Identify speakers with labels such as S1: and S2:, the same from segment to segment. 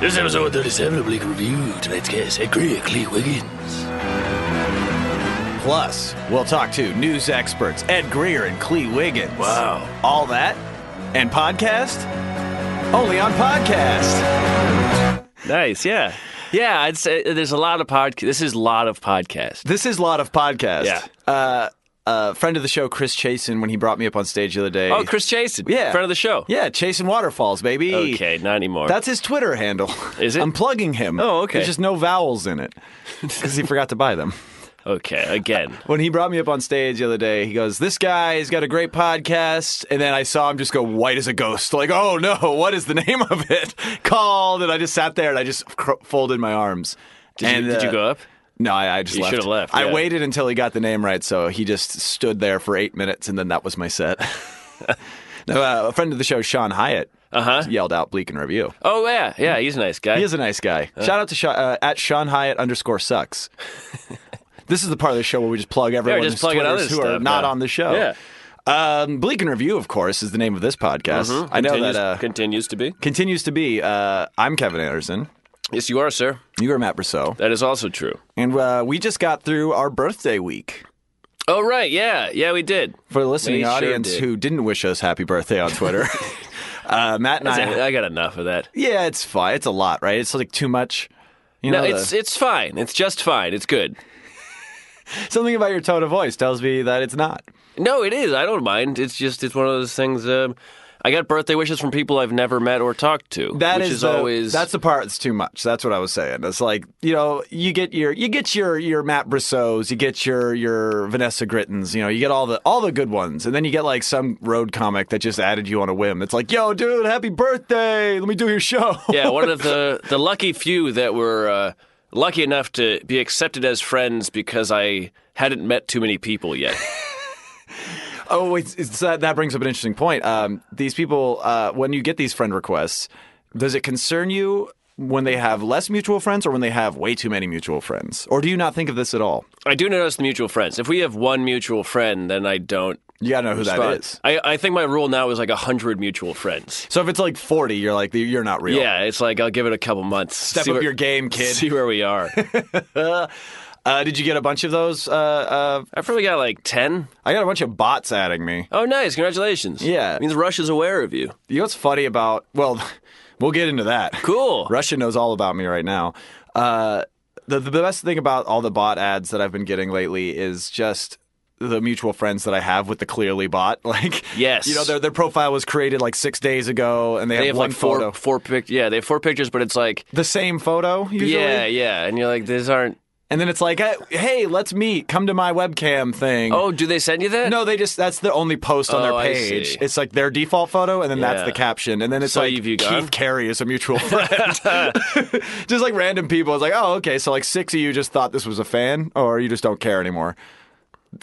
S1: This episode 37 of Bleak Review. Tonight's guest, Greg Lee Wiggins.
S2: Plus, we'll talk to news experts Ed Greer and Clee Wiggins.
S1: Wow.
S2: All that and podcast? Only on podcast.
S3: Nice, yeah, yeah. I'd say there's a lot of pod. This is a lot of podcast.
S2: This is a lot of podcast.
S3: Yeah.
S2: Uh, uh, friend of the show, Chris Chasen, when he brought me up on stage the other day.
S3: Oh, Chris Chasen,
S2: Yeah.
S3: friend of the show.
S2: Yeah, Chasen Waterfalls, baby.
S3: Okay, not anymore.
S2: That's his Twitter handle.
S3: Is it?
S2: I'm plugging him.
S3: Oh, okay.
S2: There's just no vowels in it because he forgot to buy them.
S3: okay. Again,
S2: When he brought me up on stage the other day, he goes, "This guy's got a great podcast," and then I saw him just go white as a ghost, like, "Oh no, what is the name of it?" Called, and I just sat there and I just cr- folded my arms.
S3: did,
S2: And,
S3: you, did
S2: uh,
S3: you go up?
S2: No, I, I just
S3: You
S2: left.
S3: should've left,
S2: I
S3: yeah.
S2: waited until he got the name right, so he just stood there for eight minutes, and then that was my set. No, uh, a friend of the show, Sean Hyatt,
S3: Uh-huh.
S2: yelled out "Bleak and Review."
S3: Oh yeah, yeah. He's a nice guy.
S2: He is a nice guy. Shout out to Sha uh, at Sean Hyatt underscore sucks. this is the part of the show where we just plug everyone
S3: just plugging other
S2: who are
S3: stuff,
S2: not
S3: yeah.
S2: on the show.
S3: Yeah.
S2: Um, Bleak and Review, of course, is the name of this podcast.
S3: Mhm.
S2: I know
S3: continues,
S2: that uh,
S3: continues to be.
S2: continues to be. Uh, I'm Kevin Anderson.
S3: Yes, you are, sir.
S2: You are Matt Brousseau.
S3: That is also true.
S2: And uh, we just got through our birthday week.
S3: Oh right, yeah, yeah. We did.
S2: For the listening
S3: We sure
S2: audience
S3: did.
S2: who didn't wish us happy birthday on Twitter, uh, Matt and I.
S3: I, got enough of that.
S2: Yeah, it's fine. It's a lot, right? It's like too much. You
S3: No,
S2: know, the-
S3: it's it's fine. It's just fine. It's good.
S2: something about your tone of voice tells me that it's not.
S3: No, it is. I don't mind. It's just it's one of those things. Um, I got birthday wishes from people I've never met or talked to.
S2: That
S3: which
S2: is
S3: is,
S2: the-
S3: always
S2: that's the part that's too much. That's what I was saying. It's like you know you get your you get your your Matt Brissoes, you get your your Vanessa Grittens, you know you get all the all the good ones, and then you get like some road comic that just added you on a whim. It's like yo dude, happy birthday! Let me do your show.
S3: yeah, one of the the lucky few that were uh, lucky enough to be accepted as friends because I hadn't met too many people yet.
S2: Oh, wait, it's, that, that brings up an interesting point. Um, these people, uh, when you get these friend requests, does it concern you when they have less mutual friends or when they have way too many mutual friends, or do you not think of this at all?
S3: I do notice the mutual friends. If we have one mutual friend, then I don't.
S2: You gotta know who that
S3: respond.
S2: is.
S3: I, I think my rule now is like hundred mutual friends.
S2: So if it's like forty, you're like you're not real.
S3: Yeah, it's like I'll give it a couple months.
S2: Step
S3: see
S2: up
S3: where-
S2: your game, kid.
S3: See where we are.
S2: Uh, did you get a bunch of those? Uh, uh,
S3: I probably got like ten.
S2: I got a bunch of bots adding me.
S3: Oh, nice! Congratulations.
S2: Yeah.
S3: means Russia's aware of you.
S2: You know what's funny about? Well, we'll get into that.
S3: Cool.
S2: Russia knows all about me right now. Uh, the the best thing about all the bot ads that I've been getting lately is just the mutual friends that I have with the clearly bot. Like,
S3: Yes.
S2: you know their their profile was created like six days ago, and they,
S3: They have
S2: have, one
S3: like four
S2: photo,
S3: four pic. Yeah, they have four pictures, but it's like
S2: the same photo usually.
S3: yeah, yeah, and you're like these aren't.
S2: And then it's like, eh, hey, let's meet. Come to my webcam thing.
S3: Oh, do they send you that?
S2: No, they just that's the only post on
S3: Oh,
S2: their
S3: I
S2: page.
S3: see.
S2: It's like their default photo and then that's
S3: Yeah.
S2: the caption. And then it's
S3: So
S2: like
S3: you've- you
S2: Keith
S3: gone?
S2: Carey is a mutual friend. just like random people. It's like, oh, okay, so like six of you just thought this was a fan or you just don't care anymore.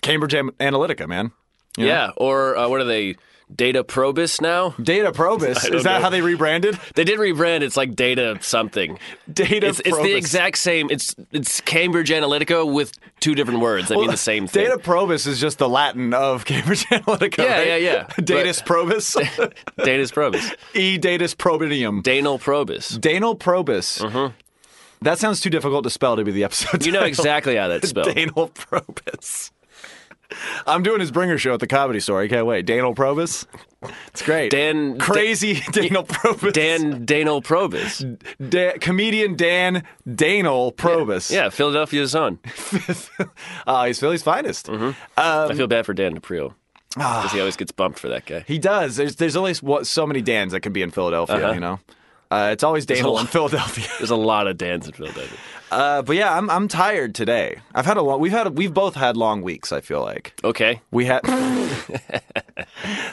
S2: Cambridge Am- Analytica, man.
S3: Yeah, or uh, what are they? Data Probus now?
S2: Data Probus. Is that
S3: know.
S2: how they rebranded?
S3: They did rebrand. It's like Data something.
S2: Data
S3: It's, it's
S2: Probus.
S3: the exact same. It's it's Cambridge Analytica with two different words. I mean the same thing.
S2: Data Probus is just the Latin of Cambridge Analytica.
S3: Yeah,
S2: right?
S3: yeah, yeah.
S2: Datus Probus.
S3: Data's Probus.
S2: e Datus Probitium.
S3: Danal Probus.
S2: Danal Probus. That sounds too difficult to spell to be the episode.
S3: You know
S2: title.
S3: exactly how that's spelled.
S2: Danal Probus. I'm doing his bringer show at the comedy store. I can't wait. Danal Probus. It's great.
S3: Dan-
S2: crazy Danal Probus.
S3: Dan Danal Probus.
S2: Da- comedian Dan Danal Probus.
S3: Yeah, Philadelphia's own.
S2: Uh, he's Philly's finest.
S3: I feel bad for Dan DePrio because he always gets bumped for that guy.
S2: He does. There's there's only s- what, so many Dans that can be in Philadelphia. You know, uh, it's always Danal in
S3: lot.
S2: Philadelphia.
S3: There's a lot of Dans in Philadelphia.
S2: Uh, but yeah, I'm I'm tired today. I've had a long. We've had a, we've both had long weeks. I feel like.
S3: Okay.
S2: We had.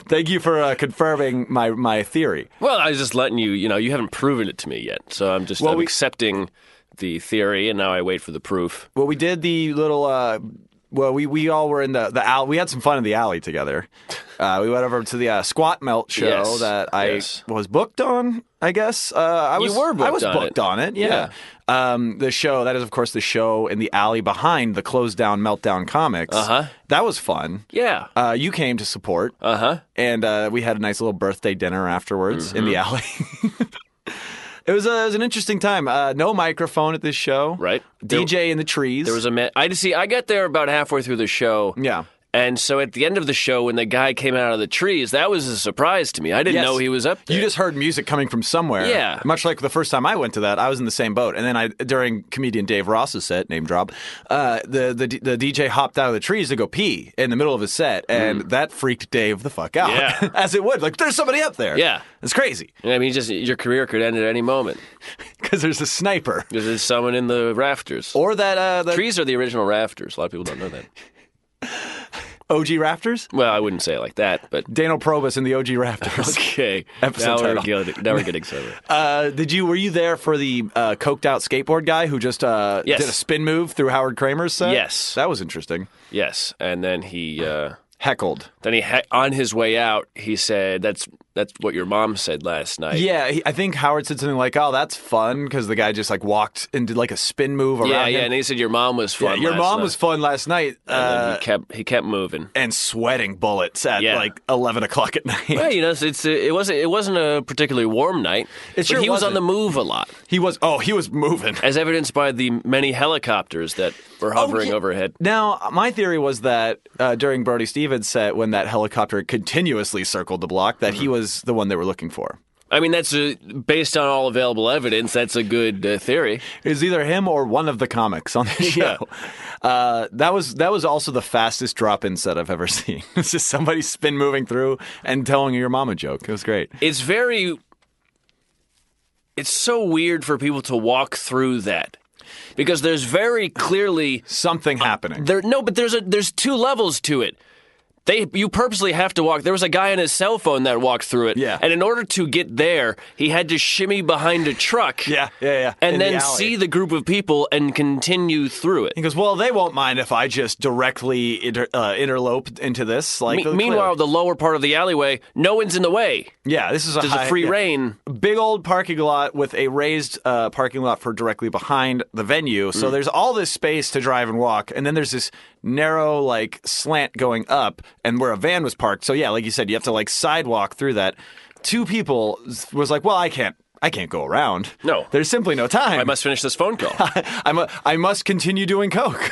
S2: Thank you for uh, confirming my my theory.
S3: Well, I was just letting you, you know, you haven't proven it to me yet. So I'm just
S2: Well,
S3: I'm
S2: we-
S3: accepting the theory and now I wait for the proof.
S2: Well, we did the little. Uh, well, we, we all were in the the alley. We had some fun in the alley together. Uh, we went over to the uh, squat melt show
S3: Yes,
S2: that I
S3: yes.
S2: was booked on. I guess uh, I
S3: You
S2: was.
S3: were
S2: I
S3: booked
S2: was
S3: on
S2: booked
S3: it.
S2: on it. Yeah. Um, the show that is, of course, the show in the alley behind the closed down meltdown comics.
S3: Uh-huh.
S2: That was fun.
S3: Yeah.
S2: Uh, you came to support.
S3: Uh-huh. Mm-hmm.
S2: and uh, we had a nice little birthday dinner afterwards in the alley. It was, a, it was an interesting time. Uh, no microphone at this show.
S3: Right.
S2: DJ in the trees.
S3: There was a man. I just see. I got there about halfway through the show.
S2: Yeah.
S3: And so at the end of the show, when the guy came out of the trees, that was a surprise to me. I didn't
S2: Yes.
S3: know he was up there.
S2: You just heard music coming from somewhere.
S3: Yeah.
S2: Much like the first time I went to that, I was in the same boat. And then I, during comedian Dave Ross's set, name drop, uh, the, the the DJ hopped out of the trees to go pee in the middle of his set, and that freaked Dave the fuck out.
S3: Mm. Yeah.
S2: As it would, like there's somebody up there.
S3: Yeah.
S2: It's crazy
S3: I mean, just your career could end at any moment.
S2: because there's a sniper.
S3: Because There's someone in the rafters.
S2: Or that uh, the
S3: trees are the original rafters. A lot of people don't know that.
S2: OG rafters.
S3: Well, I wouldn't say it like that, but
S2: Daniel Probus in the OG rafters.
S3: okay.
S2: Episode
S3: now
S2: title.
S3: we're getting now we're getting sober.
S2: Uh, did you were you there for the uh, coked out skateboard guy who just uh,
S3: Yes.
S2: did a spin move through Howard Kramer's set?
S3: Yes.
S2: that was interesting.
S3: Yes, and then he uh,
S2: Heckled.
S3: then he ha- on his way out he said that's that's what your mom said last night.
S2: Yeah, he, I think Howard said something like, "Oh, that's fun," because the guy just like walked and did like a spin move around.
S3: yeah, yeah.
S2: him.
S3: And he said your mom was
S2: Yeah,
S3: fun.
S2: your
S3: last
S2: mom
S3: night."
S2: was fun last night,
S3: And then
S2: uh,
S3: he kept he kept moving.
S2: and sweating bullets at
S3: Yeah.
S2: like eleven o'clock at night.
S3: Yeah, you know, it's, it's it wasn't it wasn't a particularly warm night.
S2: It
S3: but
S2: sure
S3: he was on
S2: wasn't.
S3: the move a lot,
S2: He was oh, he was moving.
S3: as evidenced by the many helicopters that were hovering
S2: Oh, yeah.
S3: overhead.
S2: Now, my theory was that uh, during Brody Stevens' set, when that helicopter continuously circled the block, that he was the one they were looking for.
S3: I mean, that's a, based on all available evidence. That's a good uh, theory.
S2: It was either him or one of the comics on the show. Uh, that was that was also the fastest drop in set I've ever seen. It's just somebody spin moving through and telling your mama joke. It was great.
S3: It's very. It's so weird for people to walk through that, because there's very clearly
S2: Something
S3: Uh,
S2: happening.
S3: there. No, but there's a there's two levels to it. They you purposely have to walk. There was a guy on his cell phone that walked through it.
S2: Yeah.
S3: And in order to get there, he had to shimmy behind a truck.
S2: Yeah, yeah, yeah.
S3: And
S2: In the
S3: then
S2: alley.
S3: see the group of people and continue through it.
S2: He goes, well, they won't mind if I just directly inter- uh, interlope into this. Like,
S3: Me-
S2: clearly.
S3: meanwhile, the lower part of the alleyway, no one's in the way.
S2: yeah, this is a,
S3: There's a
S2: high-
S3: free
S2: yeah.
S3: reign.
S2: big old parking lot with a raised uh, parking lot for directly behind the venue.
S3: Mm.
S2: So there's all this space to drive and walk, and then there's this narrow like slant going up, and where a van was parked. So yeah, like you said, you have to like sidewalk through that. Two people was like, "Well, I can't, I can't go around.
S3: No.
S2: there's simply no time.
S3: I must finish this phone call.
S2: I'm a, I must continue doing coke.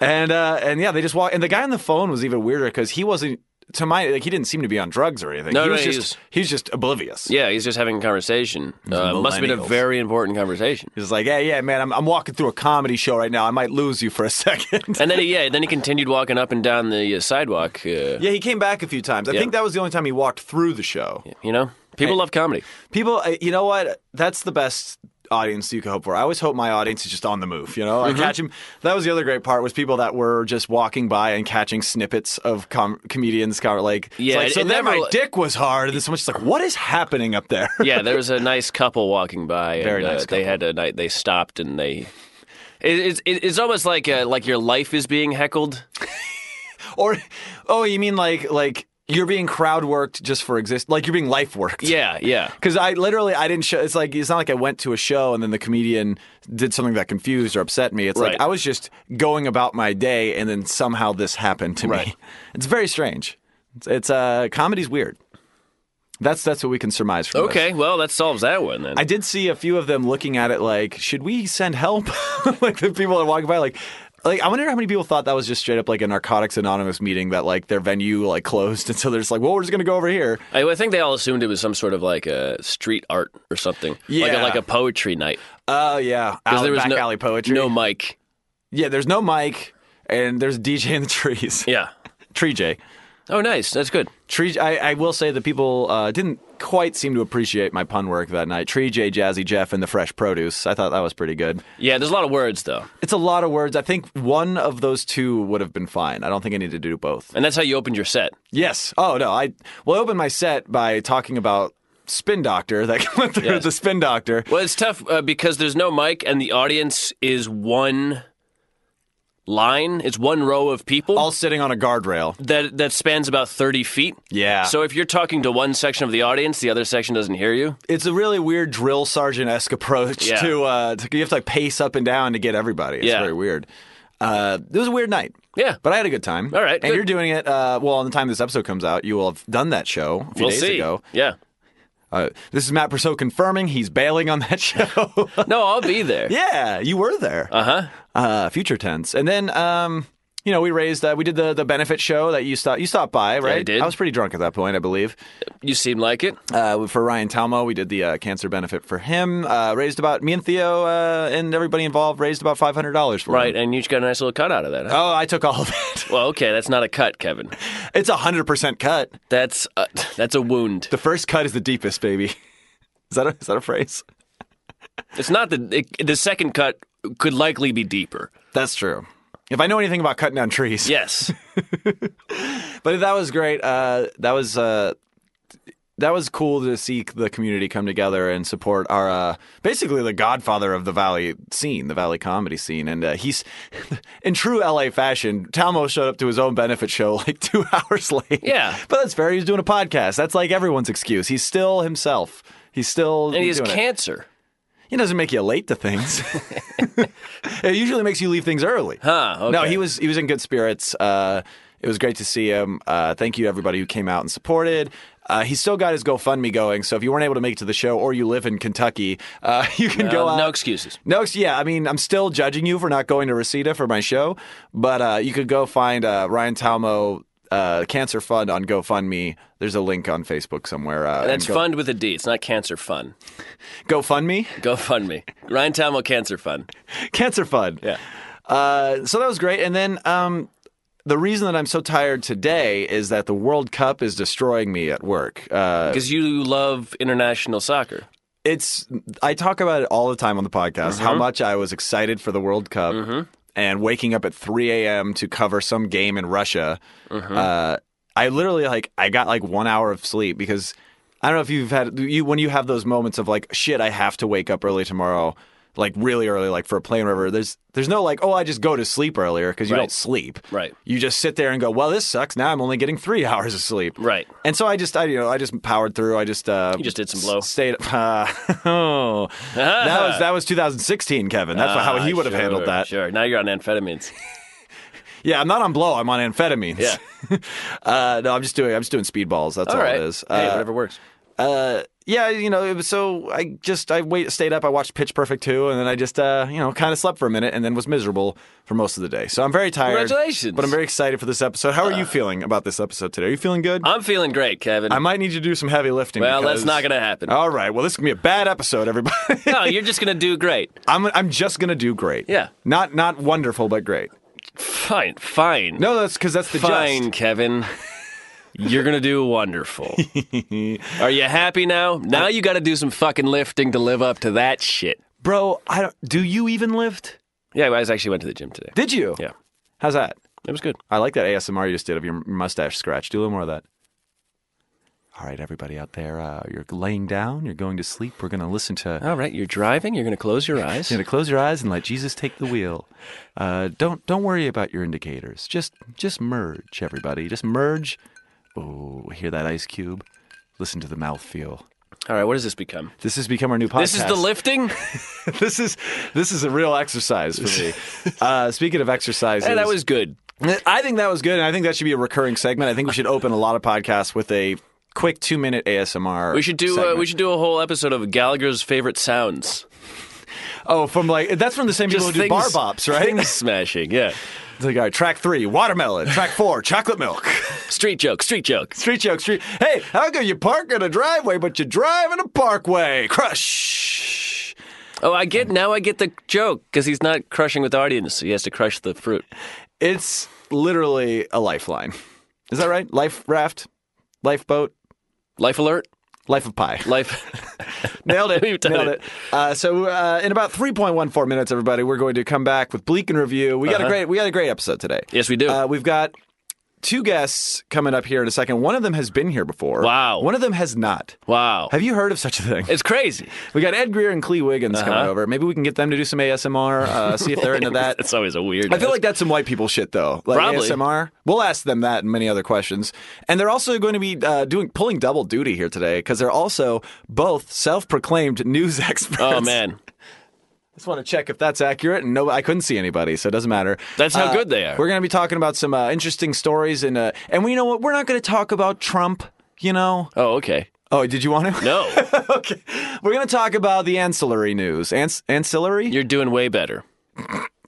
S2: and uh, and yeah, they just walk. And the guy on the phone was even weirder because he wasn't. To my like, he didn't seem to be on drugs or anything.
S3: No,
S2: he
S3: no,
S2: was
S3: he
S2: just
S3: was-
S2: he's just oblivious.
S3: yeah, he's just having a conversation. Uh, must have been a
S2: millennials.
S3: very important conversation.
S2: He's like, yeah, yeah, man, I'm, I'm walking through a comedy show right now. I might lose you for a second.
S3: And then he, yeah, then he continued walking up and down the uh, sidewalk. Uh,
S2: yeah, he came back a few times. I think that was the only time he walked through the show.
S3: You know, people love comedy.
S2: People, uh, you know what? That's the best audience you could hope for. I always hope my audience is just on the move. You know,
S3: Mm-hmm.
S2: I catch him. That was the other great part was people that were just walking by and catching snippets of com- comedians. Com- like, it's
S3: Yeah,
S2: like,
S3: it-
S2: so
S3: it
S2: then
S3: never-
S2: my dick was hard, and then someone's just like, what is happening up there?
S3: Yeah, there was a nice couple walking by.
S2: Very
S3: and, uh,
S2: nice
S3: They
S2: couple.
S3: had a night. They stopped and they. It, it's it, it's almost like uh, like your life is being heckled.
S2: or, oh, you mean like like you're being crowd worked just for exist? Like you're being life worked.
S3: Yeah, yeah.
S2: Because I literally I didn't show. It's like it's not like I went to a show and then the comedian did something that confused or upset me. It's
S3: Right.
S2: like I was just going about my day and then somehow this happened to
S3: Right.
S2: me. It's very strange. It's, it's uh, comedy's weird. That's that's what we can surmise from. this.
S3: Okay, well that solves that one then.
S2: I did see a few of them looking at it like, should we send help? like the people that are walking by, like, like I wonder how many people thought that was just straight up like a Narcotics Anonymous meeting that like their venue like closed and so they're just like, well, we're just gonna go over here.
S3: I, I think they all assumed it was some sort of like a street art or something. like a,
S2: Yeah.
S3: like a poetry night
S2: Oh yeah,
S3: because there was
S2: back
S3: no
S2: alley poetry.
S3: no mic.
S2: Yeah, there's no mic, and there's DJ in the trees.
S3: Yeah.
S2: Tree J.
S3: Oh, nice. That's good.
S2: Tree. J- I, I will say that people uh, didn't quite seem to appreciate my pun work that night. Tree J, Jazzy Jeff, and the Fresh Produce. I thought that was pretty good.
S3: Yeah, there's a lot of words though,
S2: It's a lot of words. I think one of those two would have been fine. I don't think I need to do both.
S3: and that's how you opened your set.
S2: Yes. Oh no. I well I opened my set by talking about Spin Doctor that went through
S3: Yes.
S2: the Spin Doctor.
S3: Well, it's tough uh, because there's no mic and the audience is one line. It's one row of people.
S2: All sitting on a guardrail.
S3: that that spans about 30 feet.
S2: Yeah.
S3: So if you're talking to one section of the audience, the other section doesn't hear you.
S2: It's a really weird drill sergeant esque approach
S3: Yeah.
S2: to, uh, to you have to like pace up and down to get everybody. It's
S3: Yeah.
S2: very weird. Uh, it was a weird night.
S3: Yeah.
S2: But I had a good time.
S3: All right,
S2: And
S3: good.
S2: you're doing it, uh, well, on the time this episode comes out, you will have done that show a few
S3: we'll
S2: days
S3: see.
S2: ago.
S3: Yeah.
S2: Uh, this is Matt Brousseau confirming he's bailing on that show.
S3: No, I'll be there.
S2: yeah, you were there. Uh-huh. Future tense. And then, um, you know, we raised, uh, we did the, the benefit show that you stopped, you stopped by, right?
S3: did.
S2: was pretty drunk at that point, I believe.
S3: You seem like it.
S2: Uh, for Ryan Talmo, we did the uh, cancer benefit for him. Uh, raised about, me and Theo uh, and everybody involved raised about $500 for
S3: Right,
S2: him.
S3: and you just got a nice little cut out of that. Huh?
S2: Oh, I took all of it.
S3: Well, okay, that's not a cut, Kevin.
S2: It's a 100% cut.
S3: That's a, that's a wound.
S2: The first cut is the deepest, baby. Is that a, is that a phrase?
S3: It's not the it, the second cut could likely be deeper.
S2: That's true. If I know anything about cutting down trees,
S3: Yes,
S2: But that was great. Uh, that was uh, that was cool to see the community come together and support our uh, basically the godfather of the valley scene, the valley comedy scene. And uh, he's in true LA fashion. Talmo showed up to his own benefit show like two hours late.
S3: Yeah.
S2: but that's fair. He's doing a podcast. That's like everyone's excuse. He's still himself. He's still
S3: and he has
S2: doing it.
S3: cancer.
S2: He doesn't make you late to things. it usually makes you leave things early.
S3: Huh, okay.
S2: No, he was he was in good spirits. Uh, it was great to see him. Uh, thank you to everybody who came out and supported. Uh, he's still got his GoFundMe going, so if you weren't able to make it to the show or you live in Kentucky, uh, you can go
S3: Um,
S2: out.
S3: no excuses.
S2: No, ex- yeah, I mean, I'm still judging you for not going to Reseda for my show, but uh, you could go find uh, Ryan Talmo uh, Cancer Fund on GoFundMe. There's a link on Facebook somewhere. Uh,
S3: That's
S2: and go-
S3: fund with a D. It's not cancer fun.
S2: GoFundMe.
S3: GoFundMe. Ryan Talmo Cancer Fund.
S2: Cancer Fund.
S3: Yeah.
S2: Uh, so that was great. And then um, the reason that I'm so tired today is that the World Cup is destroying me at work. Uh,
S3: Because you love international soccer.
S2: it's I talk about it all the time on the podcast how
S3: Mm-hmm.
S2: much I was excited for the World Cup. And waking up at 3 a.m. to cover some game in Russia,
S3: Mm-hmm.
S2: uh, I literally like I got like one hour of sleep because I don't know if you've had you when you have those moments of like shit I have to wake up early tomorrow, like really early, like for a plane or whatever. There's there's no like oh I just go to sleep earlier because you
S3: Right.
S2: don't sleep.
S3: Right.
S2: You just sit there and go well this sucks. Now I'm only getting three hours of sleep.
S3: Right.
S2: And so I just I you know I just powered through. I just uh,
S3: You just did some blow.
S2: s- Stayed. Uh, oh, that was that was 2016, Kevin. That's how he
S3: Ah,
S2: would have handled
S3: sure,
S2: that.
S3: Sure. Now you're on amphetamines.
S2: Yeah, I'm not on blow. I'm on amphetamines.
S3: Yeah.
S2: uh, no, I'm just doing I'm just doing speedballs. That's all,
S3: All right.
S2: it is.
S3: Hey,
S2: Uh,
S3: whatever works.
S2: uh, yeah, you know, it was so I just I wait stayed up. I watched Pitch Perfect two, and then I just uh, you know kind of slept for a minute, and then was miserable for most of the day. So I'm very tired.
S3: Congratulations. Uh,
S2: But I'm very excited for this episode. How are you feeling about this episode today? Are you feeling good?
S3: I'm feeling great, Kevin.
S2: I might need you to do some heavy lifting.
S3: well,
S2: because...
S3: that's not going to happen.
S2: All right. Well, this can be a bad episode, everybody.
S3: no, you're just going to do great.
S2: I'm I'm just gonna do great.
S3: Yeah.
S2: Not not wonderful, but great.
S3: Fine. Fine.
S2: No, that's because that's the
S3: fine,
S2: just.
S3: Kevin. You're going to do wonderful. Are you happy now? Now you got to do some fucking lifting to live up to that shit.
S2: Bro, I don't. Do you even lift?
S3: Yeah, I was- actually went to the gym today.
S2: Did you?
S3: Yeah.
S2: How's that?
S3: It was good.
S2: I like that ASMR you just did of your mustache scratch. Do a little more of that. All right, everybody out there, uh, you're laying down, you're going to sleep. We're gonna listen to.
S3: All right, you're driving. You're going to close your eyes.
S2: You're gonna close your eyes and let Jesus take the wheel. Uh, don't don't worry about your indicators. Just just merge, everybody. Just merge. Oh, hear that ice cube? Listen to the mouthfeel.
S3: All right, what does this become?
S2: This has become our new podcast.
S3: This is the lifting?
S2: this is this is a real exercise for me. uh, speaking of exercises,
S3: hey, that was good.
S2: I think that was good, and I think that should be a recurring segment. I think we should open a lot of podcasts with a quick two minute ASMR.
S3: We should do uh, we should do a whole episode of Gallagher's favorite sounds.
S2: Oh, from like that's from the same people who do bar bops, right?
S3: Things smashing, yeah.
S2: It's like all right, track three, watermelon. Track four, chocolate milk.
S3: Street joke, street joke.
S2: Street joke, street. Hey, how come you park in a driveway but you drive in a parkway? Crush.
S3: Oh, I get now. I get the joke because he's not crushing with the audience. So he has to crush the fruit.
S2: It's literally a lifeline. Is that right? Life raft, lifeboat,
S3: Life alert,
S2: life of pie.
S3: life.
S2: Nailed it.
S3: We've done
S2: Nailed it.
S3: it.
S2: Uh, so uh, in about 3.14 minutes, everybody, we're going to come back with Bleak and Review. We got a great we got a great episode today.
S3: Yes, Uh-huh. we do.
S2: Uh, we've got two guests coming up here in a second. One of them has been here before.
S3: Wow.
S2: One of them has not.
S3: wow,
S2: Have you heard of such a thing?
S3: it's crazy.
S2: We got Ed Greer and Clee Wiggins
S3: Uh-huh.
S2: coming over. Maybe we can get them to do some ASMR. Uh, see if they're into that.
S3: It's always a weird.
S2: I feel like that's some white people shit, though. Like
S3: Probably.
S2: ASMR. We'll ask them that and many other questions. And they're also going to be uh, doing pulling double duty here today because they're also both self-proclaimed news experts.
S3: Oh man,
S2: just want to check if that's accurate. And no, I couldn't see anybody, so it doesn't matter. Uh,
S3: That's how good they are.
S2: We're going to be talking about some uh, interesting stories, and uh, and we you know what? We're not going to talk about Trump. You know,
S3: oh okay.
S2: Oh, did you want to?
S3: No,
S2: okay. We're going to talk about the ancillary news. Ans- ancillary?
S3: you're doing way better.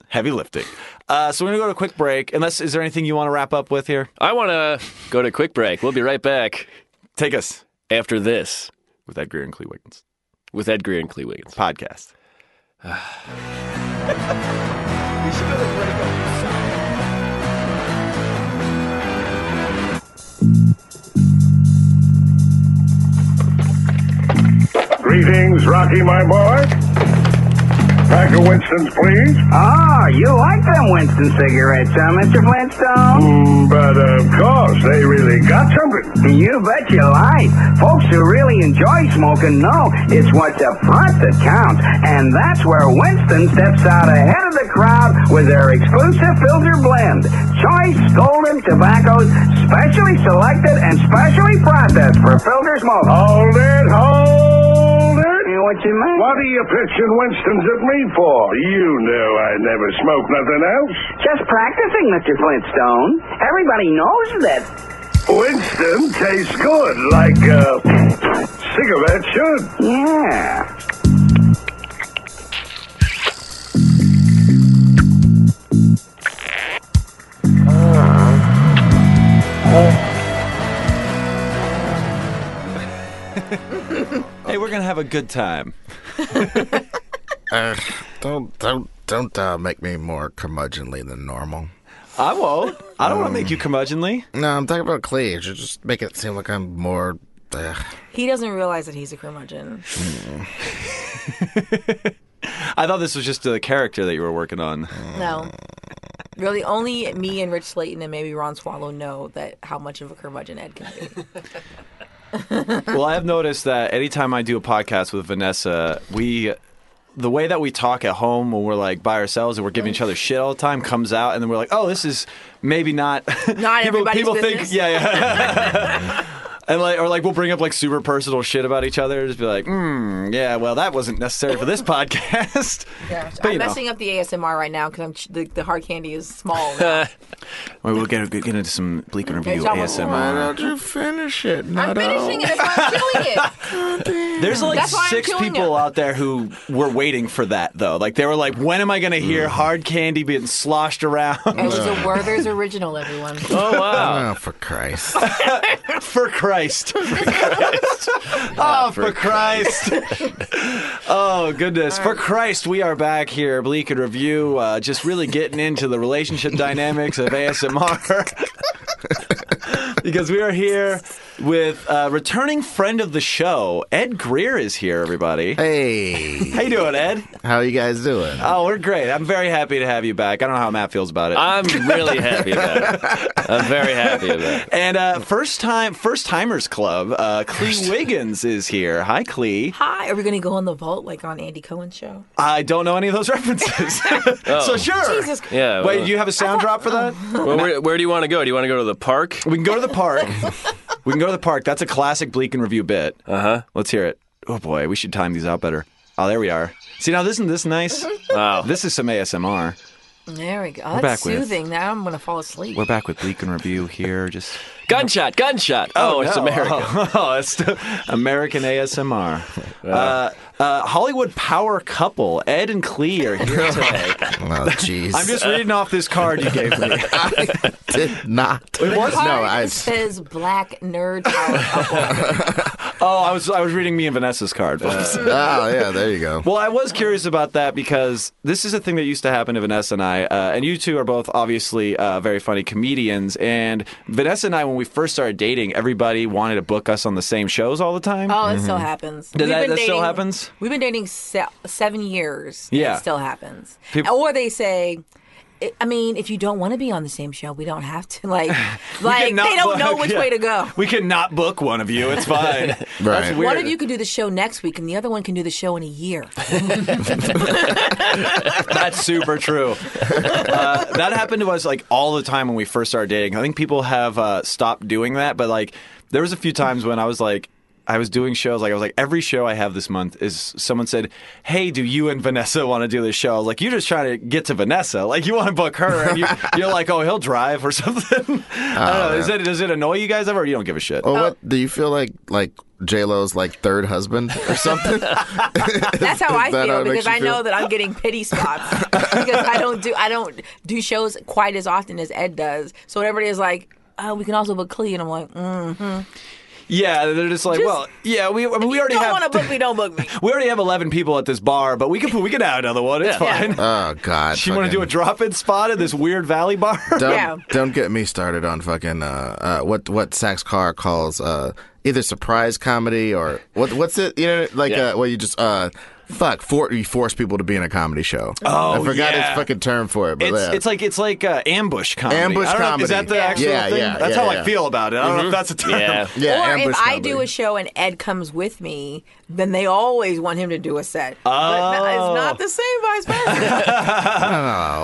S2: Heavy lifting. Uh, so we're going to go to a quick break. Unless, is there anything you want to wrap up with here?
S3: I want to go to a quick break. We'll be right back
S2: Take us
S3: after this
S2: with that Greer and Clee Wiggins
S3: with Ed Greer and Clee Wiggins.
S2: podcast.
S4: Greetings, Rocky, my boy. Pack of Winston's, please.
S5: Oh, you like them Winston cigarettes, huh, Mr. Flintstone?
S4: Mm, but of course, they really got something.
S5: You bet your life. Folks who really enjoy smoking know it's what's up front that counts. And that's where Winston steps out ahead of the crowd with their exclusive filter blend. Choice golden tobaccos, specially selected and specially processed for filter smokers.
S4: Hold it, hold it.
S5: You know what you mean?
S4: What are you pitching Winston's at me for? You know I never smoke nothing else.
S5: Just practicing, Mr. Flintstone. Everybody knows that.
S4: Winston tastes good, like a cigarette should.
S5: Yeah.
S2: Hey, we're going to have a good time.
S6: Uh, don't don't don't uh, make me more curmudgeonly than normal.
S2: I won't. I don't want to make you curmudgeonly.
S6: No, I'm talking about Clee. You're just making it seem like I'm more. Uh,
S7: He doesn't realize that he's a curmudgeon.
S2: I thought this was just a character that you were working on.
S7: No. Really, only me and Rich Slayton and maybe Ron Swallow know that how much of a curmudgeon Ed can be.
S2: Well, I have noticed that anytime I do a podcast with Vanessa, we the way that we talk at home when we're like by ourselves and we're giving each other shit all the time comes out, and then we're like, "Oh, this is maybe not
S7: Not
S2: people,
S7: everybody's
S2: people think,
S7: business.
S2: yeah, yeah." And like, or like, we'll bring up like super personal shit about each other. Just be like, mm, yeah, well, that wasn't necessary for this podcast. but
S7: I'm
S2: you know,
S7: messing up the ASMR right now because I'm ch- the, the hard candy is small. now.
S2: we will get, get into some bleak review
S7: y'all-
S6: why
S2: ASMR.
S6: don't you finish it?
S7: I'm finishing it. That's why I'm chewing it.
S2: There's like
S7: That's why I'm
S2: six
S7: chewing
S2: people
S7: it.
S2: out there who were waiting for that though. Like they were like, when am I going to hear hard candy being sloshed around?
S7: It was a Werther's original, everyone.
S3: Oh wow!
S6: Oh, for Christ!
S2: for Christ. oh, for Christ. oh, goodness. For Christ, we are back here, Bleak and Review, uh, just really getting into the relationship dynamics of ASMR. because we are here with uh, returning friend of the show, Ed Greer is here, everybody.
S6: hey,
S2: How you doing, Ed?
S6: how you guys doing?
S2: Oh, we're great. I'm very happy to have you back. I don't know how Matt feels about it.
S3: I'm really happy about it. I'm very happy about it.
S2: and uh, first time, first timers club. Uh, Clee Wiggins is here. Hi, Clee.
S7: Hi, are we going to go in the vault like on Andy Cohen's show?
S2: I don't know any of those references. so sure.
S7: Jesus Christ.
S3: Yeah.
S2: Wait,
S3: well-
S2: you have a sound drop for that?
S3: Well, where, where do you want to go? Do you want to go to the park?
S2: We can go to the park. we can go to the park. That's a classic Bleak and Review bit. Uh huh. Let's hear it. Oh boy, we should time these out better. Oh, there we are. See now, isn't this nice?
S3: Wow.
S2: This is some ASMR.
S7: There we go.
S2: back
S7: That's
S2: with-
S7: soothing. Now I'm going to fall asleep.
S2: We're back with Bleak and Review here. Just
S3: Gunshot, gunshot. Oh, it's
S2: no.
S3: America.
S2: Oh, oh, it's the American ASMR. Uh, uh, Hollywood power couple Ed and Clee are here today.
S6: Oh, jeez.
S2: I'm just reading off this card you gave me.
S6: I did not. It
S7: The card
S6: no. I
S7: says black nerd power couple.
S2: Oh, I was I was reading me and Vanessa's card.
S6: oh yeah, there you go.
S2: Well, I was curious about that because this is a thing that used to happen to Vanessa and I, uh, and you two are both obviously uh, very funny comedians. And Vanessa and I, when we first started dating, everybody wanted to book us on the same shows all the time.
S7: Oh, it still happens. We've
S2: Mm-hmm. that-
S7: been
S2: that still happens?
S7: We've been dating se- seven years. and
S2: Yeah.
S7: it still happens.
S2: Peop-
S7: or they say. I- I mean, if you don't want to be on the same show, we don't have to. Like, like
S2: cannot
S7: they don't know
S2: book-
S7: which
S2: yeah.
S7: way to go.
S2: We cannot book one of you. It's fine. That's
S6: Right.
S2: weird.
S7: One of you can do the show next week, and the other one can do the show in a year.
S2: That's super true. Uh, that happened to us like all the time when we first started dating. I think people have uh, stopped doing that, but like there was a few times when I was like. I was doing shows. Like I was like, every show I have this month is someone said, "Hey, do you and Vanessa want to do this show?" I was like, "You're just trying to get to Vanessa. Like you want to book her, and you, you're like, oh, he'll drive or something." I don't know. Is it does it annoy you guys ever? Or you don't give a shit.
S6: Well, what do you feel like? Like J Lo's like third husband or something?
S7: That's how
S6: Is
S7: I
S6: that how
S7: feel
S6: it makes
S7: because
S6: you
S7: I know
S6: feel?
S7: that I'm getting pity spots because I don't do I don't do shows quite as often as Ed does. So whenever it is like, oh, we can also book Clee, and I'm like, mm,
S2: Yeah, they're just like,
S7: Just-
S2: well, yeah, we I mean, we
S7: you
S2: already
S7: don't
S2: have
S7: want to book me, don't book me.
S2: we already have eleven people at this bar, but we can put- we can add another one. It's
S7: Yeah.
S2: fine.
S6: oh God!
S2: She want to do a
S6: fucking-
S2: drop in spot at this weird valley bar.
S6: Don't,
S7: Yeah.
S6: don't get me started on fucking uh, uh, what what Sax Carr calls uh, either surprise comedy or what what's it you know like
S3: Yeah.
S6: uh, well you just uh, fuck for, you force people to be in a comedy show.
S2: Oh,
S6: I forgot
S2: yeah.
S6: his fucking term for it. But
S2: It's,
S6: yeah.
S2: it's like it's like uh, ambush comedy.
S6: Ambush
S2: I don't know, Is that
S6: comedy.
S2: the
S6: Yeah.
S2: actual
S6: Yeah,
S2: thing?
S6: yeah,
S2: that's
S6: yeah,
S2: how I
S6: yeah.
S2: feel about it. I don't know if that's a term.
S3: Yeah.
S6: yeah,
S7: or
S6: ambush
S7: if I
S6: comedy.
S7: do a show and Ed comes with me, then they always want him to do a set. Oh. But no- it's not the same vice versa.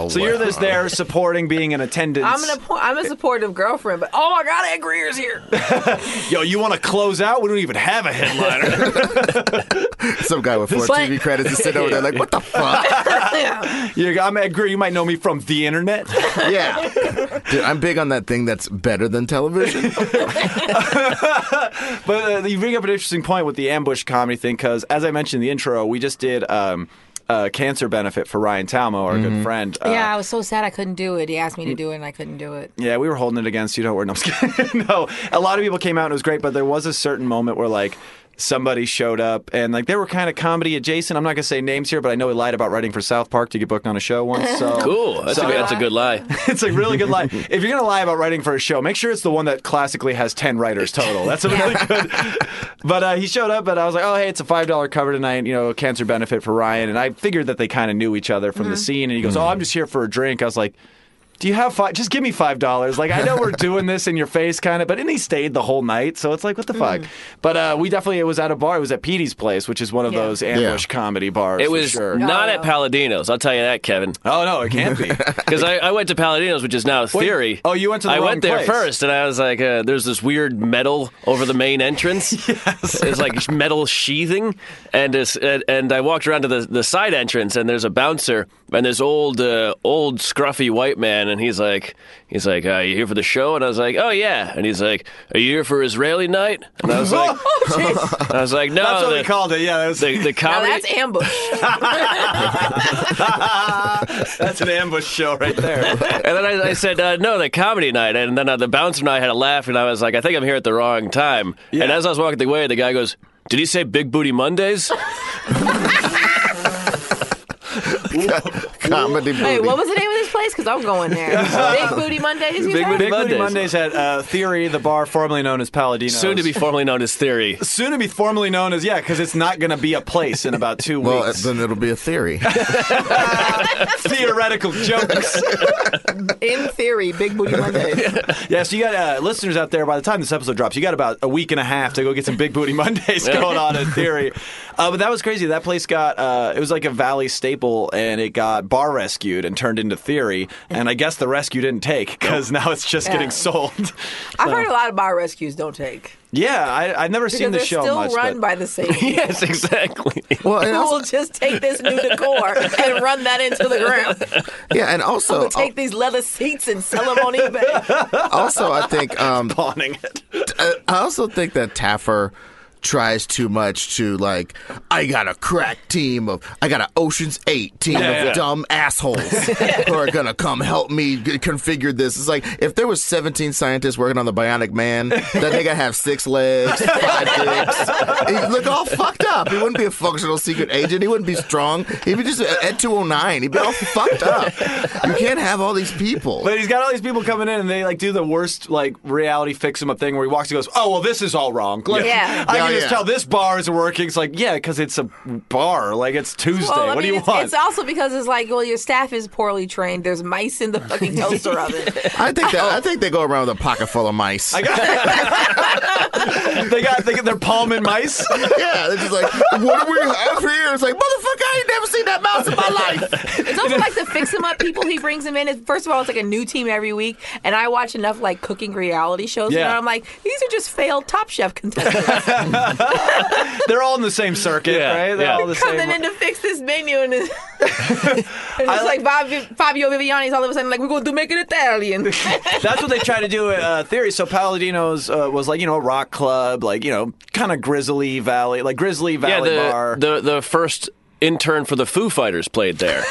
S6: oh,
S2: So you're just there supporting, being in attendance.
S7: I'm an appo- I'm a supportive girlfriend, but oh my god, Ed Greer's here.
S2: Yo, you want to close out? We don't even have a headliner.
S6: some guy with four
S7: But-
S6: TV credits is sitting over there like what the fuck?
S7: Yeah.
S2: You're, I'm Ed Greer. You might know me from the internet.
S6: yeah, dude, I'm big on that thing that's better than television.
S2: But uh, you bring up an interesting point with the ambush comedy thing because, as I mentioned in the intro, we just did um, a cancer benefit for Ryan Talmo, our
S6: Mm-hmm.
S2: good friend. Uh,
S7: yeah, I was so sad I couldn't do it. He asked me to do it, and I couldn't do it.
S2: Yeah, we were holding it against you. Don't worry. No, I'm just kidding. no, a lot of people came out and it was great, but there was a certain moment where like somebody showed up and like they were kind of comedy adjacent. I'm not gonna say names here, but I know he lied about writing for South Park to get booked on a show once. So
S3: Cool. That's, a, that's a good lie.
S2: it's a really good lie. If you're gonna lie about writing for a show, make sure it's the one that classically has ten writers total. That's a really good. But uh, he showed up, and I was like, "Oh, hey, it's a five dollar cover tonight. You know, cancer benefit for Ryan." And I figured that they kind of knew each other from
S7: Mm-hmm.
S2: the scene. And he goes, "Oh, I'm just here for a drink." I was like. Do you have five? Just give me five dollars. Like I know we're doing this in your face, kind of. But and he stayed the whole night, so it's like what the fuck.
S7: Mm.
S2: But uh, we definitely it was at a bar. It was at Petey's place, which is one of
S7: Yeah.
S2: those ambush comedy bars.
S3: It
S2: for
S3: was
S2: sure.
S3: not
S7: Oh,
S3: at
S7: no.
S3: Paladino's. I'll tell you that, Kevin.
S2: Oh no, it can't be.
S3: Because I, I went to Paladino's, which is now Theory.
S2: oh, you went to the
S3: I
S2: wrong
S3: went there
S2: place.
S3: first, and I was like, uh, "There's this weird metal over the main entrance. It's like metal sheathing, and it's, and, and I walked around to the, the side entrance, and there's a bouncer, and this old uh, old scruffy white man, and he's like, he's like, uh, "You here for the show?" And I was like, "Oh yeah," and he's like, "Are you here for Israeli night?" And I was like, I was like, "No,
S2: Oh, That's what
S3: the,
S2: we called it. Yeah, that was,
S3: the, the
S7: Now
S3: comedy."
S7: that's ambush.
S2: that's an ambush show right there.
S3: And then I, I said, uh, no, the comedy night. And then uh, the bouncer and I had a laugh, and I was like, I think I'm here at the wrong time. And as I was walking away, the guy goes, Did he say Big Booty Mondays?
S6: Comedy.
S7: Hey,
S6: booty.
S7: what was the name of this place? Because I'm going there. Big Booty Mondays. You
S3: Big
S7: said?
S2: Big Mondays.
S3: Mondays.
S2: Mondays at uh, Theory, the bar formerly known as Paladino.
S3: Soon to be formerly known as Theory.
S2: Soon to be formerly known as yeah, because it's not going to be a place in about two
S6: well,
S2: weeks.
S6: then it'll be a theory.
S2: Theoretical jokes.
S7: In theory, Big Booty Mondays.
S2: yeah, so you got uh, listeners out there. By the time this episode drops, you got about a week and a half to go get some Big Booty Mondays going on in Theory. Uh, but that was crazy. That place got uh, it was like a Valley staple, and it got bar rescued and turned into Theory. And I guess the rescue didn't take because now it's just
S7: Yeah.
S2: getting sold.
S7: I've heard a lot of bar rescues don't take
S2: Yeah, I, I've never
S7: because
S2: seen the
S7: they're
S2: show
S7: still
S2: much.
S7: run
S2: but-
S7: by the same. people.
S3: yes, exactly.
S6: well, and
S7: Who
S6: also,
S7: will just take this new decor and run that into the ground?
S6: yeah, and also,
S2: Oh,
S7: We'll take these leather seats and sell them on eBay.
S6: also, I think um,
S2: pawning it.
S6: I I also think that Taffer tries too much to like I got a crack team of I got an Ocean's 8 team of
S2: yeah.
S6: dumb assholes who are going to come help me g- configure this. It's like if there was 17 scientists working on the bionic man, that nigga have six legs, five dicks. He'd look all fucked up. He wouldn't be a functional secret agent. He wouldn't be strong. He'd be just at 209. He'd be all fucked up. You can't have all these people.
S2: But he's got all these people coming in, and they like do the worst like reality fix him up thing where he walks and goes, "Oh well, this is all wrong." Like,
S7: Yeah.
S2: I can
S6: Yeah,
S2: just
S6: yeah.
S2: tell this bar is working. It's like, yeah, because it's a bar. Like it's Tuesday.
S7: Well, I
S2: what
S7: mean,
S2: do you
S7: it's,
S2: want?
S7: it's also because it's like, well, your staff is poorly trained. There's mice in the fucking toaster oven.
S6: I think that
S7: Oh.
S6: I think they go around with a pocket full of mice.
S2: I got- they got they, they're palm and mice.
S6: Yeah, they're just like, what do we have here? It's like, motherfucker, I ain't never seen that fat mouse in my life.
S7: It's also like the fix 'em up people he brings them in. It's, first of all, it's like a new team every week, and I watch enough like cooking reality shows,
S2: Yeah.
S7: and I'm like, these are just failed Top Chef contestants
S2: They're all in the same circuit,
S3: Yeah,
S2: right? They're
S3: yeah.
S2: all the same.
S7: coming in to fix this menu, and it's, and it's like Bob, Fabio Viviani's all of a sudden like, we're going to make it Italian.
S2: That's what they try to do at uh, Theory. So Paladino's uh, was like, you know, a rock club, like, you know, kind of Grizzly Valley, like Grizzly
S3: yeah,
S2: Valley Bar.
S3: the, the the first intern for the Foo Fighters played there.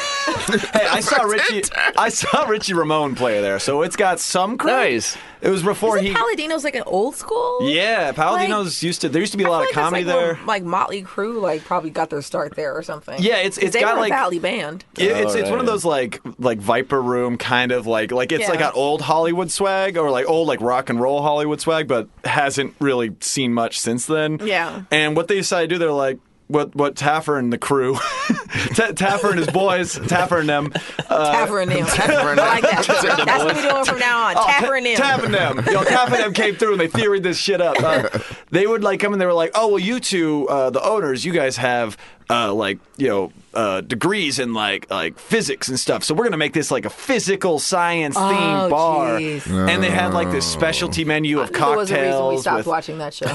S2: hey, I saw Richie I saw Richie Ramone play there. So it's got some cred.
S3: Nice.
S2: It was before
S7: Isn't
S2: he
S7: Paladino's like an old school?
S2: Yeah, Paladino's used to there used to be a
S7: I
S2: lot of
S7: feel like
S2: comedy
S7: that's, like,
S2: there.
S7: where, like Motley Crue, like probably got their start there or something.
S2: Yeah, it's-
S7: 'Cause
S2: it's
S7: they
S2: got,
S7: were
S2: like-
S7: a valley band.
S2: It- it's it's one
S3: Alright.
S2: of those like like Viper Room kind of like like it's
S7: Yeah.
S2: like got old Hollywood swag or like old like rock and roll Hollywood swag, but hasn't really seen much since then.
S7: Yeah.
S2: And what they decided to do, they're like. What what Taffer and the crew, Ta Taffer and his boys, Taffer and them,
S7: Taffer and them. I like that. That's what we're doing from now
S2: Oh,
S7: on. Taffer and them.
S2: Tapping them. Yo, tapping them came through and they theoried this shit up. Uh, they would like come and they were like, oh, well, you two, uh, the owners, you guys have uh, like, you know, uh, degrees in like like physics and stuff. So we're gonna make this like a physical science themed
S7: Oh,
S2: bar.
S7: jeez.
S2: And they had like this specialty menu of
S7: There was
S2: cocktails.
S7: a reason we stopped
S2: with-
S7: watching that show.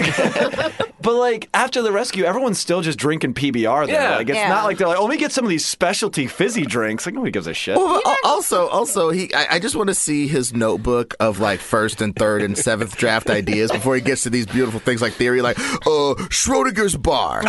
S2: But like after the rescue, everyone's still just drinking PBR. There.
S3: Yeah.
S2: like it's
S7: Yeah.
S2: not like they're like, oh, let me get some of these specialty fizzy drinks. Like nobody gives a shit.
S6: Well, al- also, also, he. I, I just want to see his notebook of like first and third and seventh draft ideas before he gets to these beautiful things like theory, like uh, Schrodinger's bar,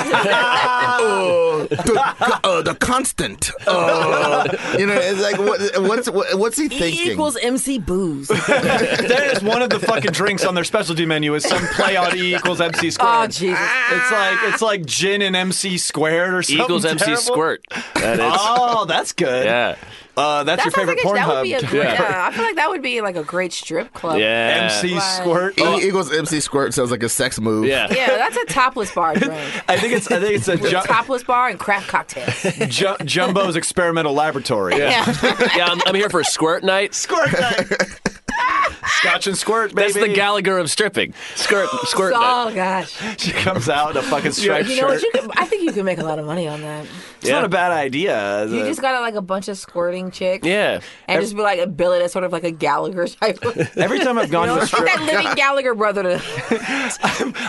S6: uh, the, uh, the constant. Uh, you know, it's like what, what's what, what's he thinking?
S7: E equals MC Booze.
S2: that is one of the fucking drinks on their specialty menu is some play on E equals MC
S7: Oh,
S2: squared.
S7: Jesus.
S2: It's like it's like gin and MC squared or something.
S3: Eagles MC
S2: terrible.
S3: Squirt. That is.
S2: Oh, that's good.
S3: Yeah.
S2: Uh, that's
S7: That
S2: your
S7: sounds
S2: favorite
S7: like a,
S2: porn
S7: that
S2: hub.
S7: would be a great,
S3: Yeah.
S7: yeah, I feel like that would be like a great strip club.
S3: Yeah.
S2: MC
S7: Right.
S2: squirt. Oh,
S6: E equals MC squirt sounds like a sex move.
S3: Yeah.
S7: Yeah, that's a topless bar drink.
S2: I think it's I think it's a ju-
S7: topless bar and craft cocktails.
S2: ju- Jumbo's experimental laboratory.
S7: Yeah.
S3: Yeah, I'm, I'm here for Squirt Night.
S2: Squirt night. Scotch and squirt, baby.
S3: That's the Gallagher of stripping. Squirt, Squirt Night.
S7: oh gosh.
S2: She comes out in a fucking striped
S7: You know
S2: shirt.
S7: what? You could, I think you could make a lot of money on that.
S2: it's not a bad idea.
S7: You just got to like a bunch of squirting chicks.
S3: Yeah.
S7: And just be like a billet as sort of like a Gallagher type. Of, you
S2: Every time I've gone
S7: know,
S2: to a
S7: get
S2: strip,
S7: that living Gallagher brother to.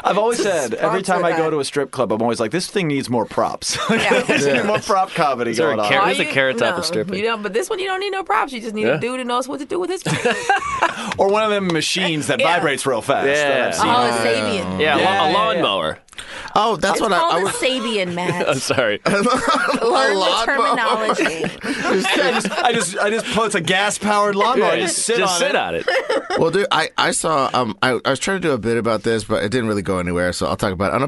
S2: I've always said every
S7: sponsor
S2: time I go
S7: that.
S2: to a strip club, I'm always like, this thing needs more props.
S7: Yeah.
S2: There's more prop comedy
S3: there a
S2: going on.
S3: carrot? There's
S7: Why
S3: a
S7: you-
S3: carrot top of
S7: no,
S3: stripping.
S7: You know, but this one you don't need no props. You just need
S3: Yeah.
S7: a dude who knows what to do with his.
S2: Or one of them machines that
S7: Yeah.
S2: vibrates real fast. that
S3: Yeah.
S2: I've seen.
S7: Oh, a Sabian.
S3: Yeah,
S2: Yeah,
S3: a,
S2: yeah,
S3: la- a
S2: yeah.
S3: lawnmower.
S6: Oh, that's
S7: It's
S6: what I,
S7: called
S6: I
S7: a
S6: was.
S7: Sabian, Matt.
S3: I'm sorry.
S7: Learn the
S6: lawnmower.
S7: terminology.
S2: I just, I just, I just put it's a gas powered lawnmower. You sit
S3: just
S2: on
S3: sit
S2: it.
S3: on it.
S6: Well, dude, I, I saw um I, I was trying to do a bit about this, but it didn't really go anywhere. So I'll talk about it on a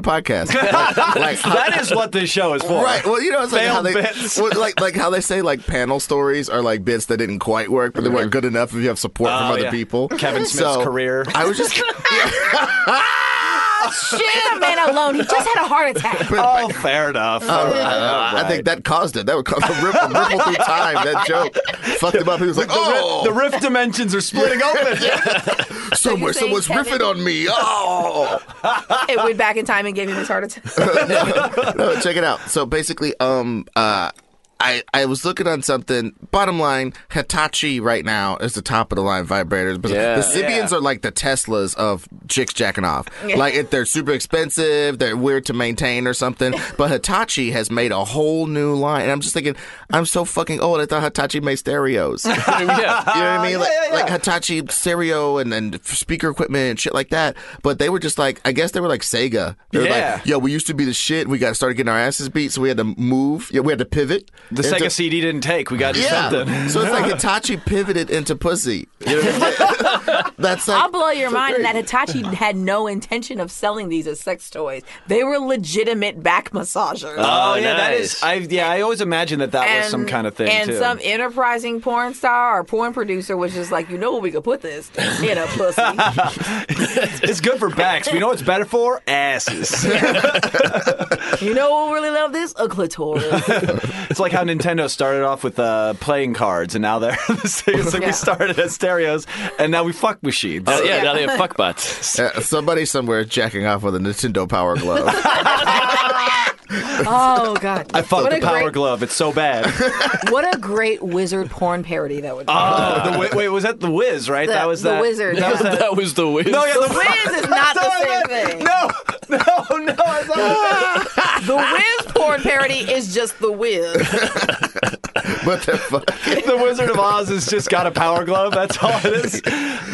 S6: podcast. Like- like how-
S2: That is what this show is for.
S6: Right. Well, you know, it's like
S2: Failed
S6: how they
S2: bits.
S6: well, like like how they say like panel stories are like bits that didn't quite work, but they weren't good enough if you have support
S2: Mm-hmm. Oh,
S6: from other
S2: yeah.
S6: people.
S2: Kevin Smith's
S6: So,
S2: career.
S6: I was just.
S7: Shit, a man alone. He just had a heart attack.
S2: Oh, fair enough. All right, all
S6: I think
S2: right.
S6: that caused it. That would cause a ripple, ripple through time. That joke fucked him up. He was like, "Oh,
S2: the rift dimensions are splitting open.
S6: somewhere
S7: So you're saying
S6: someone's
S7: Kevin-
S6: riffing on me." Oh,
S7: It went back in time and gave him his heart attack.
S6: no, check it out. So basically, um, uh, I I was looking on something. Bottom line, Hitachi right now is the top of the line vibrators. But
S3: Yeah.
S6: the Sibians are like the Teslas of chicks jacking off. Like if they're super expensive, they're weird to maintain or something. But Hitachi has made a whole new line, and I'm just thinking, I'm so fucking old. I thought Hitachi made stereos.
S3: yeah.
S6: You know what I mean? Like,
S2: yeah, yeah.
S6: like Hitachi stereo and, and speaker equipment and shit like that. But they were just like, I guess they were like Sega. They were
S2: Yeah.
S6: like, yo, we used to be the shit. We got started getting our asses beat, so we had to move. Yeah, we had to pivot.
S2: The
S6: into-
S2: Sega CD didn't take. We got to do
S6: Yeah.
S2: something.
S6: So it's like Hitachi pivoted into pussy. You know what I'm saying? That's like.
S7: I'll blow your
S6: so
S7: mind
S6: great.
S7: that Hitachi had no intention of selling these as sex toys. They were legitimate back massagers.
S2: Oh yeah, that
S3: nice.
S2: is. I yeah, I always imagined that that was some kind of thing
S7: And
S2: too.
S7: some enterprising porn star or porn producer was just like, you know what we could put this in a pussy. I
S2: It's good for backs. We know it's better for asses.
S7: You know what really love this? A clitoris.
S2: It's like how Nintendo started off with uh, playing cards, and now they're the same. It's like
S7: Yeah. Oh,
S2: we started at stereos, and now we fuck machines.
S3: Uh, yeah, now they have fuck bots.
S6: uh, Yeah, somebody somewhere is jacking off with a Nintendo Power Glove.
S7: Oh God!
S2: I fucked
S7: what
S2: the
S7: a
S2: power
S7: great,
S2: glove. It's so bad.
S7: What a great wizard porn parody that would be.
S2: Oh, the, wi- wait, was that the Wiz? Right,
S7: The-
S2: that was
S7: the
S2: that,
S7: wizard,
S2: That was
S7: yeah.
S2: that.
S3: that was the win.
S2: No, yeah, the
S7: Wiz is not the same thing.
S2: No, no, no. It's not
S7: The Wiz porn parody is just the Wiz.
S6: What the fuck?
S2: the Wizard of Oz has just got a power glove. That's all it is.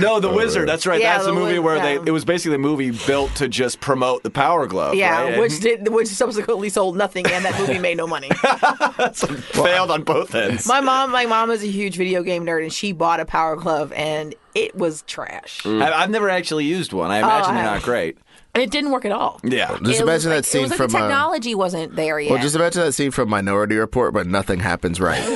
S2: No, the Wizard. That's right.
S7: Yeah,
S2: that's the
S7: the
S2: movie
S7: Wiz-
S2: where
S7: yeah.
S2: they. It was basically a movie built to just promote the power glove.
S7: Yeah,
S2: right? And
S7: which did which subsequently sold nothing, and that movie made no money.
S2: failed on both ends.
S7: my mom, my mom is a huge video game nerd, and she bought a Power Glove, and it was trash.
S2: I, I've never actually used one. I imagine
S7: Oh, I
S2: they're not
S7: have.
S2: great.
S7: And it didn't work at all.
S2: Yeah.
S6: Just
S7: It was
S6: imagine
S7: like-
S6: that scene
S7: it was like
S6: from.
S7: the
S6: uh,
S7: technology wasn't there yet.
S6: Well, just imagine that scene from Minority Report, but nothing happens right.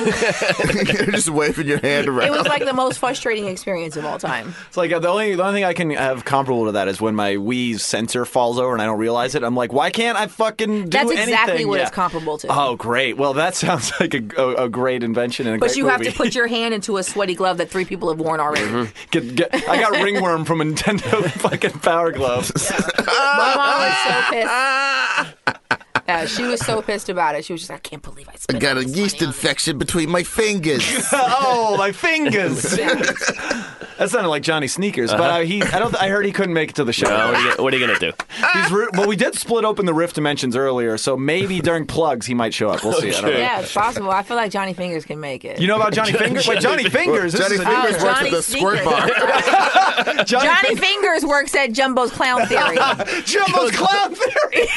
S6: You're just waving your hand around.
S7: it was like the most frustrating experience of all time.
S2: It's like uh, the only the only thing I can have comparable to that is when my Wii's sensor falls over and I don't realize it. I'm like, why can't I fucking do
S7: That's exactly
S2: anything
S7: what
S2: yet?
S7: it's comparable to.
S2: Oh, great! Well, that sounds like a, a, a great invention and a
S7: but
S2: great
S7: you have to
S2: movie.
S7: put your hand into a sweaty glove that three people have worn already.
S6: Mm-hmm.
S2: Get- get- I got ringworm from Nintendo fucking Power Glove.
S7: My mom was so pissed. Yeah, she was so pissed about it. She was just, like, I can't believe I
S6: I
S7: spent.
S6: got
S7: all
S6: a
S7: this
S6: yeast
S7: money on this."
S6: infection between my fingers.
S2: oh, my fingers! that sounded like Johnny Sneakers, but uh, he I don't th- I heard he couldn't make it to the show.
S3: Uh, what, are you, what are you gonna do?
S2: He's ru- well, we did split open the Rift Dimensions earlier, so maybe during plugs he might show up. We'll see. I don't know.
S7: Yeah, it's possible. I feel like Johnny Fingers can make it.
S2: You know about Johnny Fingers? Wait, Johnny Fingers. This
S6: Johnny
S2: is a-
S6: Fingers works
S7: Oh, Johnny
S6: at the squirt bar.
S7: Sneakers.
S2: Johnny,
S7: Johnny
S2: Fingers.
S7: Fingers works at Jumbo's Clown Theory.
S2: Jumbo's Clown Theory.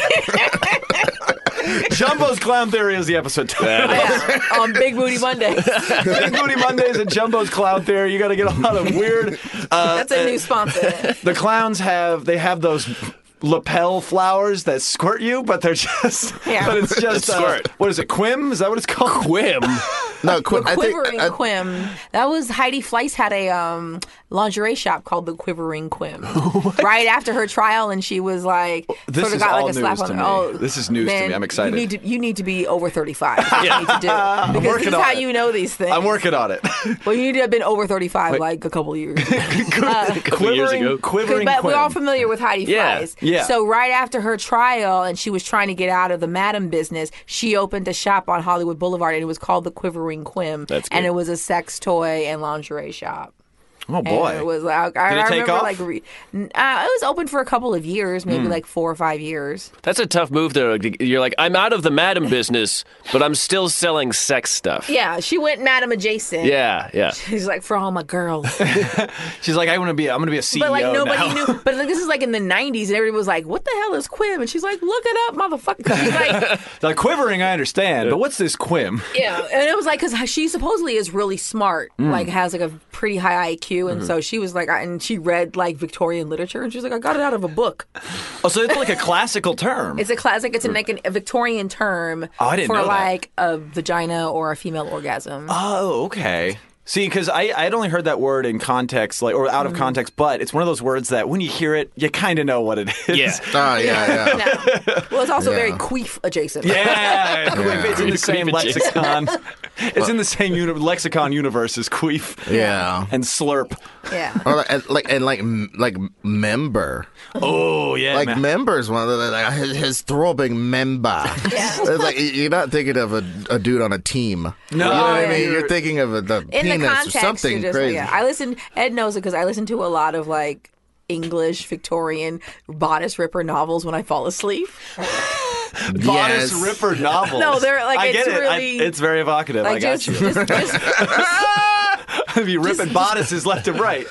S2: Jumbo's Clown Theory is the episode title.
S7: Yeah, on Big Booty Monday.
S2: Big Booty Mondays and Jumbo's Clown Theory. You got to get a lot of weird. Uh,
S7: That's a new sponsor.
S2: the clowns have they have those lapel flowers that squirt you, but they're just.
S7: Yeah.
S2: But it's just uh,
S3: Squirt.
S2: what is it? Quim? Is that what it's called?
S3: Whim.
S6: No, Quim, I think, uh,
S7: Quivering
S6: I-
S7: Quim. That was Heidi Fleiss had a um, lingerie shop called the Quivering Quim. right after her trial, and she was like,
S2: Oh, This
S7: sort of
S2: is
S7: got
S2: all
S7: like a
S2: news
S7: slap
S2: to
S7: on
S2: me.
S7: the Oh,
S2: This is news to
S7: man,
S2: me. I'm excited.
S7: You need to, you need to be over 35. That's what you need to do. Because
S2: working
S7: this is
S2: on
S7: how
S2: it.
S7: you know these things.
S2: I'm working on it.
S7: Well, you need to have been over 35 like a couple of years.
S2: a couple
S3: years
S2: quivering,
S3: ago.
S2: quivering.
S7: but we're all
S2: Quim.
S7: familiar with Heidi
S3: Yeah,
S7: Fleiss.
S2: yeah.
S7: So right after her trial, and she was trying to get out of the madam business, she opened a shop on Hollywood Boulevard, and it was called the Quivering Quim.
S3: That's
S7: and
S3: good.
S7: it was a sex toy and lingerie shop.
S2: Oh
S7: And
S2: boy.
S7: it was like I,
S2: Did it
S7: I
S2: take
S7: remember
S2: off? Hmm.
S7: like re- n- uh, it was open for a couple of years, maybe like four or five years.
S3: That's a tough move. Though you're like, I'm out of the madam business, but I'm still selling sex stuff.
S7: Yeah, she went madam adjacent.
S3: Yeah, yeah.
S7: She's like for all my girls,
S2: She's like, I want to be. I'm going to be a CEO
S7: but like nobody
S2: now.
S7: knew. But like, this is like in the '90s, and everybody was like, "What the hell is Quim?" And she's like, "Look it up, motherfucker." She's like,
S2: The quivering, I understand, but what's this Quim?
S7: Yeah, and it was like because she supposedly is really smart,
S2: Mm.
S7: like has like a pretty high IQ,
S2: Mm-hmm.
S7: and so she was like, I- and she read like Victorian literature, and she was like, I got it out of a book.
S2: Oh, so it's like a classical term.
S7: It's a classic. It's an, like an, a Victorian term
S2: Oh, I didn't
S7: for
S2: know that.
S7: like a vagina or a female orgasm.
S2: Oh, okay. See, because I I'd only heard that word in context, like or out
S7: Mm.
S2: of context, but it's one of those words that when you hear it, you kind of know what it is.
S3: Yeah.
S6: Oh, yeah, yeah.
S7: No. Well, it's also very
S6: Yeah.
S7: queef adjacent.
S2: Yeah, Queef, it's in the
S3: Queef
S2: same
S3: and jizz.
S2: lexicon. It's in the same uni- lexicon universe as queef.
S6: Yeah.
S2: and slurp.
S7: yeah.
S6: Or like, and like, and like, m- like member.
S2: Oh yeah,
S6: Like
S2: man.
S6: member is one of the like, his, his throbbing member. It's like you're not thinking of a, a dude on a team. you know what I
S7: yeah.
S6: mean. You're thinking of a the
S7: In
S6: penis
S7: the context,
S6: or something
S7: you're just,
S6: crazy.
S7: Yeah. I listen. Ed knows it because I listen to a lot of like. English Victorian bodice ripper novels when I fall asleep.
S2: Bodice
S6: Yes.
S2: Ripper novels.
S7: No, they're, like,
S2: I get
S7: it's
S2: it. I-
S7: really-
S2: it's very evocative. I got you.
S7: just, just,
S2: I'd be ripping bodices left and right.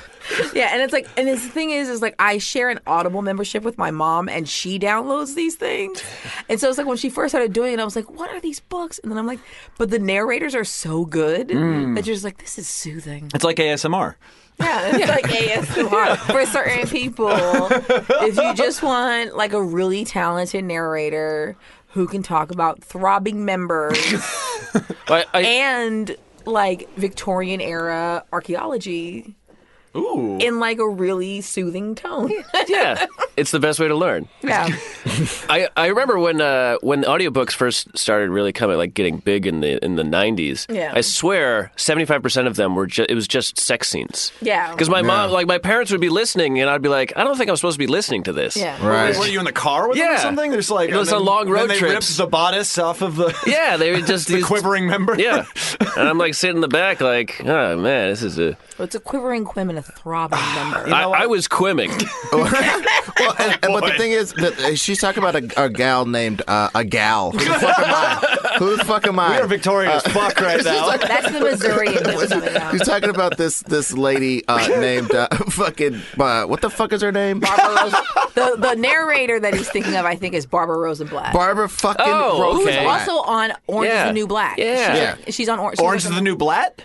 S7: Yeah, and it's like, and this thing is, is like I share an Audible membership with my mom, and she downloads these things, and so it's like when she first started doing it, I was like, "What are these books?" And then I'm like, "But the narrators are so good that you're just like, this is soothing."
S2: It's like ASMR.
S7: Yeah, it's like ASMR for certain people. if you just want like a really talented narrator who can talk about throbbing members
S3: I, I,
S7: and like Victorian era archaeology. Ooh. In like a really soothing tone.
S3: yeah. it's the best way to learn.
S7: Yeah.
S3: I, I remember when uh, when audiobooks first started really coming like getting big in the in the 90s.
S7: Yeah.
S3: I swear 75% of them were ju- it was just sex scenes.
S7: Yeah.
S3: Cuz my mom like my parents would be listening and I'd be like I don't think I'm supposed to be listening to this.
S7: Yeah.
S6: Right.
S2: Were you in the car with them or
S3: Yeah.
S2: something? There's like
S3: It was
S2: and
S3: a long road
S2: then they
S3: trip.
S2: ripped the bodice off of the
S3: Yeah, they were just
S2: the
S3: these
S2: quivering member.
S3: Yeah. And I'm like sitting in the back like, "Oh man, this is a
S7: Well, it's a quivering quim and a throbbing member.
S3: I, I was quimming.
S6: well, and, and- but the thing is, that uh, she's talking about a, a gal named uh, a gal. Who the fuck am I? Who the fuck am I?
S2: We are victorious fuck right now.
S7: That's the Missouri in him coming out.
S6: He's talking about this this lady uh, named uh, fucking uh, what the fuck is her name?
S7: Barbara Rose- the, the narrator that he's thinking of, I think, is Barbara Rosenblatt.
S6: Barbara fucking
S3: Oh,
S7: who's
S3: okay.
S6: Rosenblatt.
S7: also on Orange is
S3: Yeah.
S7: the New Black.
S3: Yeah.
S7: She's,
S6: Yeah.
S7: she's on Orange.
S2: Orange is the new black.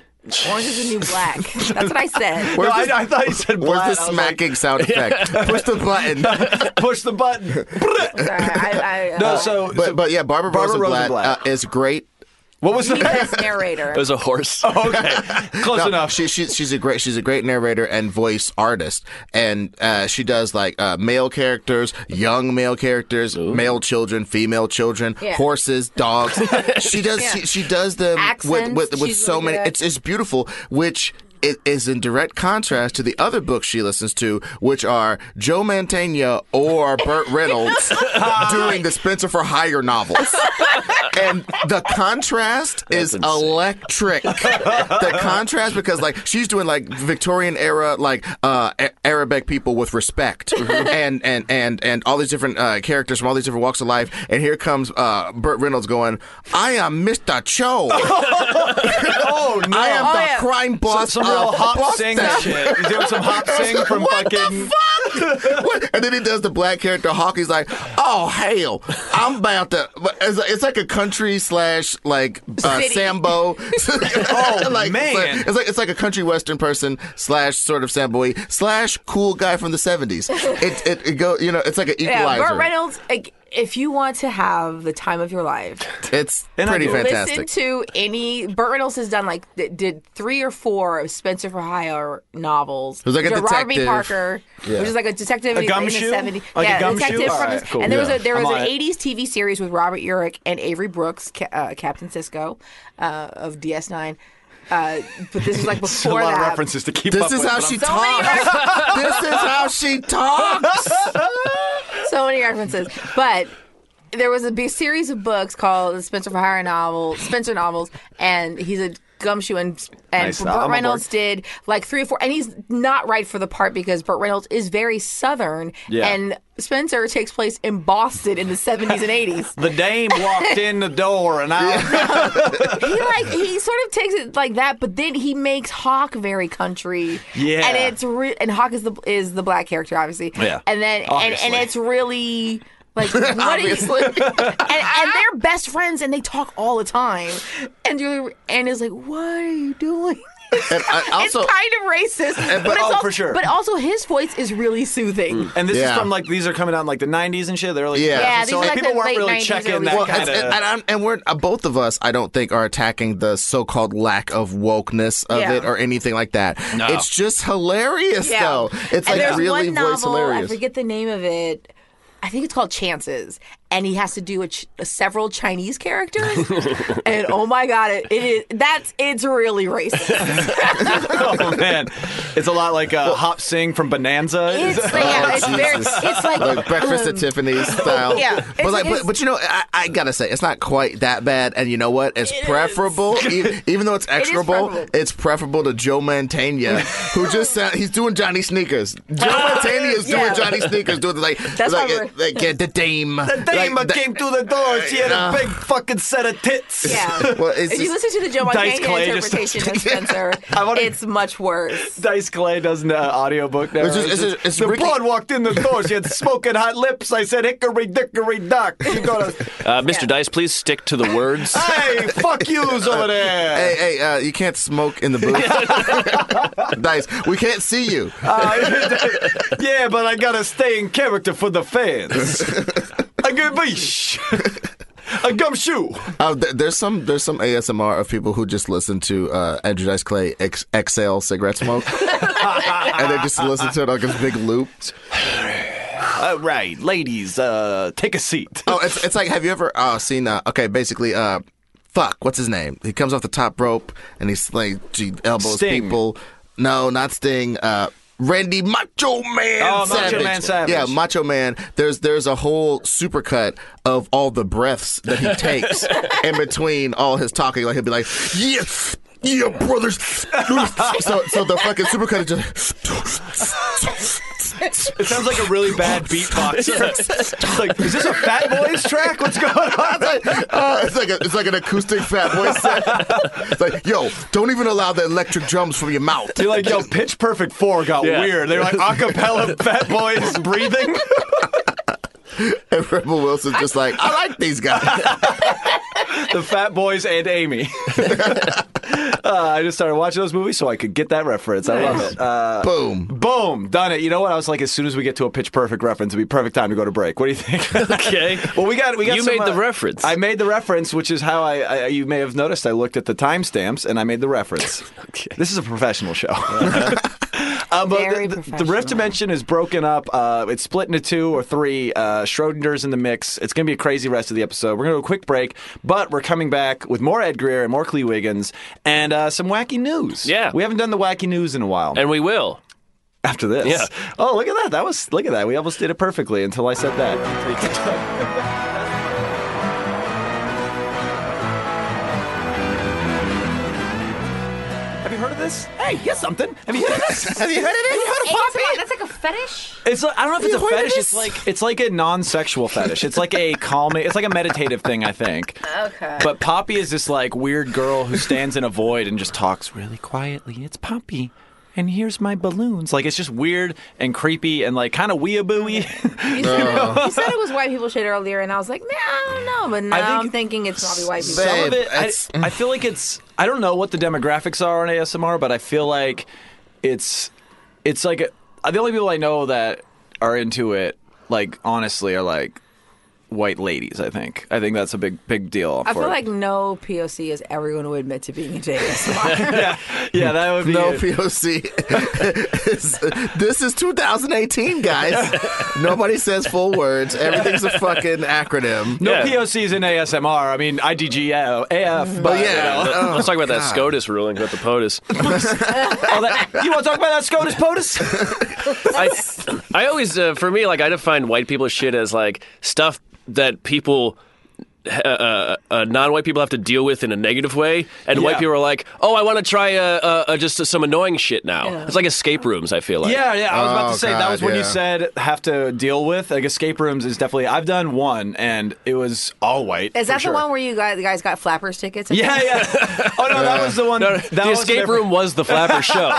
S7: Orange is the New Black. That's what I said.
S2: No,
S6: Where's
S2: I,
S6: this-
S2: I thought you said
S6: Where's
S2: black.
S6: the
S2: I was like,
S6: smacking sound effect? Push the button.
S2: Push the button.
S7: Sorry, I, I, uh,
S2: No, so, so
S6: But but yeah, Barbara,
S2: Barbara
S6: Rosenblatt,
S2: Rosenblatt.
S6: Uh, is great.
S2: what was
S7: he's
S2: the
S7: his narrator.
S3: It was a horse.
S2: Oh, okay? Close
S6: No,
S2: enough.
S6: She, she, she's a great she's a great narrator and voice artist, and uh, she does like uh, male characters, young male characters, male children, female children,
S7: Yeah.
S6: horses, dogs. she does she, she does them
S7: Accents,
S6: with with, with
S7: she's
S6: so
S7: really
S6: many.
S7: good at-
S6: It's it's beautiful, which. It is in direct contrast to the other books she listens to, which are Joe Mantegna or Burt Reynolds doing the Spencer for Hire novels. and the contrast is
S3: insane.
S6: electric. the contrast because like she's doing like Victorian era like uh A- Arabic people with respect and and and and all these different uh, characters from all these different walks of life and here comes uh Burt Reynolds going I am Mr. Cho
S2: oh no!
S6: I am
S7: Oh,
S6: the
S7: yeah.
S6: crime boss
S2: some real
S6: of
S2: hop sing
S6: Boston."
S2: shit. He's doing some hop sing from fucking.
S6: What? and then he does the black character Hawk. He's like, "Oh hell, I'm about to." but It's, it's like a country slash like uh,
S7: City.
S6: Sambo. oh
S2: man.
S6: it's like it's like a country western person slash sort of Samboy slash cool guy from the seventies. It it, it go you know it's like an
S7: yeah,
S6: equalizer.
S7: Burt Reynolds. Like, if you want to have the time of your life,
S6: It's
S2: And I
S6: pretty
S2: do.
S6: fantastic.
S7: Listen to any. Burt Reynolds has done like th- did three or four Spencer for Hire novels.
S6: Who's like a
S7: Which are Robert B.
S6: detective.
S7: Parker,
S6: Yeah.
S7: which is like a detective in the- in
S2: gumshoe?
S7: the 70s.
S2: Like a
S7: yeah,
S2: gumshoe?
S7: detective
S2: All
S7: from
S2: right,
S7: the-
S2: cool.
S7: And there
S2: Yeah.
S7: was a there was
S2: I'm
S7: an
S2: on it.
S7: 80s TV series with Robert Urich and Avery Brooks, ca- uh, Captain Cisco uh, of DS9. Uh, but this was like
S2: A
S7: before
S2: lot of
S7: that.
S2: references to keep up.
S6: This is
S2: with,
S6: how
S2: but
S6: she
S2: I'm-
S7: So many
S6: talks. this is how she talks.
S7: so many references. But there was a big series of books called the Spencer for Hire novel, Spencer novels, and he's a gumshoe and and
S2: Nice. I'm
S7: Burt
S2: on
S7: Reynolds
S2: board.
S7: did like three or four, and he's not right for the part because Burt Reynolds is very southern,
S2: Yeah.
S7: and Spencer takes place in Boston in the seventies and eighties.
S2: The dame walked in the door, and I.
S7: He like he sort of takes it like that, but then he makes Hawk very country,
S2: Yeah.
S7: and it's re- and Hawk is the is the black character obviously,
S2: Yeah.
S7: and then and, and
S2: Obviously.
S7: it's really. Like what are you- and, and they're best friends and they talk all the time. And you're and is like, what are you doing?
S6: And I, also,
S7: it's kind of racist,
S6: but-
S7: it's
S2: oh,
S7: al-
S2: for sure. Mm.
S7: But also, his voice is really soothing.
S2: And this
S6: Yeah.
S2: is from like these are coming out in like the '90s and shit. They're like
S6: Yeah. Yeah,
S7: these
S2: so
S7: are,
S2: like,
S7: like,
S2: people
S7: the
S2: weren't
S7: late
S2: really
S7: 90s,
S2: checking
S7: early
S2: that
S7: 2000s.
S2: kind
S6: it's-
S2: of.
S6: and, I'm, and we're uh, both of us. I don't think are attacking the so-called lack of wokeness of
S7: Yeah.
S6: it or anything like that.
S3: No.
S6: It's just hilarious, though. It's
S7: and
S6: like
S7: there's
S6: really
S7: one
S6: voice
S7: novel,
S6: hilarious.
S7: I forget the name of it. I think it's called Chances, and he has to do a ch- several Chinese characters. and oh my god, it, it is that's it's really racist.
S2: oh man, it's a lot like uh, Hop Sing from Bonanza.
S7: It's
S2: Is-
S7: like, yeah, it's, very,
S6: Jesus.
S7: it's like,
S6: like breakfast at
S7: um,
S6: Tiffany's style.
S7: yeah.
S6: but
S7: It's-
S6: like, but,
S7: it's-
S6: but you know, I, I gotta say, it's not quite that bad. And you know what? It's preferable, even, even though it's execrable.
S7: preferable.
S6: it's preferable to Joe Mantegna, who just sound, he's doing Johnny Sneakers. Joe Mantegna is
S7: Yeah.
S6: doing Johnny Sneakers, doing like
S7: That's
S6: like,
S7: why we're-
S6: like yeah, the dame, the
S2: Dama came through the door. She had
S6: yeah.
S2: a big fucking set of tits.
S7: Yeah.
S6: Well, it's
S7: if you
S6: just-
S7: listen to the Joe
S2: Dice
S7: Montana
S2: Clay just-
S7: interpretation of Spencer,
S2: I wanna-
S7: it's much worse.
S2: Dice Clay does an uh, audiobook now.
S6: It's just- it's- it's
S2: the
S6: Ricky-
S2: broad walked in the door. She had smoking hot lips. I said, "Hickory dickory dock." You gotta,
S3: Uh, Mr. Dice, please stick to the words.
S2: hey, fuck yous over there.
S6: Hey, hey, uh, you can't smoke in the booth. Dice, we can't see you.
S2: Uh, yeah, but I gotta stay in character for the fans. A good beach. A gumshoe.
S6: Uh, th- there's some there's some ASMR of people who just listen to uh, Andrew Dice Clay ex- exhale cigarette smoke, and they just listen to it like this big loop.
S2: All right, ladies, uh, take a seat.
S6: Oh, it's, it's like, have you ever uh, seen? Uh, okay, basically, uh, fuck, what's his name? He comes off the top rope and he's like, he elbows
S2: Sting.
S6: people. No, not Sting. Uh, Randy Macho Man
S2: Oh, Macho
S6: Savage.
S2: Man Savage.
S6: Yeah, Macho Man. There's there's a whole supercut of all the breaths that he takes in between all his talking. Like he'll be like, yeah. Yeah, brothers. So, so the fucking supercut is just.
S2: It sounds like a really bad beatboxer. It's like, is this a Fat Boys track? What's going on?
S6: Uh, it's like a, it's like an acoustic fat boy set. it's like, yo, don't even allow the electric drums from your mouth.
S2: You're like, yo, Pitch Perfect 4 got
S3: Yeah.
S2: weird. They're like acapella Fat Boys breathing.
S6: And Rebel Wilson's just like, I like these guys.
S2: the Fat Boys and Amy. Uh, I just started watching those movies so I could get that reference. I love it. Uh,
S6: Boom.
S2: boom, done it. You know what? I was like, as soon as we get to a Pitch Perfect reference, it'd be perfect time to go to break. What do you think?
S3: Okay.
S2: Well, we got we got.
S3: You
S2: some,
S3: made the
S2: uh,
S3: reference.
S2: I made the reference, which is how I, I. You may have noticed I looked at the timestamps and I made the reference.
S3: Okay. Uh-huh.
S2: This is a professional show. Um, but
S7: Very
S2: the, the- the
S7: professional.
S2: rift dimension is broken up. Uh, it's split into two or three. Uh, Schrodinger's in the mix. It's going to be a crazy rest of the episode. We're going to do a quick break, but we're coming back with more Ed Greer and more Clee Wiggins and uh, some wacky news.
S3: Yeah.
S2: we haven't done the wacky news in a while.
S3: and we will.
S2: after this,
S3: Yeah.
S2: Oh, look at that! That was look at that. We almost did it perfectly until I said that. Have you heard of this? Hey, here's something. Have you heard of this? Have you heard of it? Have you heard of pop
S8: ASMR, that's like a fetish.
S2: it's like, I don't know if it's a
S6: heard of
S2: fetish. It's
S6: this?
S2: like it's like a non-sexual fetish. It's like a calming. It's like a meditative thing, I think.
S8: Okay.
S2: But Poppy is this like weird girl who stands in a void and just talks really quietly. It's Poppy. And here's my balloons. Like it's just weird and creepy and like kind of weeaboo-y.
S7: You said, you
S6: uh,
S7: said it was white people shit earlier, and I was like, nah, I don't know. But now
S2: I think-
S7: I'm thinking it's probably white people.
S2: Some of
S6: Babe,
S2: it, I,
S6: it's-
S2: I feel like it's. I don't know what the demographics are on ASMR, but I feel like it's. It's like a, the only people I know that are into it, like honestly, are like white ladies. I think. I think that's a big big deal.
S7: I
S2: for
S7: feel
S2: it.
S7: like no POC is ever going to admit to being into ASMR.
S2: yeah, yeah, that would be
S6: No
S2: it.
S6: POC. It's- this is 2018, guys. Nobody says full words. Everything's a fucking acronym.
S2: No
S3: Yeah.
S2: POCs in ASMR. I mean IDGAF, AF,
S6: But
S2: but
S6: yeah, oh,
S3: Uh, Let's talk about that
S6: God.
S3: SCOTUS ruling about the POTUS.
S2: all that. You want to talk about that SCOTUS POTUS?
S3: I, I always, uh, for me, like I define white people shit as like stuff that people. Uh, uh, non-white people have to deal with in a negative way, and
S2: Yeah.
S3: white people are like, "Oh, I want to try uh, uh, uh, just some annoying shit now." It's like escape rooms. I feel like,
S2: Yeah, yeah. I was about
S6: Oh,
S2: to say that was
S6: God,
S2: when you
S6: yeah.
S2: said have to deal with like escape rooms is definitely. I've done one and it was all white. for
S7: Is that
S2: sure.
S7: the one where you guys, the guys got flappers tickets? I
S2: Yeah,
S7: think?
S2: yeah. Oh no, that was the one.
S3: No, no,
S2: that
S3: the
S2: was
S3: escape
S2: different.
S3: room was the flapper show.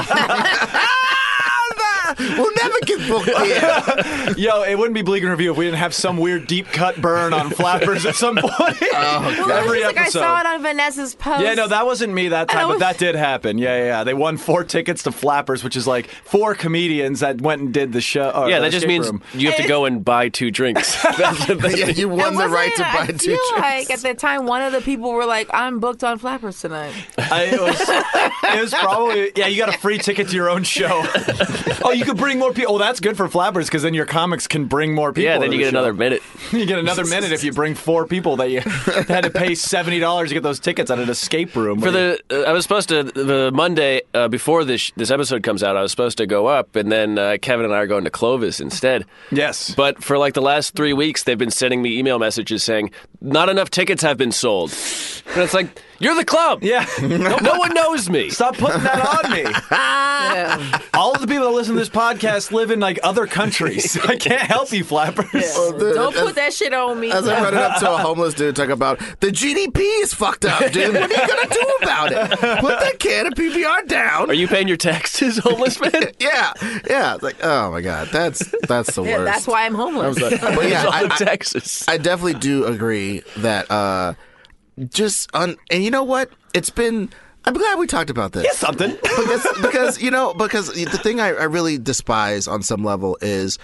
S6: we'll never get booked here.
S2: Yo, it wouldn't be Bleak and Review if we didn't have some weird deep cut burn on flappers at some point.
S3: Oh,
S7: Well, it was
S2: Every
S7: just like
S2: episode.
S7: I saw it on Vanessa's post.
S2: yeah, no, that wasn't me that time,
S7: I
S2: but
S7: was-
S2: that did happen. Yeah, yeah, yeah. They won four tickets to Flappers, which is like four comedians that went and did the show. or
S3: yeah,
S2: the
S3: that just
S2: escape
S3: means
S2: room.
S3: you have to go and buy two drinks. That's the thing.
S6: Yeah, you
S7: And
S6: won the
S7: wasn't
S6: right
S7: it-
S6: to buy
S7: I
S6: two
S7: feel
S6: drinks.
S7: like at the time, one of the people were like, "I'm booked on Flappers tonight."
S2: I, it, was, it was probably yeah. You got a free ticket to your own show. oh, you could bring more people. Oh, that's good for Flappers because then your comics can bring more people.
S3: yeah, then
S2: to
S3: you
S2: the
S3: get
S2: show.
S3: another minute.
S2: You get another minute if you bring four people that you had to pay seventy dollars to get those tickets at an escape room.
S3: For the, uh, I was supposed to the Monday uh, before this this episode comes out. I was supposed to go up, and then uh, Kevin and I are going to Clovis instead.
S2: yes,
S3: But for like the last three weeks, they've been sending me email messages saying not enough tickets have been sold, and it's like you're the club.
S2: yeah.
S3: no, no one knows me.
S2: Stop putting that on me.
S7: Yeah.
S2: All of the people that listen to this podcast live in like other countries. I can't help you, flappers.
S6: Oh, dude,
S7: Don't
S6: that's-
S7: put that shit on me.
S6: As I run it up to a homeless dude talking about the GDP is fucked up, dude. What are you gonna do about it? Put that can of PBR down.
S3: Are you paying your taxes, homeless man?
S6: yeah, yeah. It's like, oh my god, that's that's the
S7: Yeah,
S6: worst.
S7: that's why I'm
S6: I
S7: homeless.
S6: was like, but yeah,
S3: All
S6: I,
S3: of
S6: I-
S3: Texas.
S6: I definitely do agree that uh, just un- and you know what? It's been. I'm glad we talked about this
S2: Something.
S6: because, because you know because the thing I, I really despise on some level is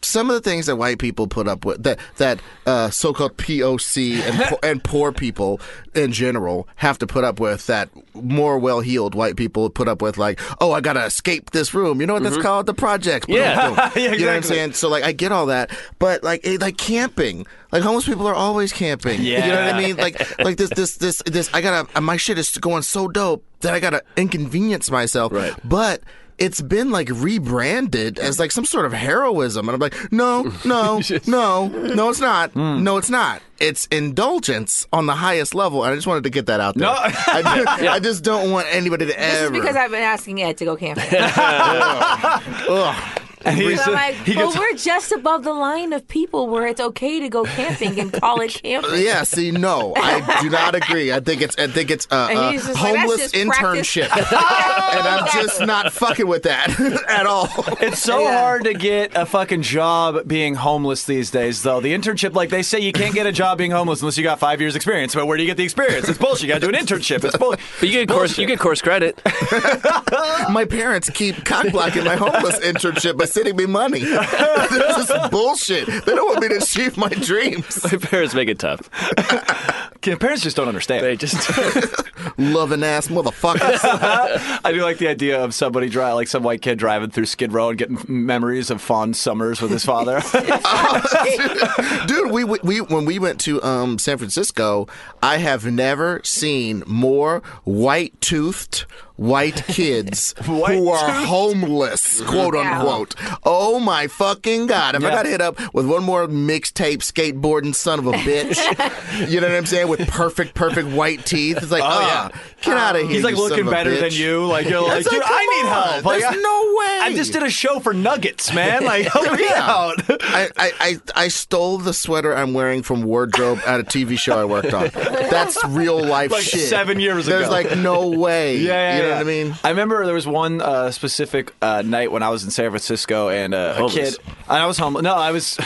S6: some of the things that white people put up with that that uh, so-called POC and po- and poor people in general have to put up with that more well-heeled white people put up with like oh I gotta escape this room you know what that's called the projects Boom,
S3: Yeah.
S6: boom.
S2: Mm-hmm. Yeah,
S6: you know what I'm
S2: exactly.
S6: saying so like I get all that but like it, like camping like homeless people are always camping you know what I
S2: Yeah.
S6: mean like like this this this this I gotta my shit is going so dope that I gotta inconvenience myself
S3: Right.
S6: but it's been like rebranded as like some sort of heroism and i'm like no no no no it's not no it's not it's indulgence on the highest level and i just wanted to get that out there
S2: No.
S6: I, just, I just don't want anybody to
S7: This
S6: ever
S7: is because I've been asking Ed to go camping.
S6: Ugh.
S2: And he's,
S7: So I'm like,
S2: he
S7: but
S2: gets-
S7: we're just above the line of people where it's okay to go camping and call it camping.
S6: yeah see no i do not agree i think it's i think it's uh,
S7: And
S6: uh,
S7: he's just like,
S6: homeless
S7: "That's just practice." Oh,
S6: internship and i'm just not fucking with that at all
S2: It's so hard to get a fucking job being homeless these days, though. The internship, like they say, you can't get a job being homeless unless you got five years experience. But where do you get the experience? It's bullshit. You got to do an internship. It's bullshit.
S3: But you get course, you get course credit.
S6: my parents keep cockblocking my homeless internship by sending me money. this is bullshit. They don't want me to achieve my dreams.
S3: My parents make it tough.
S2: Parents just don't understand.
S3: They just
S6: Loving ass motherfuckers.
S2: I do like the idea of somebody drive, like some white kid driving through Skid Row and getting memories of fond summers with his father.
S6: Dude, we, we, we when we went to um, San Francisco, I have never seen more white toothed white kids who are homeless, quote unquote. Oh my fucking god! If I
S2: Yeah.
S6: got hit up with one more mixtape skateboarding son of a bitch, you know what I'm saying? With perfect, perfect white teeth, it's like, oh,
S2: yeah.
S6: get out of here!
S2: He's like
S6: you son
S2: looking
S6: of a
S2: better than
S6: bitch.
S2: you. Like you're like,
S6: It's
S2: dude,
S6: like,
S2: I
S6: come
S2: need
S6: on.
S2: help. Like,
S6: There's
S2: I-
S6: no way.
S2: I just did a show for Nuggets, man. Like, help me out.
S6: I, I, I, I stole the sweater I'm wearing from wardrobe at a TV show I worked on. That's real life
S2: Like
S6: shit.
S2: seven years ago.
S6: There's like no way.
S2: Yeah, yeah,
S6: you know
S2: yeah.
S6: what I mean.
S2: I remember there was one uh, specific uh, night when I was in San Francisco and uh, a
S3: Homeless.
S2: kid. And I was homeless. No, I was.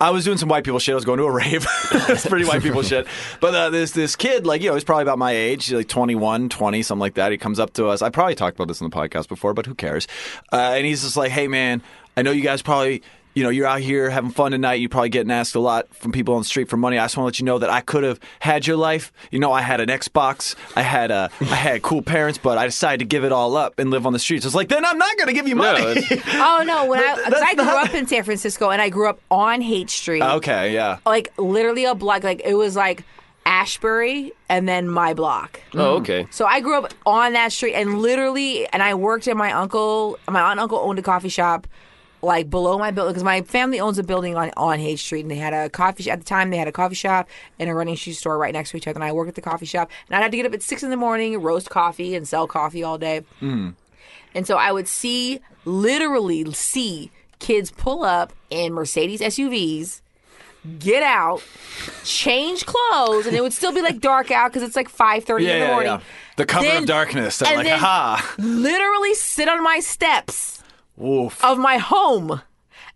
S2: I was doing some white people shit. I was going to a rave. It's pretty white people shit. But uh, this this kid, like, you know, he's probably about my age, like 21, 20, something like that. He comes up to us. I probably talked about this in the podcast before, but who cares? Uh, and he's just like, hey, man, I know you guys probably, you know, you're out here having fun tonight. You're probably getting asked a lot from people on the street for money. I just want to let you know that I could have had your life. You know, I had an Xbox. I had a, I had cool parents, but I decided to give it all up and live on the streets. It's like, then I'm not going to give you
S3: No,
S2: money.
S7: Oh no! When I, 'cause I
S2: that's
S7: grew
S2: not-
S7: up in San Francisco and I grew up on Haight Street,
S2: okay, yeah.
S7: like literally a block. Like it was like Ashbury and then my block.
S3: oh okay.
S7: So I grew up on that street and literally, and I worked at my uncle. My aunt and uncle owned a coffee shop, like below my building, because my family owns a building on on Hay Street, and they had a coffee sh- at the time. They had a coffee shop and a running shoe store right next to each other. And I worked at the coffee shop, and I'd have to get up at six in the morning, roast coffee, and sell coffee all day. And so I would see, literally see kids pull up in Mercedes SUVs, get out, change clothes, and it would still be like dark out because it's like five thirty
S2: Yeah,
S7: in the
S2: yeah,
S7: morning.
S2: yeah. The cover
S7: Then-
S2: of darkness. I'm
S7: and
S2: like,
S7: then
S2: aha.
S7: Literally sit on my steps
S2: Oof.
S7: of my home.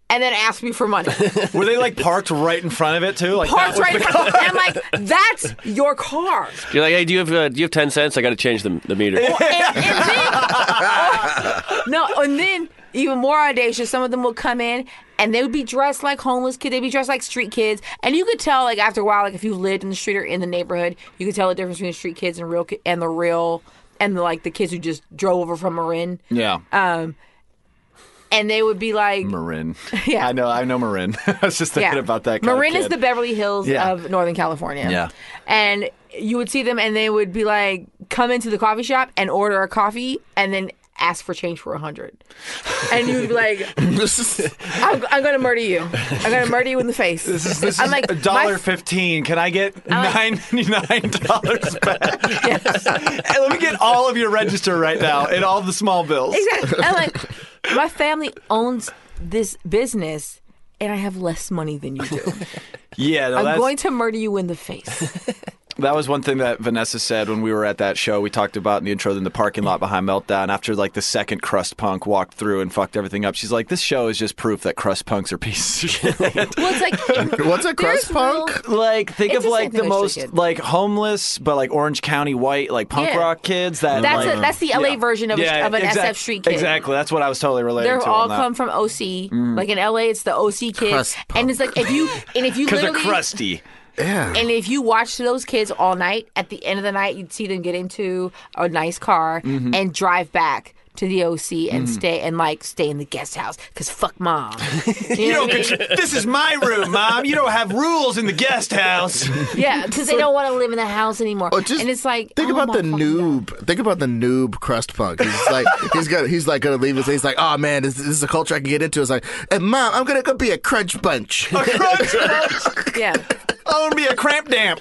S7: And then ask me for money.
S2: Were they like parked right in front of it too? Like
S7: Parked
S2: that was
S7: right in
S2: the
S7: front. And I'm like, that's your car.
S3: You're like, hey, do you have uh, do you have ten cents? I got to change the, the meter.
S7: and, and then, no, and then even more audacious, some of them would come in and they would be dressed like homeless kids. They'd be dressed like street kids, and you could tell, like after a while, like if you lived in the street or in the neighborhood, you could tell the difference between street kids and real ki- and the real and the, like the kids who just drove over from Marin.
S2: Yeah.
S7: Um, and they would be like,
S2: Marin.
S7: Yeah.
S2: I know. I know Marin. I was just thinking
S7: yeah.
S2: about that. Kind
S7: Marin
S2: of
S7: is the Beverly Hills
S2: Yeah.
S7: of Northern California.
S2: Yeah.
S7: And you would see them and they would be like, come into the coffee shop and order a coffee and then ask for change for a hundred. And you'd be like, I'm, I'm going to murder you. I'm going to murder you in the face.
S2: This
S7: I'm
S2: is
S7: like,
S2: a dollar fifteen. Can I get
S7: I'm
S2: ninety nine dollars back?
S7: my- yes.
S2: Hey, let me get all of your register right now and all the small bills.
S7: Exactly. And like, my family owns this business and I have less money than you do.
S2: Yeah, no,
S7: I'm
S2: that's
S7: going to murder you in the face.
S2: That was one thing that Vanessa said when we were at that show. We talked about in the intro in the parking lot behind Meltdown after like the second crust punk walked through and fucked everything up. She's like, "This show is just proof that crust punks are pieces of shit."
S7: Well, it's like
S6: What's a
S7: there's
S6: crust punk?
S7: real-
S2: like think
S7: It's
S2: of
S7: the
S2: like
S7: same
S2: the
S7: thing with
S2: most
S7: Stray Kids.
S2: like homeless but like Orange County white like punk
S7: Yeah.
S2: rock kids that
S7: That's
S2: like,
S7: a, that's the LA version of, a, of an
S2: exact-
S7: SF street kid.
S2: Exactly. That's what I was totally relating
S7: They're
S2: to.
S7: all
S2: on that. Mm.
S7: come from OC. Like in LA, it's the OC kids,
S6: Crust
S7: and it's like if you and if you
S2: because they're
S7: literally
S2: crusty.
S6: Yeah.
S7: and if you watch those kids all night, at the end of the night, you'd see them get into a nice car
S2: Mm-hmm.
S7: and drive back to the OC and stay and like stay in the guest house because fuck mom. You
S2: Mm. You
S7: know
S2: don't
S7: what I mean?
S2: contr- this is my room, mom. You don't have rules in the guest house.
S7: Yeah, because they don't want to live in the house anymore.
S6: Or just
S7: and it's like
S6: think
S7: oh
S6: about
S7: my
S6: the
S7: fucking
S6: noob. Think about the noob crust punk. He's like he's gonna he's like gonna leave his. He's like, oh man, this, this is a culture I can get into. It's like, hey, mom, I'm gonna go be a crunch bunch.
S7: God. Yeah.
S2: I want to be a cramp damp.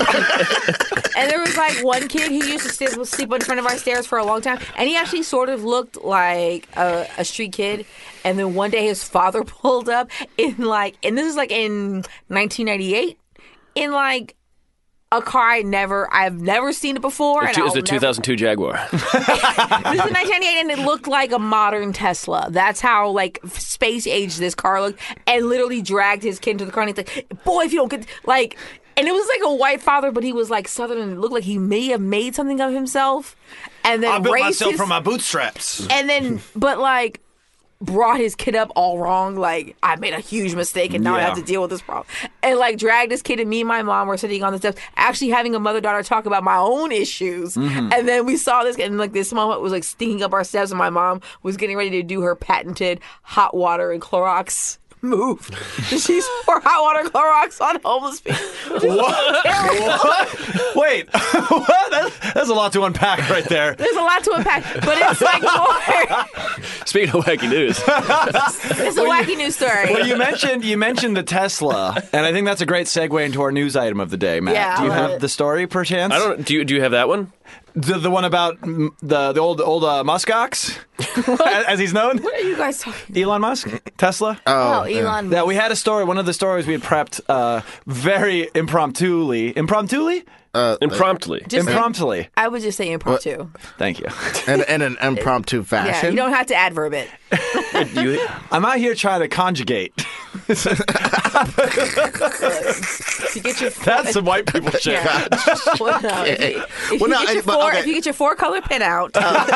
S7: And there was like one kid who used to sit, sleep in front of our stairs for a long time, and he actually sort of looked like a, a street kid. And then one day his father pulled up in like, and this is like in 1998, in like a car I never, I've never seen it before. and
S3: It was
S7: I'll
S3: a
S7: never-
S3: 2002 Jaguar.
S7: This is 1998, and it looked like a modern Tesla. That's how like space age this car looked, and literally dragged his kid to the car. And he's like, "Boy, if you don't get like," and it was like a white father, but he was like Southern, and it looked like he may have made something of himself, and then
S2: I built
S7: racist,
S2: myself from my bootstraps.
S7: and then but like brought his kid up all wrong. Like I made a huge mistake, and now I
S2: Yeah.
S7: have to deal with this problem. And like dragged this kid, and me and my mom were sitting on the steps, actually having a mother daughter talk about my own issues.
S2: Mm-hmm.
S7: And then we saw this, and like this moment was like stinking up our steps, and my mom was getting ready to do her patented hot water and Clorox. Move. She's for hot water and Clorox on homeless people.
S2: Wait, what? That's, that's a lot to unpack right there.
S7: There's a lot to unpack, but it's like more.
S3: Speaking of wacky news,
S7: It's a wacky news story.
S2: Well, you mentioned you mentioned the Tesla, and I think that's a great segue into our news item of the day, Matt.
S7: Yeah,
S2: Do you
S7: I love
S2: have
S7: it.
S2: the story, perchance?
S3: I don't. Do you do you have that one?
S2: The, the one about mm, the the old old uh, Muskox, as, as he's known,
S7: what are you guys talking
S2: Elon Musk, Tesla.
S7: about? Oh, Elon.
S2: That we had a story. One of the stories we had prepped uh, very impromptuly. Impromptuly?
S3: Impromptly.
S7: Just-
S2: Impromptly.
S7: I would just say impromptu.
S2: Thank you.
S6: and in an impromptu
S7: Yeah,
S6: fashion.
S7: you don't have to adverb it.
S3: You-
S2: I'm out here trying to conjugate.
S7: If you get your
S2: That's some white people shit.
S7: yeah. well, no, if you,
S6: Well,
S7: if you
S6: no,
S7: get your
S6: but,
S7: four,
S6: okay. Uh,
S7: if you get your four color pin out,
S6: well,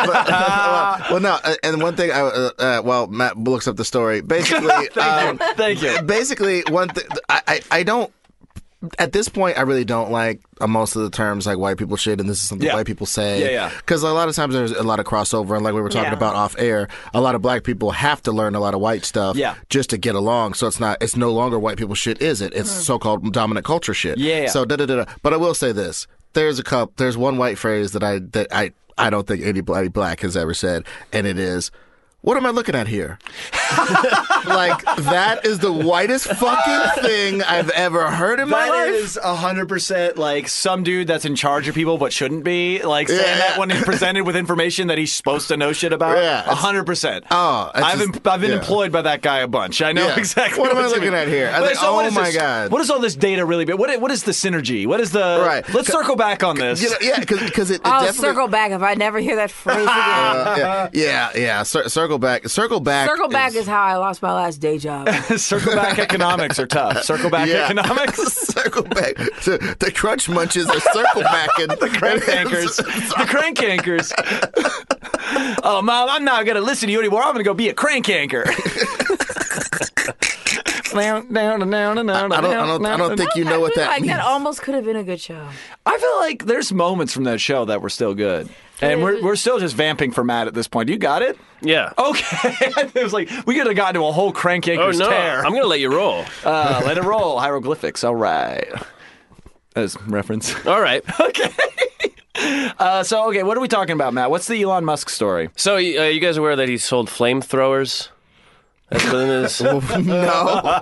S6: well, no, uh, and one thing, I, uh, uh, well, Matt looks up the story. Basically, um,
S2: Thank you.
S6: basically, one thing, I, I, I don't, at this point, I really don't like uh, most of the terms like white people shit, and this is something
S2: Yeah.
S6: white people say.
S2: Yeah, yeah.
S6: Because a lot of times there's a lot of crossover, and like we were talking
S7: Yeah.
S6: about off air, a lot of black people have to learn a lot of white stuff
S2: Yeah.
S6: just to get along. So it's not, it's no longer white people shit, is it? It's so called dominant culture shit.
S2: Yeah, yeah.
S6: So da da da. da. But I will say this: there's a cup. There's one white phrase that I that I I don't think anybody black has ever said, and it is. What am I looking at here? like that is the whitest fucking thing I've ever heard in my
S2: That
S6: life.
S2: is hundred percent like some dude that's in charge of people but shouldn't be like saying
S6: Yeah, yeah.
S2: that when he's presented with information that he's supposed to know shit about.
S6: Yeah, it's-
S2: hundred percent.
S6: Oh, it's
S2: I've
S6: just-
S2: em- I've been
S6: yeah.
S2: employed by that guy a bunch. I know
S6: Yeah.
S2: exactly.
S6: What am I
S2: you
S6: looking
S2: mean.
S6: at here? I
S2: But
S6: think,
S2: so what
S6: oh
S2: is
S6: my
S2: this-
S6: God.
S2: What is all this data really? Be? What i- what is the synergy? What is the
S6: Right.
S2: Let's circle back on this.
S6: You know, yeah, because it, it
S7: I'll
S6: definitely.
S7: Oh,
S6: uh,
S7: circle back if I never hear that phrase again.
S6: yeah, yeah, yeah. Cir- circle back. Circle back.
S7: circle back is how I lost my last day job.
S2: circle back economics are tough. Circle back
S6: Yeah.
S2: economics.
S6: circle back. The, the crunch munches are circle backing. the
S2: Crank anchors. the crank anchors. oh, mom, I'm not going to listen to you anymore. I'm going to go be a crank anchor.
S6: I don't, I don't, I don't think you know what
S7: I feel
S6: that
S7: like
S6: means.
S7: that almost could have been a good show.
S2: I feel like there's moments from that show that were still good. And we're, we're still just vamping for Matt at this point. You got it?
S3: yeah.
S7: Oh,
S2: Okay. it was like, we could have gotten to a whole crank
S3: Oh
S2: anchor's
S3: no!
S2: tear.
S3: I'm gonna let you roll.
S2: Uh, let it roll. Hieroglyphics. All right. As reference.
S3: All right.
S2: Uh, so, okay, what are we talking about, Matt? What's the Elon Musk story?
S3: So uh, you guys aware that he sold flamethrowers? That's what it is.
S2: Uh,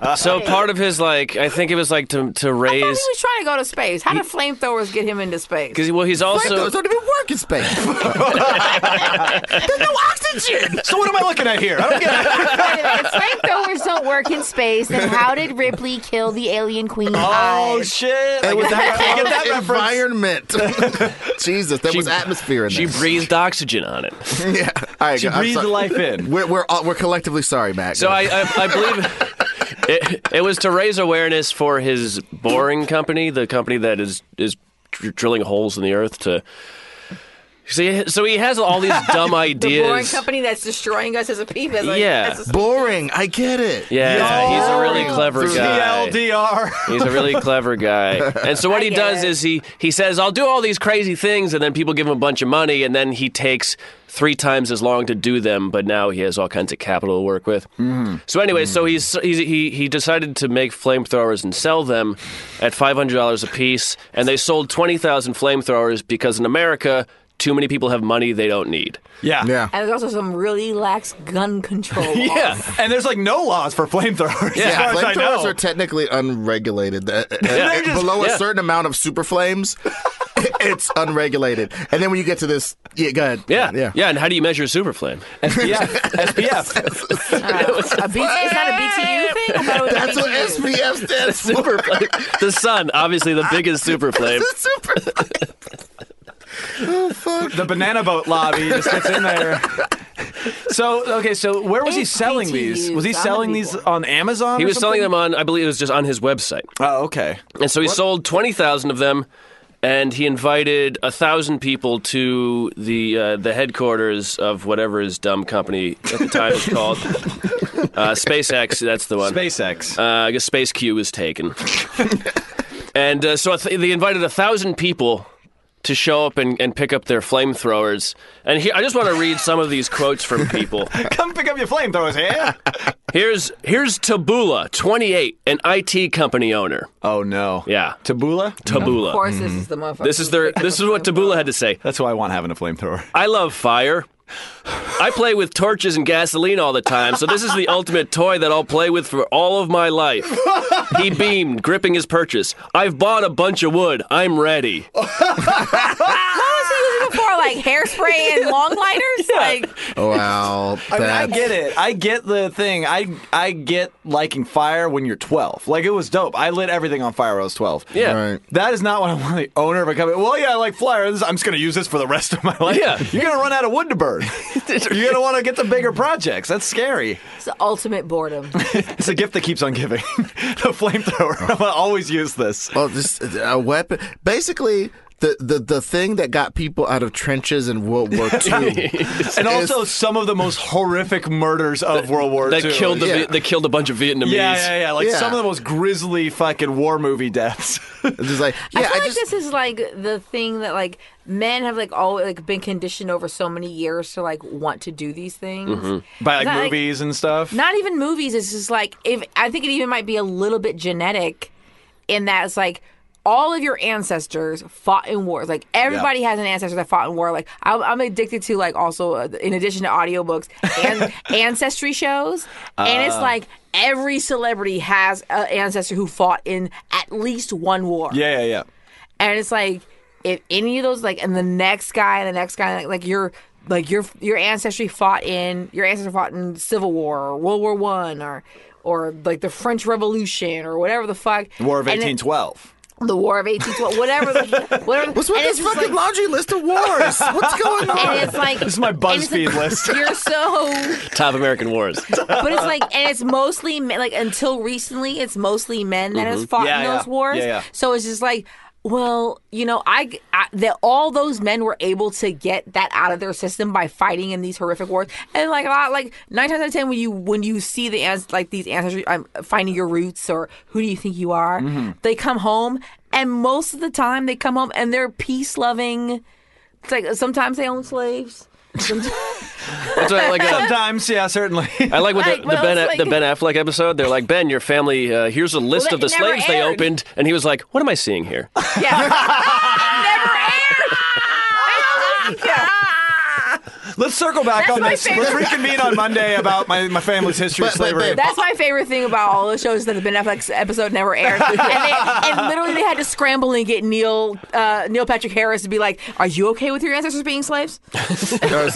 S6: no.
S3: so part of his like, I think it was like to to
S7: I thought he
S3: raise
S7: was trying to go to space. How did flamethrowers get him into space?
S3: because well he's also
S6: Those don't even work in space. There's no oxygen.
S2: So what am I looking at here? I don't get it.
S9: if flamethrowers don't work in space, then how did Ripley kill the alien queen?
S2: Oh
S9: Hive?
S2: shit! I
S6: It was
S2: get that, I get that
S6: that
S2: reference.
S6: environment. Jesus, there was atmosphere in
S3: she
S6: there.
S3: breathed oxygen on it.
S6: yeah. All right,
S2: She
S6: go- I'm
S2: breathed
S6: sorry.
S2: life in.
S6: We're we're, all, we're collectively sorry, Mac.
S3: So I I, I believe. It, it was to raise awareness for his boring company, the company that is is dr- drilling holes in the earth to. See, so he has all these dumb
S7: the
S3: ideas.
S7: boring company that's destroying us as a people. As a,
S3: Yeah.
S7: as a-
S6: boring. I get it.
S3: Yeah, he's a really
S6: Yo.
S3: clever guy.
S2: TLDR.
S3: He's a really clever guy. And so what he does is he he says, "I'll do all these crazy things," and then people give him a bunch of money, and then he takes three times as long to do them. But now he has all kinds of capital to work with. So anyway, so he's, he's he he decided to make flamethrowers and sell them at five hundred dollars a piece, and they sold twenty thousand flamethrowers because in America. Too many people have money they don't need.
S2: Yeah.
S6: Yeah.
S7: and there's also some really lax gun control. laws.
S3: Yeah.
S2: And there's like no laws for flamethrowers. as far as I
S6: flamethrowers
S2: know.
S6: are technically unregulated. Uh, uh,
S2: They're just-
S6: Below
S3: yeah.
S6: a certain amount of super flames, it's unregulated. And then when you get to this, yeah, go ahead.
S3: Yeah.
S6: yeah.
S3: Yeah. And how do you measure superflame?
S2: SPF. SPF.
S7: Uh, A B- it's not a BTU thing. I thought it was
S6: That's
S7: a
S6: what
S7: BTU.
S6: SPF stands for.
S3: Superflame. the sun, obviously the biggest superflame.
S6: It's a super flame.
S2: the banana boat lobby just gets in there. So okay, so where was he
S7: It's
S2: selling these?
S7: PTUs.
S2: Was he
S7: I'm gonna
S2: selling
S7: be
S2: these
S7: bored.
S2: on Amazon?
S3: He
S2: or
S3: was selling them
S2: something?
S3: on, I believe it was just on his website.
S2: Oh, okay.
S3: And so he sold 20,000 of them and he invited a thousand people to the uh, the headquarters of whatever his dumb company at the time is called. Uh, SpaceX, that's the one.
S2: SpaceX.
S3: Uh, I guess Space Q was taken. and uh, so th- they invited a thousand people to show up and, and pick up their flamethrowers. And here, I just want to read some of these quotes from people.
S2: Come pick up your flamethrowers here.
S3: Here's here's Taboola, 28, an IT company owner.
S2: oh no.
S3: Yeah.
S2: Taboola.
S3: Taboola.
S7: Of course, this is the motherfucker.
S3: Mm-hmm. This is their. This is what Taboola had to say.
S2: That's why I want having a flamethrower.
S3: I love fire. I play with torches and gasoline all the time, so this is the ultimate toy that I'll play with for all of my life. He beamed, gripping his purchase. I've bought a bunch of wood. I'm ready.
S2: Oh,
S7: Ah! What was he using it for? Like hairspray and long lighters? Like
S6: Wow.
S2: I, mean, I
S6: that's-
S2: get it. I get the thing. I I get liking fire when you're 12. Like it was dope. I lit everything on fire when I was 12.
S3: Yeah.
S6: Right.
S2: That is not what I want the owner of a company. Well, yeah, I like flyers. I'm just going to use this for the rest of my life.
S3: Yeah.
S2: You're going to run out of wood to burn. You're going to want to get the bigger projects. That's scary.
S7: it's the ultimate boredom.
S2: It's a gift that keeps on giving. the flamethrower. I'm going to always use this.
S6: Well, just uh, a weapon. Basically, the, the, the thing that got people out of trenches in World War II.
S2: And also some of the most horrific murders of World War
S3: That
S2: II.
S3: killed the.
S6: yeah.
S3: Vi- That killed a bunch of Vietnamese.
S2: Yeah, yeah, yeah. Like
S6: Yeah.
S2: some of the most grisly fucking war movie deaths.
S6: It's just like, yeah, I,
S7: I feel like
S6: just.
S7: this is like the thing that like men have like all like been conditioned over so many years to like want to do these things.
S2: By
S3: Mm-hmm.
S7: Is
S2: like
S7: that, like-
S2: movies and stuff.
S7: Not even movies. It's just like if I think it even might be a little bit genetic, in that it's like. All of your ancestors fought in wars. Like everybody has an ancestor that fought in war. Like I'm, I'm addicted to like also uh, in addition to audiobooks and ancestry shows. And
S2: Uh.
S7: it's like every celebrity has an ancestor who fought in at least one war.
S2: yeah, yeah, yeah.
S7: and it's like if any of those like and the next guy and the next guy like, like your like your your ancestry fought in your ancestor fought in civil war or world war one or or like the french revolution or whatever the fuck
S2: War of
S7: And it-
S2: 1812.
S7: the war of 1812 whatever the, whatever
S6: What's with
S7: and
S6: this
S7: it's just
S6: fucking
S7: like,
S6: laundry list of wars? What's going on?
S7: and it's like
S2: This is my BuzzFeed list.
S7: you're so
S3: Top American wars.
S7: but it's like, and it's mostly men, like until recently, it's mostly men that has fought
S2: Mm-hmm. Yeah,
S7: in
S2: yeah.
S7: those wars.
S2: Yeah, yeah.
S7: So it's just like, well, you know, I, I that all those men were able to get that out of their system by fighting in these horrific wars, and like a lot, like nine times out of ten, when you when you see the ans- like these ancestors, I'm finding your roots or who do you think you are,
S2: Mm-hmm.
S7: they come home, and most of the time they come home and they're peace loving. It's like sometimes they own slaves.
S3: That's what, like a,
S2: Sometimes, yeah, certainly.
S3: I like what
S7: Like,
S3: the, the
S7: well,
S3: Ben
S7: it's
S3: the
S7: like-
S3: Ben Affleck episode. They're like Ben, your family. Uh, here's a list
S7: Well,
S3: of the
S7: that never
S3: slaves they
S7: aired.
S3: opened, and he was like, "What am I seeing here?"
S7: Yeah, never aired.
S2: Let's circle back
S7: That's
S2: on
S7: my
S2: this. Let's
S7: favorite.
S2: reconvene on Monday about my, my family's history of
S6: But- but-
S2: slavery.
S6: but-
S7: That's my favorite thing about all the shows that the Ben Affleck episode never aired, and, they, and literally they had to scramble and get Neil uh, Neil Patrick Harris to be like, "Are you okay with your ancestors being slaves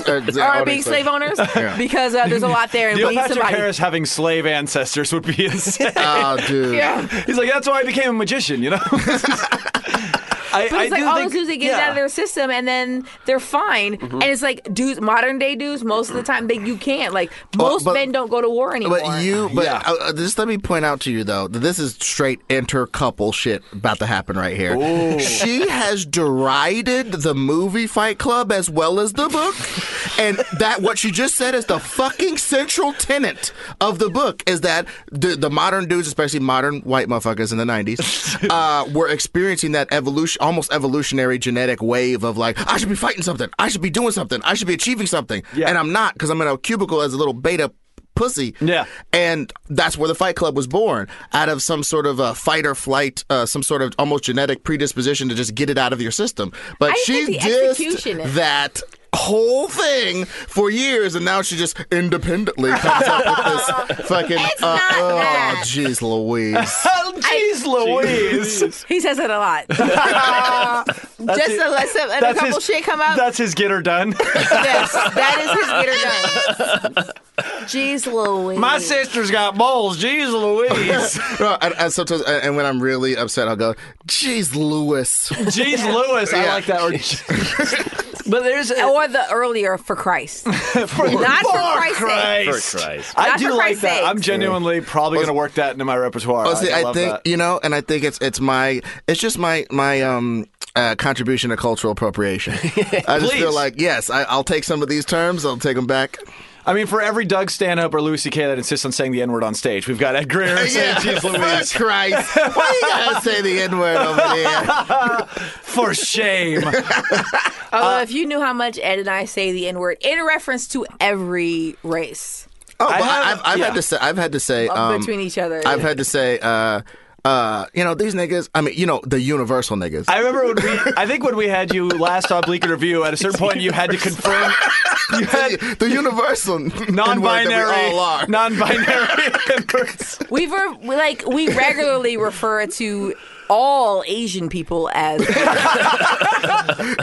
S7: or being slave owners?"
S6: Yeah.
S7: Because uh, there's a lot there, and
S2: Neil
S7: we need
S2: Patrick
S7: somebody.
S2: Harris having slave ancestors would be insane.
S6: Oh, dude.
S7: Yeah.
S2: He's like, that's why I became a magician, you know? I,
S7: But it's like all
S2: think-
S7: those dudes they get it
S2: yeah. Mm-hmm.
S7: out of their system and then they're fine. And it's like dudes, modern day dudes, most of the time they you can't. Like most
S6: but-
S7: men don't go to war anymore.
S6: But you, but
S2: Yeah.
S6: uh, uh, just let me point out to you though that this is straight intercouple shit about to happen right here. She has derided the movie Fight Club as well as the book, and that what she just said is the fucking central tenet of the book is that the, the modern dudes, especially modern white motherfuckers in the nineties, uh, were experiencing that evolution, almost evolutionary genetic wave of like, I should be fighting something, I should be doing something, I should be achieving something,
S2: Yeah.
S6: and I'm not because I'm in a cubicle as a little beta pussy.
S2: Yeah.
S6: And that's where the Fight Club was born out of some sort of uh, fight or flight, uh, some sort of almost genetic predisposition to just get it out of your system. But
S7: I
S6: she
S7: think the execution
S6: dissed
S7: is-
S6: that whole thing for years, and now she just independently comes up with this fucking.
S7: It's
S6: uh,
S7: not
S6: oh,
S7: that.
S6: jeez Louise.
S2: Oh, jeez Louise.
S7: he says it a lot. Just to let some and a couple
S2: his,
S7: shit come out.
S2: That's his get her done.
S7: Yes, that is his getter done. Jeez Louise.
S2: My sister's got balls. Jeez Louise.
S6: No, and, and sometimes, and and when I'm really upset, I'll go, "Jeez, Louis."
S2: Jeez Louis. I
S6: Yeah.
S2: like that. Or, but there's a,
S7: or the earlier for Christ. Not for Christ's sake.
S3: For Christ.
S2: I
S7: Not
S2: do
S7: for
S2: like that.
S7: Christ's sake.
S2: I'm genuinely probably going to work that into my repertoire.
S6: Oh, see,
S2: I,
S6: I,
S2: love
S6: think
S2: that.
S6: you know, and I think it's it's my it's just my my um uh, contribution to cultural appropriation. I just feel
S2: Please.
S6: like yes, I, I'll take some of these terms, I'll take them back.
S2: I mean, for every Doug Stanhope or Louis C.K. that insists on saying the N word on stage, we've got Ed Greer saying Jeez
S6: Fuck
S2: Louise.
S6: Christ, why you gotta say the n word over there?
S2: For shame.
S6: Uh,
S7: Although if you knew how much Ed and I say the N word in reference to every race
S6: Oh,
S2: I
S6: but I
S2: have-
S6: I've, I've
S2: yeah.
S6: had to say, I've had to say um,
S7: between each other.
S6: I've had to say, uh, uh, you know, these niggas. I mean, you know, the universal niggas.
S2: I remember when we, I think when we had you last on Bleak Review, at a certain point you had to confirm you had
S6: the, the universal N-word that we all
S2: non-binary,
S6: are.
S2: non-binary N-words.
S7: we were we, like we regularly refer to all Asian people as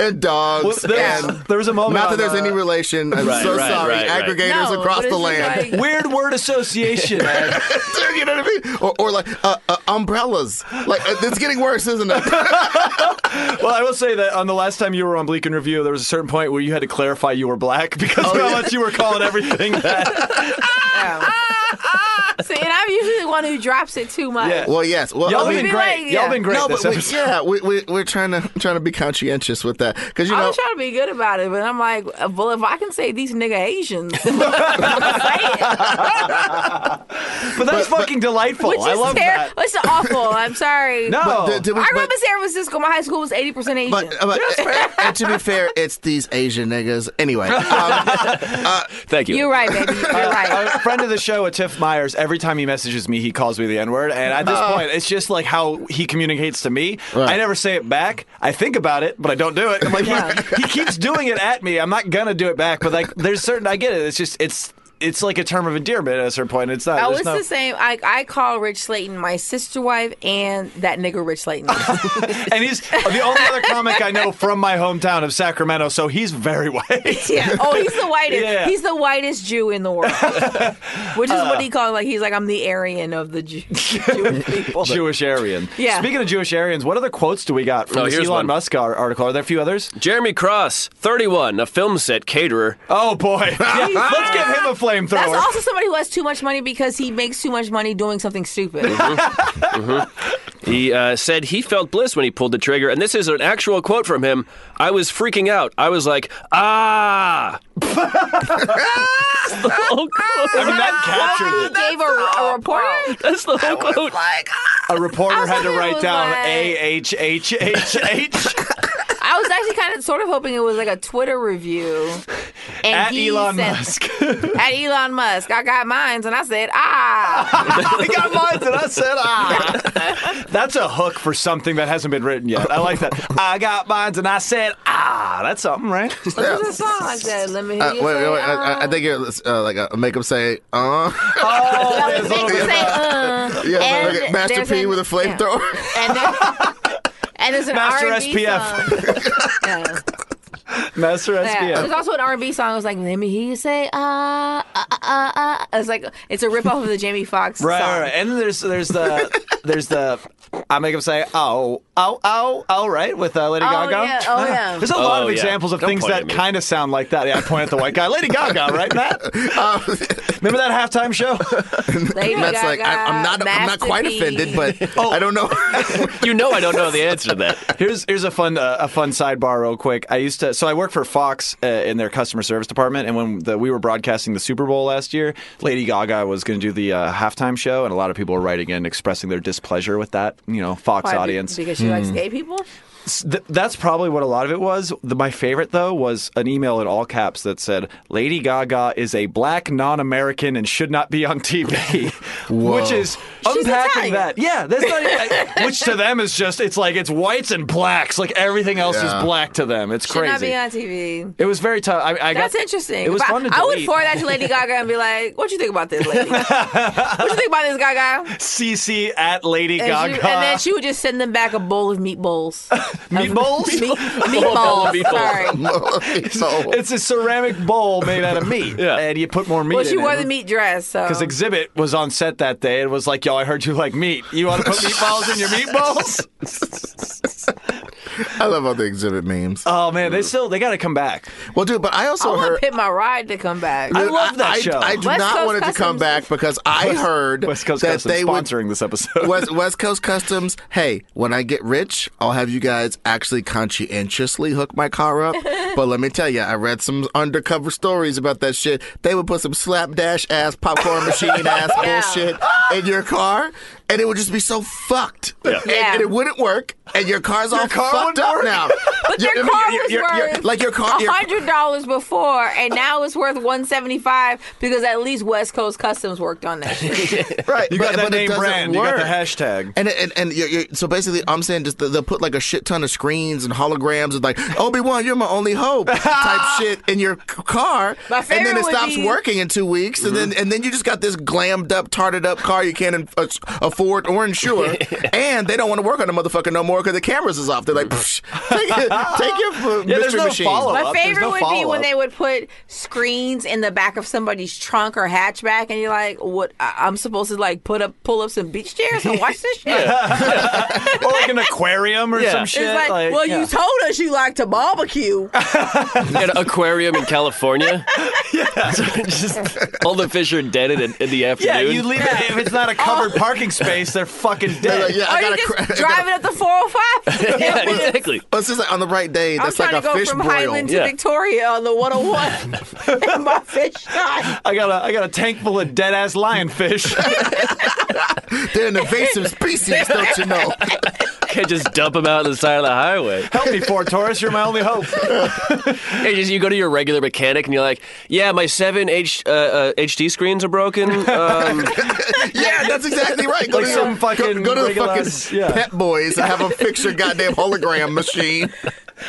S6: and dogs
S2: There
S6: and
S2: was, there was a moment.
S6: Not that
S2: on,
S6: there's
S2: uh,
S6: any relation. I'm
S3: Right,
S6: so
S3: right,
S6: sorry.
S3: right, right.
S6: Aggregators
S7: No,
S6: across
S7: but
S6: the
S7: it's just
S6: land.
S7: like-
S2: weird word association. Ed.
S6: you know what I mean? Or, or like uh, uh, umbrellas. Like uh, it's getting worse, isn't it?
S2: well, I will say that on the last time you were on Bleak and Review, there was a certain point where you had to clarify you were black because
S7: Oh,
S2: of how much you were calling everything that.
S7: See, and I'm usually the one who drops it too much.
S2: Yeah.
S6: well, yes. Well,
S2: Y'all
S6: I mean,
S2: been
S7: be
S2: great.
S7: like,
S2: Y'all
S7: yeah.
S2: been great.
S6: no,
S2: this
S6: but we,
S2: episode.
S6: yeah, we, we, we're trying to trying to be conscientious with that because you
S7: I
S6: know
S7: was trying to be good about it, but I'm like, well, if I can say these nigga Asians, I'm
S2: But that's fucking delightful.
S7: which
S2: Oh, I
S7: is
S2: love
S7: terrible.
S2: that.
S7: It's awful. I'm sorry.
S2: No,
S6: But the- the-
S7: I grew up
S6: but-
S7: in San Francisco. My high school was 80% Asian.
S6: But, uh,
S2: uh,
S6: but and to be fair, it's these Asian niggas. Anyway, um,
S3: Thank you.
S7: You're right, baby. You're right.
S2: a friend of the show, a Tiff Myers, every time he messages me, he calls me the N word. And at this
S7: Ah.
S2: point, it's just like how he communicates to me.
S6: Right.
S2: I never say it back. I think about it, but I don't do it. I'm like, he, he keeps doing it at me. I'm not gonna do it back. But like, there's certain. I get it. It's just it's it's like a term of endearment at a certain point. It's not.
S7: I
S2: there's
S7: was
S2: no-
S7: the same. I, I call Rich Slayton my sister wife and that nigga Rich Slayton.
S2: and he's the only other comic I know from my hometown of Sacramento, so he's very white.
S7: yeah. Oh, he's the whitest.
S2: Yeah. Uh.
S7: He's the whitest Jew in the world, which is what he calls like he's like I'm the Aryan of the Jew- Jewish people.
S2: Jewish Aryan.
S7: Yeah.
S2: Speaking of Jewish Aryans, what other quotes do we got from
S3: Oh,
S2: this
S3: here's
S2: Elon
S3: one.
S2: Musk ar- article? Are there a few others?
S3: Jeremy Cross, 31, a film set caterer.
S2: Oh boy. Yeah, Let's give him a flamethrower.
S7: That's also somebody who has too much money because he makes too much money doing something stupid.
S3: He uh, said he felt bliss when he pulled the trigger, and this is an actual quote from him. I was freaking out. I was like, ah. that's the whole quote.
S2: I mean, that captured it.
S7: Gave a, a reporter.
S3: That's the whole
S7: Oh
S3: quote.
S2: A reporter had to
S7: hoping it
S2: write
S7: was
S2: down
S7: like-
S2: A H H H H.
S7: I was actually kind of sort of hoping it was like a Twitter review
S10: And
S2: At
S10: he
S2: Elon
S10: said-
S2: Musk.
S7: At Elon Musk, I got mines, and I said, ah.
S2: I got mine, and I said, ah. That's a hook for something that hasn't been written yet. I like that. I got mine, and I said, ah. That's something, right?
S7: What was the song? I said, let me hear
S6: Uh,
S7: you
S6: wait, wait,
S7: say,
S6: wait,
S7: ah.
S6: I, I think it's uh, like a make them say, uh.
S7: ah."
S2: Oh, there's a
S10: Make
S2: little
S10: him
S2: bit-
S10: say, uh,
S6: yeah,
S10: and
S6: like Master
S10: there's
S6: P
S10: an-
S6: with a flamethrower.
S10: And, there- and there's an
S2: Master
S10: R&B
S2: SPF.
S10: song.
S7: Yeah.
S2: Master
S7: Yeah. There's
S2: SPF.
S7: also an R&B song. I was like, let me hear you say, ah, ah, ah, ah. ah." It's like, it's a ripoff of the Jamie Foxx
S2: Right,
S7: song.
S2: right, right. And there's there's the there's the I make him say oh oh oh oh right with uh, Lady
S7: Oh,
S2: Gaga.
S7: yeah. Oh, yeah.
S2: There's a lot
S3: Oh,
S2: of
S3: yeah.
S2: examples of
S3: Don't
S2: things
S3: point
S2: that
S3: at me.
S2: kind of sound like that. Yeah, I point at the white guy, Lady Gaga, right, Matt?
S3: Um,
S2: Remember that halftime show?
S7: Lady
S6: Matt's like, I,
S7: Gaga,
S6: I'm not, I'm not quite
S7: Master P.
S6: offended, but I don't know.
S3: You know I don't know the answer to that.
S2: Here's here's a fun uh, a fun sidebar real quick. I used to so I worked for Fox uh, in their customer service department, and when the, we were broadcasting the Super Bowl last year, Lady Gaga was going to do the uh, halftime show, and a lot of people were writing in expressing their displeasure with that. You know, Fox
S7: Why, be-
S2: audience.
S7: Because she
S6: Hmm.
S7: likes gay people?
S2: S- th- that's probably what a lot of it was. The, my favorite though was an email in all caps that said, "Lady Gaga is a black non-American and should not be on TV," which is unpacking
S7: Italian.
S2: that. Yeah, that's not even, which to them is just it's like it's whites and blacks. Like everything else
S6: Yeah.
S2: is black to them. It's
S7: Should not
S2: crazy.
S7: be on TV.
S2: it was very tough. I, I
S7: That's
S2: got,
S7: interesting.
S2: It was
S7: But I-
S2: fun to
S7: I would
S2: delete.
S7: forward that to Lady Gaga and be like, what you think about this, lady? what you think about this, Gaga?
S2: CC at Lady
S7: And,
S2: Gaga.
S7: she, and then she would just send them back a bowl of meatballs.
S2: Meatballs?
S7: Meat, meatballs. Sorry.
S6: so,
S2: it's a ceramic bowl made out of meat,
S3: Yeah.
S2: and you put more meat.
S7: Well, she
S2: in
S7: wore
S2: it.
S7: the meat dress, so.
S2: Because Exhibit was on set that day and was like, "Yo, I heard you like meat. You want to put meatballs in your meatballs?"
S6: I love all the exhibit memes.
S2: Oh man, they still they got to come back.
S6: well, dude, but I also
S7: I want
S6: heard.
S7: Pit My Ride to come back.
S2: I love that
S6: I,
S2: show.
S6: I do
S7: West
S6: not
S7: Coast
S6: want it to come
S7: Customs.
S6: back because I heard
S2: West Coast
S6: that
S2: Customs
S6: they would
S2: sponsoring this episode.
S6: West, West Coast Customs, hey, when I get rich, I'll have you guys actually conscientiously hook my car up. but let me tell you, I read some undercover stories about that shit. They would put some slapdash ass popcorn machine ass bullshit in your car, and it would just be so fucked. And,
S7: Yeah.
S6: and it wouldn't work, and your car's all
S2: car wouldn't
S6: fucked up
S2: work?
S6: now.
S7: But
S6: Your-
S7: their
S6: I mean,
S7: car
S6: your-
S7: was
S6: your- your-
S7: worth
S6: like your car. your-
S7: hundred dollars before, and now it's worth one seventy five because at least West Coast Customs worked on that. shit.
S6: Right,
S2: You
S6: but-
S2: got that
S6: but it
S2: name
S6: doesn't
S2: brand. You got the
S6: work.
S2: hashtag.
S6: And and, and you're, you're, so basically, I'm saying just they'll put like a shit ton of screens and holograms and like Obi Wan, you're my only hope type shit in your c- car,
S7: My
S6: and then
S7: favorite
S6: it
S7: would
S6: stops
S7: be- Mm-hmm.
S6: working in two weeks, and then and then you just got this glammed up, tarted up car you can't in- uh, afford or insure, and they don't want to work on the motherfucker no more because the cameras is off. They're like, "Psh, take, your- take your uh,
S2: Yeah, there's
S6: mystery
S2: no
S6: machine.
S2: follow-up.
S7: My
S2: There's
S7: favorite
S2: no
S7: would be
S2: follow-up.
S7: when they would put screens in the back of somebody's trunk or hatchback, and you're like, "What? I- I'm supposed to like put up, pull up some beach chairs and watch this shit?"
S2: or like an aquarium or
S3: Yeah.
S2: some
S3: It's
S2: shit.
S7: It's like, well, you told us you like to barbecue.
S3: An aquarium in California. So just, all the fish are dead in, in the afternoon.
S2: yeah, you leave it if it's not a covered parking space, they're fucking
S6: They're
S2: dead.
S6: like, yeah, I
S7: Are you
S6: gotta.
S7: just
S6: cra- I gotta-
S7: driving up the four hundred five?
S3: yeah, exactly.
S6: Well, it's just like on the right day,
S7: I'm
S6: that's
S7: trying
S6: like
S7: to
S6: a
S7: go
S6: fish
S7: from
S6: broil.
S7: Highland to
S3: Yeah.
S7: Victoria on the 101 and my fish died.
S2: I got a I got a tank full of dead ass lionfish.
S6: They're an invasive species, don't you know?
S3: Can't just dump them out on the side of the highway.
S2: Help me, Ford Taurus. You're my only hope.
S3: Hey, just, you go to your regular mechanic and you're like, yeah, my seven H, uh, uh, HD screens are broken. Um,
S6: Yeah, that's exactly right. Go
S2: Like
S6: to
S2: some
S6: your-
S2: fucking
S6: go, go to the
S2: regular
S6: fucking
S2: ass- yeah.
S6: Pet Boys and have them fix your goddamn hologram machine.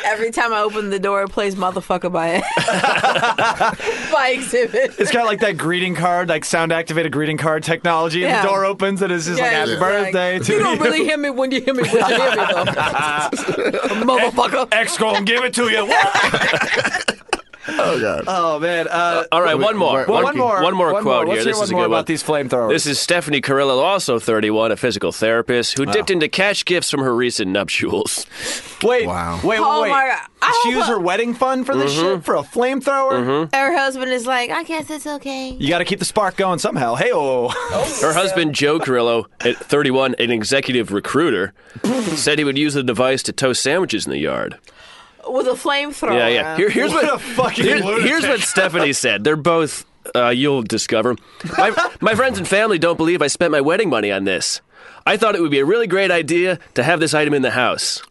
S7: Every time I open the door, it plays motherfucker by it. by exhibit.
S2: It's got like that greeting card, like sound activated greeting card technology, and
S7: Yeah.
S2: the door opens and it's just like
S7: Yeah,
S2: happy
S7: it's like,
S2: birthday to
S7: You don't
S2: you."
S7: really hear me when you hear me when you hear me though. Motherfucker.
S2: X gonna give it to you.
S6: Oh god.
S2: oh man. Uh,
S3: all right, one more.
S2: well, one more.
S3: One more quote
S2: Let's
S3: here.
S2: hear
S3: This
S2: one
S3: is a
S2: more
S3: good
S2: about
S3: one.
S2: these flamethrowers.
S3: This is Stephanie Carrillo, also 31, a physical therapist who dipped into cash gifts from her recent nuptials.
S2: wait,
S6: Wow.
S2: wait, wait,
S7: Oh,
S2: wait.
S7: my God. I
S2: She
S7: hope
S2: used
S7: I-
S2: her wedding fund for this shit for a flamethrower.
S7: Her husband is like,
S10: I guess it's okay.
S2: You got to keep the spark going somehow. Hey, oh,
S3: Her husband, Joe Carrillo, at 31, an executive recruiter, said he would use the device to toast sandwiches in the yard.
S7: with a flamethrower.
S3: Yeah, yeah. Here- here's
S2: Oh, what
S3: what,
S2: a fucking
S3: here-
S2: lunatic.
S3: here's what Stephanie said. They're both. Uh, you'll discover. My, my friends and family don't believe I spent my wedding money on this. I thought it would be a really great idea to have this item in the house.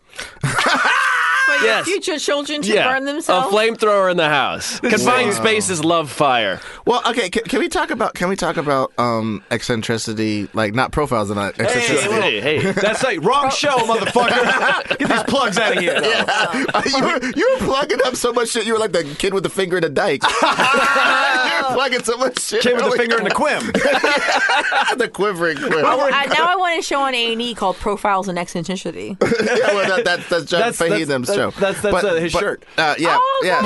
S7: But your
S3: Yes.
S7: future children to burn
S3: a
S7: themselves?
S3: flamethrower in the house. Confined
S2: is-
S3: spaces love fire.
S6: Well, okay. Can, can we talk about can we talk about um eccentricity? Like not profiles and not eccentricity.
S3: Hey, hey, hey.
S2: That's like wrong show, motherfucker. Get these plugs out of here.
S6: you, were, you were plugging up so much shit. You were like the kid with the finger in the dike. you were plugging so much shit.
S2: Kid with the
S6: earlier.
S2: finger in the quim.
S6: the quivering quiver.
S7: Oh, I, now I want to show on A and E called Profiles in Eccentricity.
S6: yeah, well, that, that, that's John
S2: That's- that's-
S6: Fahim's
S2: that-
S6: show.
S2: that's- that's, uh, his shirt.
S6: Uh, yeah,
S7: Oh,
S6: yeah.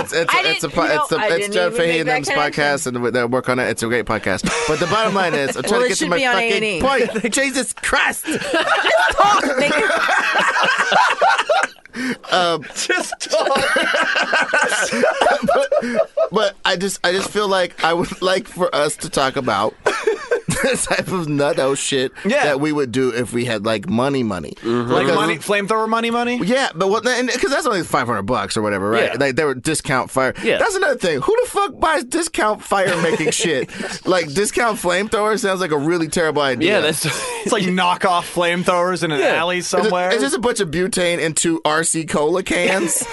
S6: It's, it's, it's, it's,
S7: I
S6: it's, a,
S7: didn't-
S6: po-
S7: you know,
S6: it's, a,
S7: I
S6: it's
S7: didn't
S6: John
S7: even make that
S6: Fahim's podcast,
S7: connection.
S6: and they work on it. It's a great podcast. But the bottom line is, I'm trying
S7: Well,
S6: to
S7: it
S6: get to
S7: should
S6: my
S7: be on E.
S6: fucking
S7: A&E.
S6: point. Jesus Christ!
S7: Talk, nigga.
S2: Just talk.
S6: But I just, I just feel like I would like for us to talk about. the type of nutto shit
S2: Yeah.
S6: that we would do if we had like money, money.
S2: Like
S6: Because-
S2: money, flamethrower money, money.
S6: Yeah, but well, because that's only five hundred bucks or whatever, right?
S3: Yeah.
S6: Like they were discount fire.
S3: Yeah.
S6: that's another thing. Who the fuck buys discount fire making shit? Like discount flamethrower sounds like a really terrible idea.
S3: Yeah, that's
S2: It's like knockoff flamethrowers in an
S3: Yeah.
S2: alley
S6: It's just-
S2: somewhere.
S6: It's just a bunch of butane and two RC cola cans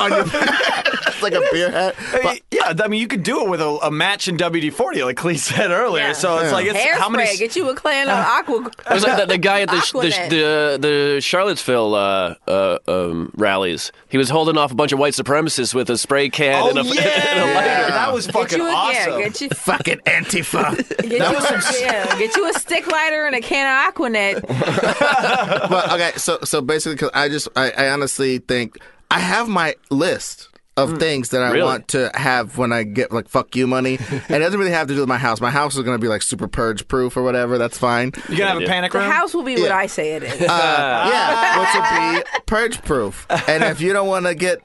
S6: on your. it's like a beer hat.
S2: Hey,
S6: But,
S2: yeah, I mean, you could do it with a, a match in WD forty, like Clee said earlier.
S7: Yeah.
S2: So it's
S6: Yeah.
S2: like it's
S7: Hairspray.
S2: how many? s-
S7: Get you a clan of aqua.
S3: It was like the, the guy at the
S7: Aquanet.
S3: the, the the Charlottesville uh, uh, um, rallies. He was holding off a bunch of white supremacists with a spray can
S2: Oh
S3: and a,
S2: yeah,
S3: and a lighter.
S2: that was
S7: Get
S2: fucking
S7: you a
S2: awesome.
S7: yeah, get you
S6: Fucking Antifa.
S7: get you a, yeah, get you a stick lighter and a can of Aquanet.
S6: but okay, so so basically, because I just I, I honestly think I have my list of
S2: Mm.
S6: things that I
S3: Really?
S6: want to have when I get like fuck you money, and it doesn't really have to do with my house. My house is gonna be like super purge proof or whatever. That's fine.
S2: you gonna have a
S3: Yeah.
S2: panic
S7: The
S2: room?
S7: house will be what I say it is.
S6: Uh, yeah, which would be purge proof. And if you don't want to get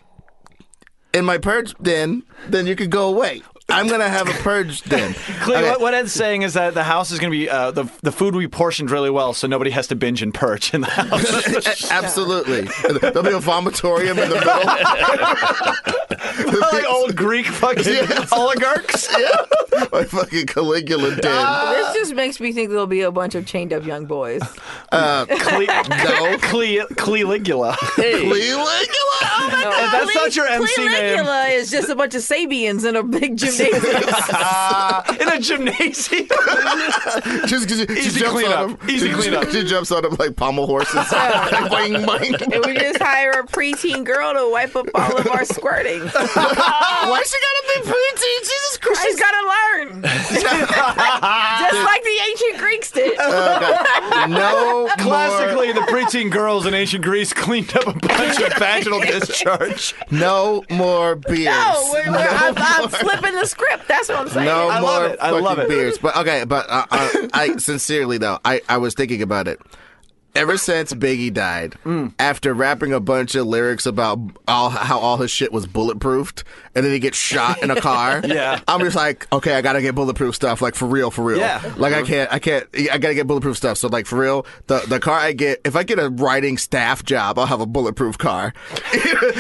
S6: in my purge den, then you could go away. I'm gonna have a purge den.
S2: Clee,
S6: Okay.
S2: what, what Ed's saying is that the house is going to be uh, the the food we portioned really well, so nobody has to binge and perch in the house.
S6: A- Absolutely. There'll be a vomitorium in the middle.
S2: like old Greek fucking
S6: Yes.
S2: oligarchs.
S6: yeah. My fucking Caligula den.
S2: Ah, Uh,
S7: this just makes me think there'll be a bunch of chained up young boys.
S2: Cle-
S6: No.
S2: Cle- Cleligula.
S6: Caligula? Oh my
S2: If that's not your MC name.
S7: Caligula is just a bunch of Sabians in a big gymnasium.
S2: in a gymnasium.
S6: Just because she,
S2: Easy
S6: she jumps
S2: cleanup.
S6: on him.
S2: Easy
S6: she,
S2: cleanup.
S6: She jumps on him like pommel horses. boing, boing.
S7: and we just hire a preteen girl to wipe up all of our squirting.
S6: Why she gotta be pretty? Jesus Christ.
S7: She's gotta learn, just like the ancient Greeks did.
S6: Uh, no
S2: Classically, the preteen girls in ancient Greece cleaned up a bunch of vaginal discharge.
S6: more, no more beers.
S7: No, we're, we're, I'm, I'm flipping the script. That's what I'm saying.
S6: No
S2: I
S6: more
S2: love it. I
S6: fucking
S2: love it.
S6: beers. But okay, but uh, I, I sincerely though, I, I was thinking about it. Ever since Biggie died,
S2: Mm.
S6: after rapping a bunch of lyrics about all how all his shit was bulletproofed, and then he gets shot in a car,
S2: Yeah.
S6: I'm just like, okay, I gotta get bulletproof stuff, like for real, for real.
S2: Yeah.
S6: Like I can't, I can't, I gotta get bulletproof stuff. So like for real, the the car I get, if I get a writing staff job, I'll have a bulletproof car.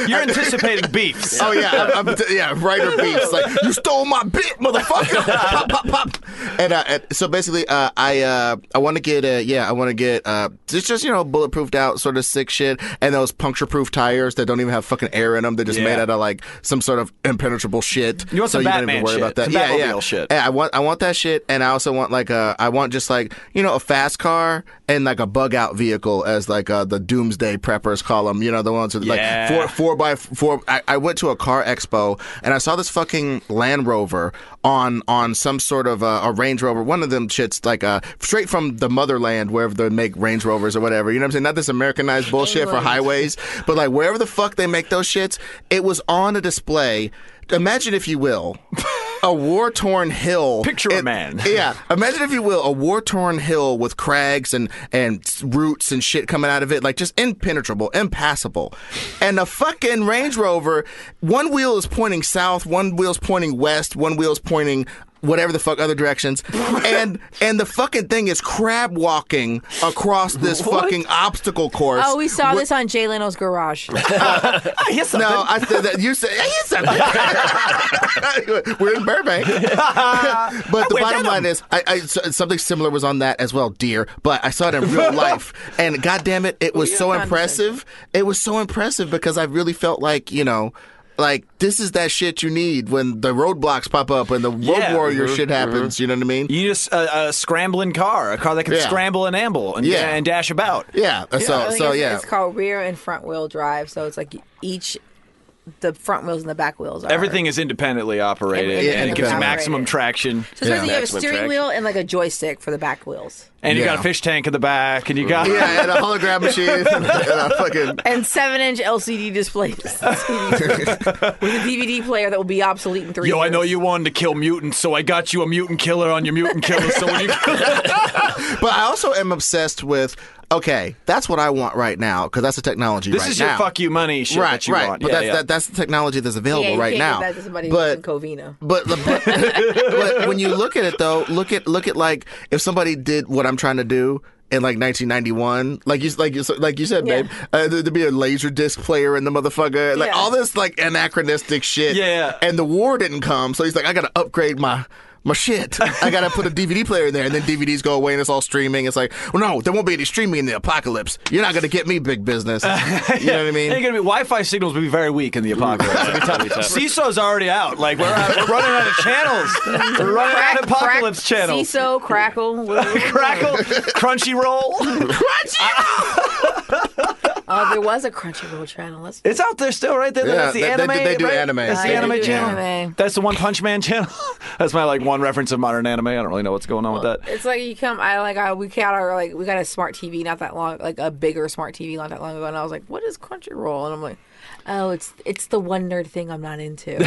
S2: You're anticipating beefs.
S6: Oh yeah, I'm, I'm t- yeah, writer beefs. Like you stole my bit, motherfucker! pop, pop, pop. And, uh, and so basically, uh, I uh, I want to get uh, yeah, I want to get uh, just just you know bulletproofed out sort of sick shit, and those puncture-proof tires that don't even have fucking air in them. They're just
S2: Yeah.
S6: made out of like some sort of impenetrable shit.
S2: You want
S6: so
S2: some
S6: you don't even
S2: Batman
S6: worry
S2: shit,
S6: about that.
S2: some
S6: yeah, yeah.
S2: Batmobile shit.
S6: Yeah, I want I want that shit, and I also want like a I want just like you know a fast car and like a bug out vehicle as like uh, the doomsday preppers call them. You know the ones with
S2: Yeah.
S6: like four four by four. I, I went to a car expo and I saw this fucking Land Rover on on some sort of uh, a Range Rover. One of them shits like uh, straight from the motherland wherever they make Range Rovers or whatever. You know what I'm saying? Not this Americanized bullshit for highways, but like wherever the fuck they make those shits, it was on a display. Imagine if you will. A war torn hill.
S2: Picture a
S6: It-
S2: man.
S6: yeah, imagine if you will a war-torn hill with crags and and s- roots and shit coming out of it, like just impenetrable, impassable, and a fucking Range Rover. One wheel is pointing south, one wheel's pointing west, one wheel's pointing whatever the fuck other directions, and and the fucking thing is crab walking across this fucking obstacle course.
S7: Oh, we saw
S6: Wh-
S7: this on Jay Leno's Garage.
S6: No, I said that you said I hear something. We're in Burbank, but the bottom line is, I, I so- something similar was on that as well, dear. But I saw it in real life, and goddamn it, it was so impressive. It was so impressive because I really felt like you know. Like this is that shit you need when the roadblocks pop up and the road
S2: Yeah.
S6: warrior shit happens. You know what I mean?
S2: You just uh, a, a scrambling car, a car that can
S6: Yeah.
S2: scramble and amble and,
S6: Yeah.
S2: and dash about.
S6: Yeah.
S7: I
S6: So
S7: think
S6: so
S7: it's,
S6: yeah.
S7: it's called rear and front wheel drive. So it's like each the front wheels and the back wheels. Are.
S2: Everything is independently operated,
S7: Everything
S6: is
S2: and it gives you
S7: independently
S2: maximum
S7: operated.
S2: traction.
S7: So basically you have a
S3: Maximum
S7: steering
S3: traction.
S7: wheel and like a joystick for the back wheels.
S2: And you
S6: Yeah.
S2: got a fish tank in the back, and you got
S6: Yeah, and a hologram machine and a fucking
S7: And seven inch LCD displays with a DVD player that will be obsolete in three
S2: Yo,
S7: years.
S2: I know you wanted to kill mutants, so I got you a mutant killer on your mutant killer. So when you
S6: But I also am obsessed with okay, that's what I want right now because that's the technology
S2: this
S6: right
S2: is your
S6: now.
S2: fuck you money shit
S6: right,
S2: that you
S6: right.
S2: want.
S6: But
S2: yeah,
S6: that's
S2: yeah.
S6: That, that's the technology that's
S7: yeah,
S6: available
S7: you
S6: right now.
S7: can't Give that to somebody
S6: but
S7: in Covina.
S6: but, but but when you look at it though, look at look at like if somebody did what I'm trying to do in like 1991, like you like you like you said,
S7: Yeah.
S6: babe, uh, there'd be a laser disc player in the motherfucker, like
S7: Yeah.
S6: all this like anachronistic shit.
S2: Yeah.
S6: and the war didn't come, so he's like, I gotta upgrade my. My shit. I gotta put a DVD player in there, and then DVDs go away, and it's all streaming. It's like, well, no, there won't be any streaming in the apocalypse. You're not gonna get me big business. You know what I mean?
S2: Ain't gonna be Wi-Fi signals will be very weak in the apocalypse. CISO's already out. Like we're, out, we're running out of channels. We're running out of apocalypse channels.
S7: CISO, Crackle, what- what-
S2: Crackle, Crunchyroll.
S7: Oh, there was a Crunchyroll channel. Let's
S2: It's out there still, right? They,
S6: Yeah,
S2: that's the
S6: they- they-
S2: anime.
S6: they do
S2: right?
S6: anime.
S2: That's the
S6: They
S2: anime
S6: do
S2: channel.
S7: anime.
S2: That's the One Punch Man channel. that's my like one reference of modern anime. I don't really know what's going on with that.
S7: It's like you come. I like. I, we got our like. We got a smart TV not that long, like a bigger smart TV not that long ago, and I was like, "What is Crunchyroll?" And I'm like, "Oh, it's it's the one nerd thing I'm not into."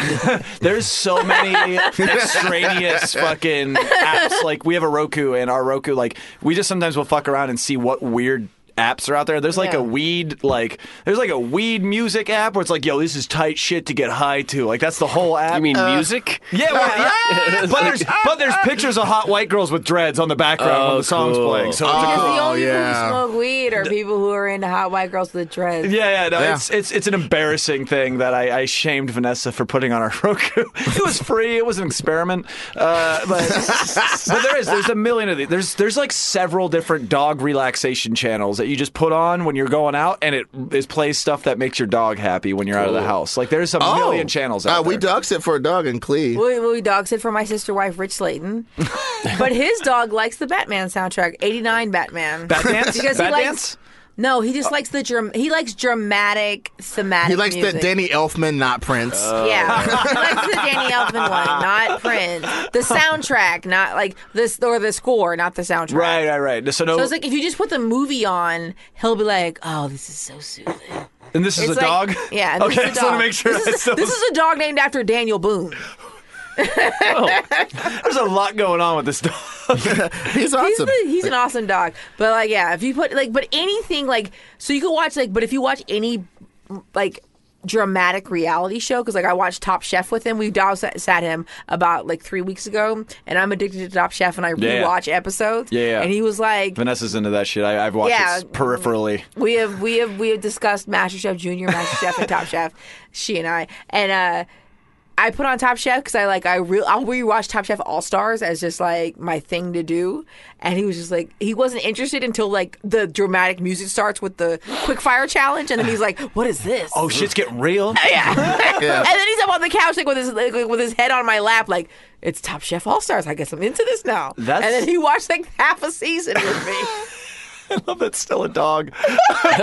S2: There's so many extraneous fucking apps. Like we have a Roku and our Roku, like we just sometimes will fuck around and see what weird apps are out there. There's like
S7: Yeah.
S2: a weed like there's like a weed music app where it's like, yo, this is tight shit to get high to. Like that's the whole app. Uh,
S3: You mean music?
S2: yeah, well, yeah. but there's but there's pictures of hot white girls with dreads on the background when
S3: Oh,
S2: the song's
S3: cool.
S2: playing. So it's a
S7: Because
S2: cool.
S7: the only
S6: Oh, yeah.
S7: people who smoke weed are people who are into hot white girls with dreads.
S2: Yeah, yeah, no,
S6: Yeah.
S2: it's it's it's an embarrassing thing that I, I shamed Vanessa for putting on our Roku. It was free. It was an experiment. Uh, but, but there is there's a million of these. There's there's like several different dog relaxation channels that you just put on when you're going out, and it is plays stuff that makes your dog happy when you're out of the house. Like there's a million channels out
S6: Uh,
S2: there.
S6: We dog sit for a dog and Clee.
S7: We, we dog sit for my sister wife Rich Slayton, but his dog likes the Batman soundtrack, '89 Batman.
S2: Bat dance?
S7: Because he
S2: Bat
S7: likes-
S2: dance?
S7: No, he just likes the dram- he likes dramatic thematic.
S6: He likes
S7: music.
S6: that Danny Elfman, not Prince.
S2: Uh,
S7: Yeah, he likes the Danny Elfman one, not Prince. The soundtrack, not like this or the score, not the soundtrack.
S2: Right, right, right. So no,
S7: So it's like if you just put the movie on, he'll be like, "Oh, this is so soothing."
S2: and this is a
S7: It's like-
S2: dog.
S7: Yeah. and
S2: Okay,
S7: this
S2: I
S7: is a
S2: just want to
S7: dog.
S2: make sure.
S7: This
S2: I
S7: is,
S2: still-
S7: this is a dog named after Daniel Boone.
S2: there's a lot going on with this dog.
S6: He's
S7: He's,
S6: awesome.
S7: the, he's an awesome dog. But like, yeah, if you put like, but anything like, so you can watch like, but if you watch any like dramatic reality show, because like I watched Top Chef with him. We dog sat, sat him about like three weeks ago, and I'm addicted to Top Chef, and I
S2: Yeah.
S7: rewatch episodes.
S2: Yeah, yeah.
S7: and he was like.
S2: Vanessa's into that shit. I, I've watched
S7: Yeah.
S2: it peripherally.
S7: We have we have we have discussed MasterChef Junior, MasterChef, and Top Chef. She and I and uh I put on Top Chef because I like I real I'll rewatch Top Chef All Stars as just like my thing to do, and he was just like he wasn't interested until like the dramatic music starts with the quick fire challenge, and then he's like, "What is this?"
S2: Oh, shit's getting real.
S7: yeah.
S6: Yeah.
S7: and then he's up on the couch like with his like, with his head on my lap, like it's Top Chef All Stars. I guess I'm into this now.
S2: That's-
S7: And then he watched like half a season with me.
S2: love that's still a dog. like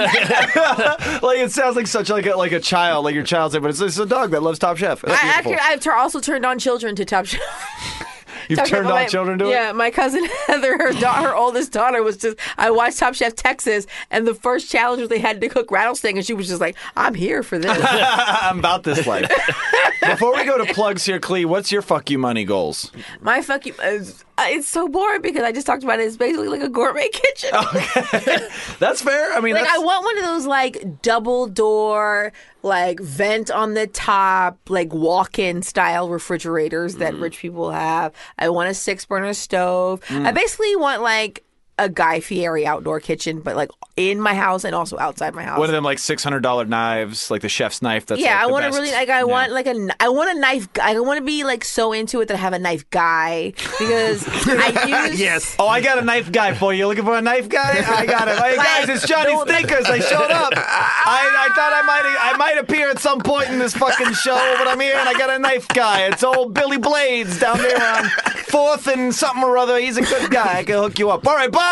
S2: it sounds like such like a, like a child, like your child's like, but it's, it's a dog that loves Top Chef. That's
S7: I
S2: beautiful.
S7: actually, I've tur also turned on children to Top Chef.
S2: You've
S7: Top Chef,
S2: turned on
S7: my-
S2: children to
S7: Yeah,
S2: it.
S7: my cousin Heather, her da- her oldest daughter was just. I watched Top Chef Texas, and the first challenge was they had to cook rattlesnake, and she was just like, "I'm here for this."
S2: I'm about this life. Before we go to plugs here, Clee, what's your fuck you money goals?
S7: my fucking. Uh, uh, it's so boring because I just talked about it. It's basically like a gourmet kitchen.
S2: That's fair. I mean,
S7: Like
S2: that's,
S7: I want one of those like double door, like vent on the top, like walk-in style refrigerators
S2: Mm.
S7: that rich people have. I want a six burner stove. I
S2: Mm.
S7: basically want like a Guy Fieri outdoor kitchen, but like in my house and also outside my house.
S2: one of them like six hundred dollar knives, like the chef's knife. That's
S7: yeah,
S2: like,
S7: I
S2: the
S7: want to
S2: best.
S7: really like. I
S2: Yeah.
S7: want like a. kn- I want a knife. gu- I want to be like so into it that I have a knife guy because I use
S6: Yes.
S2: Oh, I got a knife guy for you. Looking for a knife guy? I got it. Hey guys, it's Johnny Snickers. I showed up. I, I thought I might I might appear at some point in this fucking show, but I'm here and I got a knife guy. It's old Billy Blades down there on Fourth and something or other. He's a good guy. I can hook you up. All right, bye.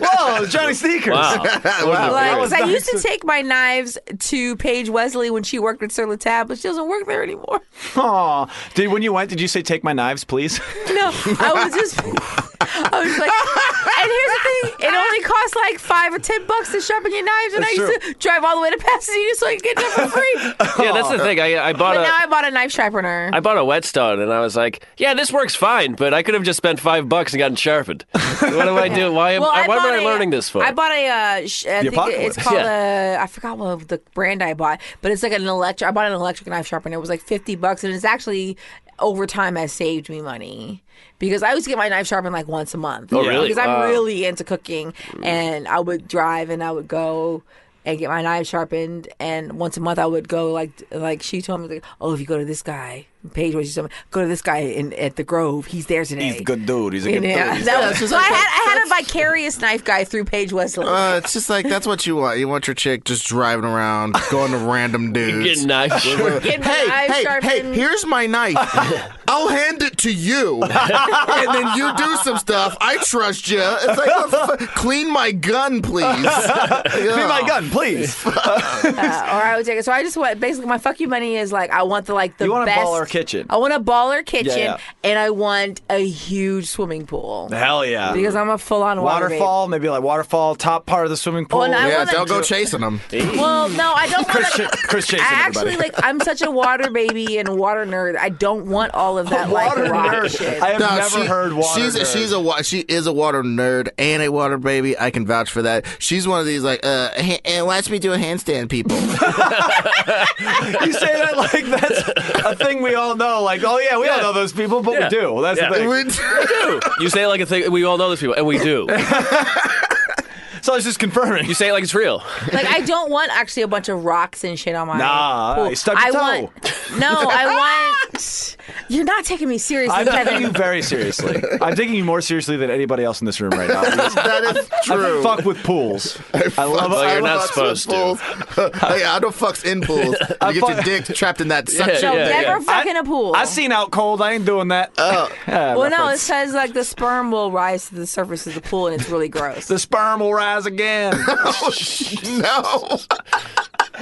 S2: Whoa, Johnny Sneakers.
S3: Wow.
S7: Like,
S2: Oh, That was
S7: 'cause I
S2: nice.
S7: used to take my knives to Paige Wesley when she worked at Sir Latab, but she doesn't work there anymore.
S2: Aw. Did when you went? Did you say take my knives, please?
S7: No, I was just, I was like, and here's the thing: it only costs like five or ten bucks to sharpen your knives, and
S2: That's
S7: I used to drive all the way to Pasadena so I could get them for free.
S3: Yeah, that's the thing. I, I bought
S7: But now
S3: a
S7: I bought a knife sharpener.
S3: I bought a whetstone, and I was like, "Yeah, this works fine," but I could have just spent five bucks and gotten sharpened. what am I doing? Why am
S7: Well,
S3: I, why am
S7: bought
S3: I
S7: a-
S3: learning this for?
S7: I bought a. Uh, sh- I think
S2: pocket
S7: it's
S2: one.
S7: called a. I forgot what the brand I bought, but it's like an electric. I bought an electric knife sharpener. It was like fifty bucks, and it's actually over time has saved me money because I used to get my knife sharpened like once a month.
S3: Oh, really?
S7: Because I'm
S3: Wow. Mm.
S7: really into cooking, and I would drive and I would go. And get my knife sharpened, and once a month I would go like like she told me like oh if you go to this guy Paige was told me go to this guy in at the Grove he's there today
S2: dude. He's a
S7: yeah, that was, so I had I had a vicarious knife guy through Paige Wesley.
S6: Uh, it's just like that's what you want. You want your chick just driving around, going to random dudes.
S3: Getting knife.
S7: Getting my
S6: hey,
S7: knives
S6: hey, hey,
S7: sharpened.
S6: here's my knife. I'll hand it to you, and then you do some stuff. I trust you. It's like, what the fuck? clean my gun, please.
S2: Be my gun, please.
S7: Uh, or I would take it. So I just want basically my fuck you money is like I want the like the
S2: You want a
S7: best
S2: baller kitchen.
S7: I want a baller kitchen,
S2: yeah.
S7: and I want a huge swimming pool
S2: Hell yeah.
S7: because I'm a full on water babe.
S2: waterfall, maybe like waterfall, top part of the swimming pool.
S7: Oh, and I
S6: Yeah,
S7: wanna-
S6: don't go chasing them.
S7: Well, no, I don't
S2: Chris,
S7: want.
S2: Ch- Chris Chase,
S7: I
S2: everybody.
S7: actually like. I'm such a water baby and water nerd. I don't want all of that like
S2: water
S7: rock
S2: nerd.
S7: shit.
S2: I have
S6: No,
S2: never
S6: she-
S2: heard water.
S6: She's a,
S2: nerd.
S6: she's a wa- she is a water nerd and a water baby. I can vouch for that. She's one of these like uh ha- and watch me do a handstand people.
S2: you say that like that's a thing we all know. Like, oh yeah, we all
S3: Yeah.
S2: know those people, but
S3: Yeah.
S2: we do. That's
S3: Yeah.
S2: the thing.
S3: You say it like a thing. We all know those people, and we do.
S2: So I was just confirming.
S3: You say it like it's real.
S7: Like I don't want actually a bunch of rocks and shit on my
S2: Nah,
S7: pool.
S2: you stuck your
S7: I
S2: toe.
S7: want no. I want. You're not taking me seriously,
S2: I'm taking you
S7: Kevin.
S2: very seriously. I'm taking you more seriously than anybody else in this room right now. I
S6: that is true.
S2: fuck with pools. I love.
S3: Well,
S2: I
S3: you're not
S2: love-
S3: supposed to.
S6: to. hey, I don't fucks in pools. You get your
S2: fuck-
S6: dick trapped in that suction.
S7: So
S3: Yeah,
S7: never
S3: yeah.
S7: fuck in a pool.
S2: I seen out cold. I ain't doing that. Oh,
S7: well, no, it says like the sperm will rise to the surface of the pool, and it's really gross.
S2: the sperm will rise again.
S6: No.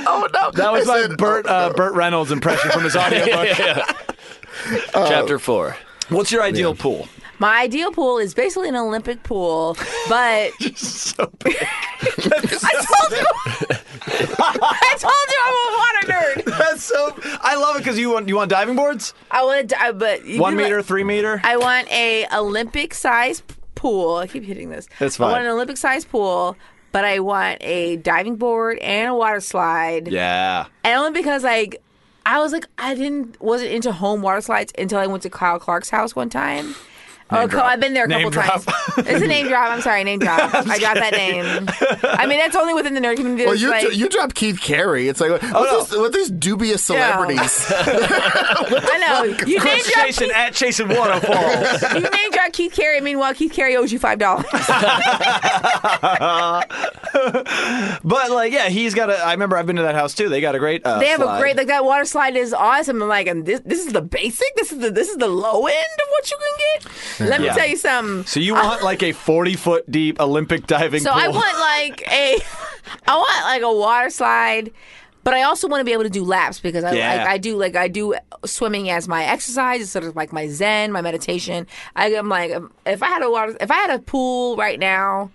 S6: oh no.
S2: That was
S6: I
S2: my
S6: said, oh,
S2: Burt uh, Burt Reynolds impression from his audiobook.
S3: Chapter four.
S2: Uh, What's your ideal pool?
S7: My ideal pool is basically an Olympic pool, but I told you, I told you, I'm a water nerd.
S2: That's so. I love it because you want you want diving boards.
S7: I want to, but you
S2: One
S7: do, like-
S2: meter, three meter.
S7: I want a Olympic size pool. I keep hitting this.
S2: That's
S7: I
S2: fine.
S7: want an Olympic size pool, but I want a diving board and a water slide.
S2: yeah.
S7: And only because like I was like I didn't wasn't into home water slides until I went to Kyle Clark's house one time. oh, Kyle,
S2: drop.
S7: I've been there a
S2: Name
S7: couple times. It's a name drop. I'm sorry, name drop. I dropped that name. I mean, that's only within the nerd community.
S6: Well,
S7: It's
S6: you
S7: like,
S6: you dropped Keith Carey. It's like
S2: Oh,
S6: what's this, what these dubious celebrities?
S7: I know you name
S2: Chris
S7: drop.
S2: Chasing at Chasing Waterfalls.
S7: You name drop Keith Carey. Meanwhile, Keith Carey owes you five dollars.
S2: but like, yeah, he's got a. I remember I've been to that house too. They got a great. Uh,
S7: They have
S2: slide.
S7: a great like that water slide is awesome. I'm like, and this this is the basic. This is the this is the low end of what you can get. Let me
S2: Yeah.
S7: tell you something.
S2: So you want like a forty foot deep Olympic diving
S7: So
S2: pool?
S7: I want like a, I want like a water slide, but I also want to be able to do laps because I
S2: Yeah.
S7: like I do like I do swimming as my exercise. It's sort of like my um, zen, my meditation. I, I'm like if I had a water, if I had a pool right now,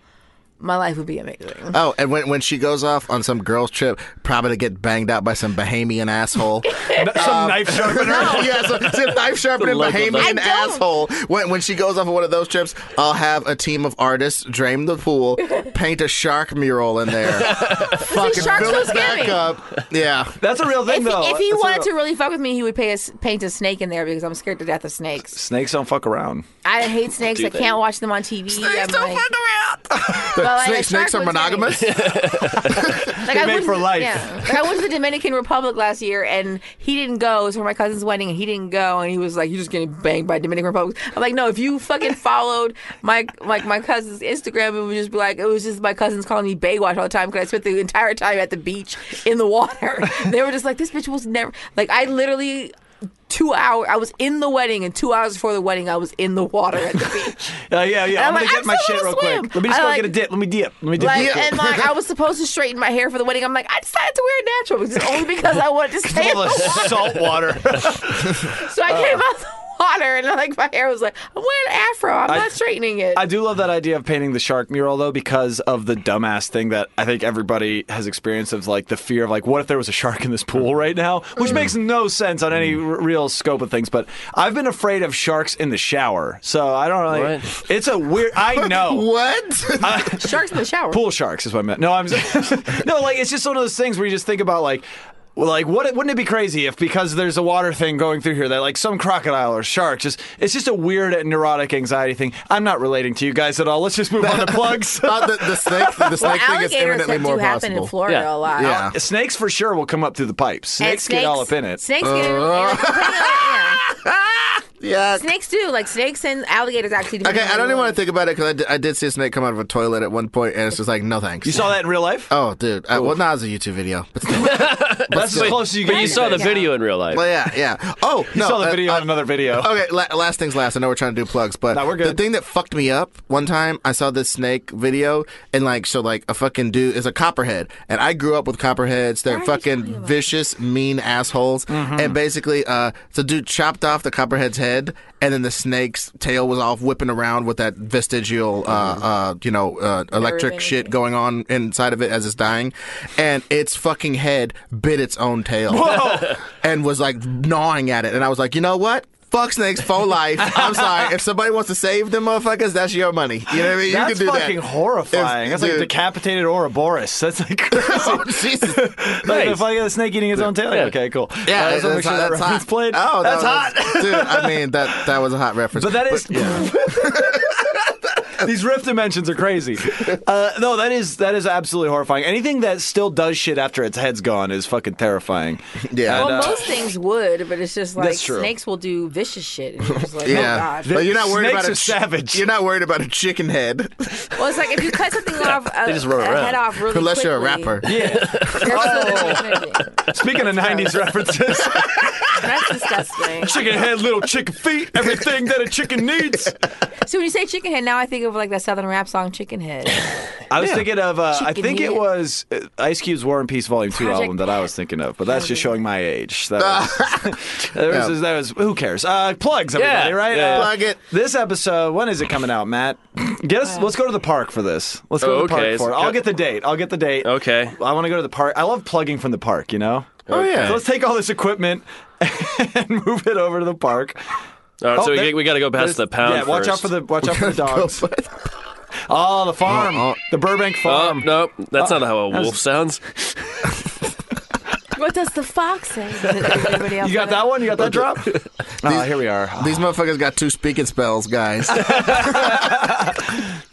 S7: my life would be amazing.
S6: Oh, and when, when she goes off on some girls trip, probably to get banged out by some Bahamian asshole.
S2: Some
S7: um,
S2: knife sharpener.
S6: Um, yeah, so, so knife sharpening
S3: local
S6: Bahamian
S10: knife. I don't-
S6: asshole. When, when she goes off on one of those trips, I'll have a team of artists drain the pool, paint a shark mural in there, fucking
S7: sharks
S6: fill
S7: so
S6: it back
S7: scary.
S6: up. Yeah,
S2: That's a real thing,
S7: If,
S2: though.
S7: if he
S2: That's a
S7: wanted
S2: real-
S7: to really fuck with me, he would pay us paint a snake in there because I'm scared to death of snakes.
S2: Snakes don't fuck around.
S7: I hate snakes. I
S3: they?
S7: can't watch them on TV. I'm like,
S6: The
S7: like, a
S6: snake, snakes
S7: shark
S6: are
S7: was very-
S6: monogamous.
S7: Like I
S2: made
S7: went
S2: for
S7: to, the-
S2: life.
S7: Yeah. Like, I went to the Dominican Republic last year, and he didn't go. It was for my cousin's wedding, and he didn't go. And he was like, "You're just getting banged by Dominican Republic." I'm like, "No, if you fucking followed my like my cousin's Instagram, it would just be like it was just my cousins calling me Baywatch all the time because I spent the entire time at the beach in the water. they were just like, "This bitch was never like I literally." Two hours. I was in the wedding, and two hours before the wedding, I was in the water at the beach.
S2: Uh, yeah, yeah. I'm, gonna
S7: I'm like,
S2: get
S7: I'm
S2: my shit
S7: still gonna
S2: real
S7: swim.
S2: quick. Let me just
S7: I
S2: go
S7: like-
S2: get a dip. Let me dip. Let me dip.
S7: Like,
S2: real quick.
S7: and like, I was supposed to straighten my hair for the wedding. I'm like, I decided to wear it natural, which is only because I wanted to stay in
S2: All
S7: the
S2: the salt water.
S7: So I came out the water and like my hair was like, I'm wearing an afro. I'm not straightening it.
S2: I do love that idea of painting the shark mural though, because of the dumbass thing that I think everybody has experienced of like the fear of like, what if there was a shark in this pool right now? Which makes no sense on any r- real scope of things. But I've been afraid of sharks in the shower, so I don't really.
S3: What?
S2: It's a weird. I know.
S6: What?
S7: Sharks in the shower.
S2: Pool sharks is what I meant. No, I'm no like it's just one of those things where you just think about like. well, Like, what, wouldn't it be crazy if because there's a water thing going through here that like some crocodile or shark just it's just a weird neurotic anxiety thing. I'm not relating to you guys at all. Let's just move on to plugs.
S6: Uh, the, the snake, the snake thing is
S7: Alligators
S6: eminently
S7: that do
S6: more
S7: happen
S6: possible.
S7: in Florida
S3: Yeah.
S7: a lot.
S6: Yeah.
S2: Snakes for sure will come up through the pipes.
S7: And
S2: Snakes, get all up in it.
S7: Snakes get in- and, like, uh, yeah.
S6: Yeah.
S7: Snakes do. Like snakes and alligators actually do.
S6: Okay, I don't even want to think about it because I, did- I did see a snake come out of a toilet at one point, and it's just like, no thanks.
S2: you saw that in real life?
S6: Oh, dude. Uh, well, not as a YouTube video, but still.
S2: That's as close as you
S3: But
S2: get.
S3: you
S2: these
S3: saw the
S2: days.
S3: video in real life.
S6: Well, yeah, yeah. Oh,
S2: You
S6: no,
S2: saw the
S6: uh,
S2: video
S6: uh,
S2: on another video.
S6: Okay, la- last things last. I know we're trying to do plugs, but
S2: No, we're good.
S6: the thing that fucked me up one time, I saw this snake video, and like, so like a fucking dude is a copperhead, and I grew up with copperheads. They're fucking vicious, mean assholes,
S2: Mm-hmm.
S6: and basically, uh, so dude chopped off the copperhead's head, and then the snake's tail was off whipping around with that vestigial, uh, uh, you know, uh, electric shit going on inside of it as it's dying, and its fucking head bit its own tail and was like gnawing at it. And I was like, you know what? Fuck snakes for life. I'm sorry. If somebody wants to save them motherfuckers, that's your money. You know what I mean?
S2: That's
S6: you can do
S2: fucking
S6: that.
S2: horrifying. That's
S6: It's-
S2: like a
S6: dude.
S2: decapitated Ouroboros. That's like crazy.
S6: Oh, Jesus.
S2: Like
S3: Nice.
S2: if I get a snake eating its own tail.
S3: Yeah.
S2: Okay, cool.
S6: Yeah,
S2: I just wanna make sure that reference played.
S6: Oh, that
S2: that's
S6: was-
S2: hot.
S6: dude. I mean that that was a hot reference.
S2: But that is these rift dimensions are crazy. Uh, no, that is that is absolutely horrifying. Anything that still does shit after its head's gone is fucking terrifying.
S6: Yeah.
S2: And,
S7: Well,
S2: uh,
S7: most things would, but it's just like
S2: That's true.
S7: snakes will do vicious shit. And you're just like, oh
S6: yeah,
S7: god.
S6: but you're not worried
S2: Snakes
S6: about a
S2: are savage.
S6: You're not worried about a chicken head
S7: Well, it's like if you cut something off, a,
S3: They just run
S7: a
S3: around.
S7: head off really
S6: unless you're a
S7: quickly,
S6: rapper.
S2: yeah.
S7: they're
S2: Oh.
S7: still doing it.
S2: Speaking of '90s references.
S7: That's disgusting.
S2: chicken head, little chicken feet, everything that a chicken needs.
S7: So when you say chicken head, now I think of like that southern rap song Chicken Head.
S2: I was thinking of, uh, I
S7: Chicken
S2: think it
S7: head.
S2: was uh, Ice Cube's War and Peace Volume Two
S7: Project
S2: album that I was thinking of, but that's just showing my age. That was, that, was, that was- who cares? Uh, plugs, everybody,
S3: Yeah.
S2: right?
S3: Yeah.
S2: Uh,
S6: Plug it.
S2: This episode, when is it coming out, Matt? Get us. let's go to the park for this. Let's go to the
S3: Uh, Okay,
S2: park for it.
S3: so-
S2: I'll get the date. I'll get the date.
S3: Okay.
S2: I want to go to the park. I love plugging from the park. You know.
S6: Oh yeah.
S2: So let's take all this equipment and move it over to the park.
S3: All right,
S2: Oh,
S3: so we,
S2: there-
S3: we got to go past
S2: there's-
S3: the pound.
S2: Yeah, watch out
S3: first.
S2: for the watch out for the dogs.
S6: Go-
S2: Oh, the farm,
S6: Oh, oh.
S2: the Burbank
S3: Oh,
S2: farm.
S3: no, that's not how a wolf sounds.
S7: What does the fox say? Everybody else
S2: You got that one? You got that drop? Ah, here we are.
S6: These motherfuckers got two speaking spells, guys.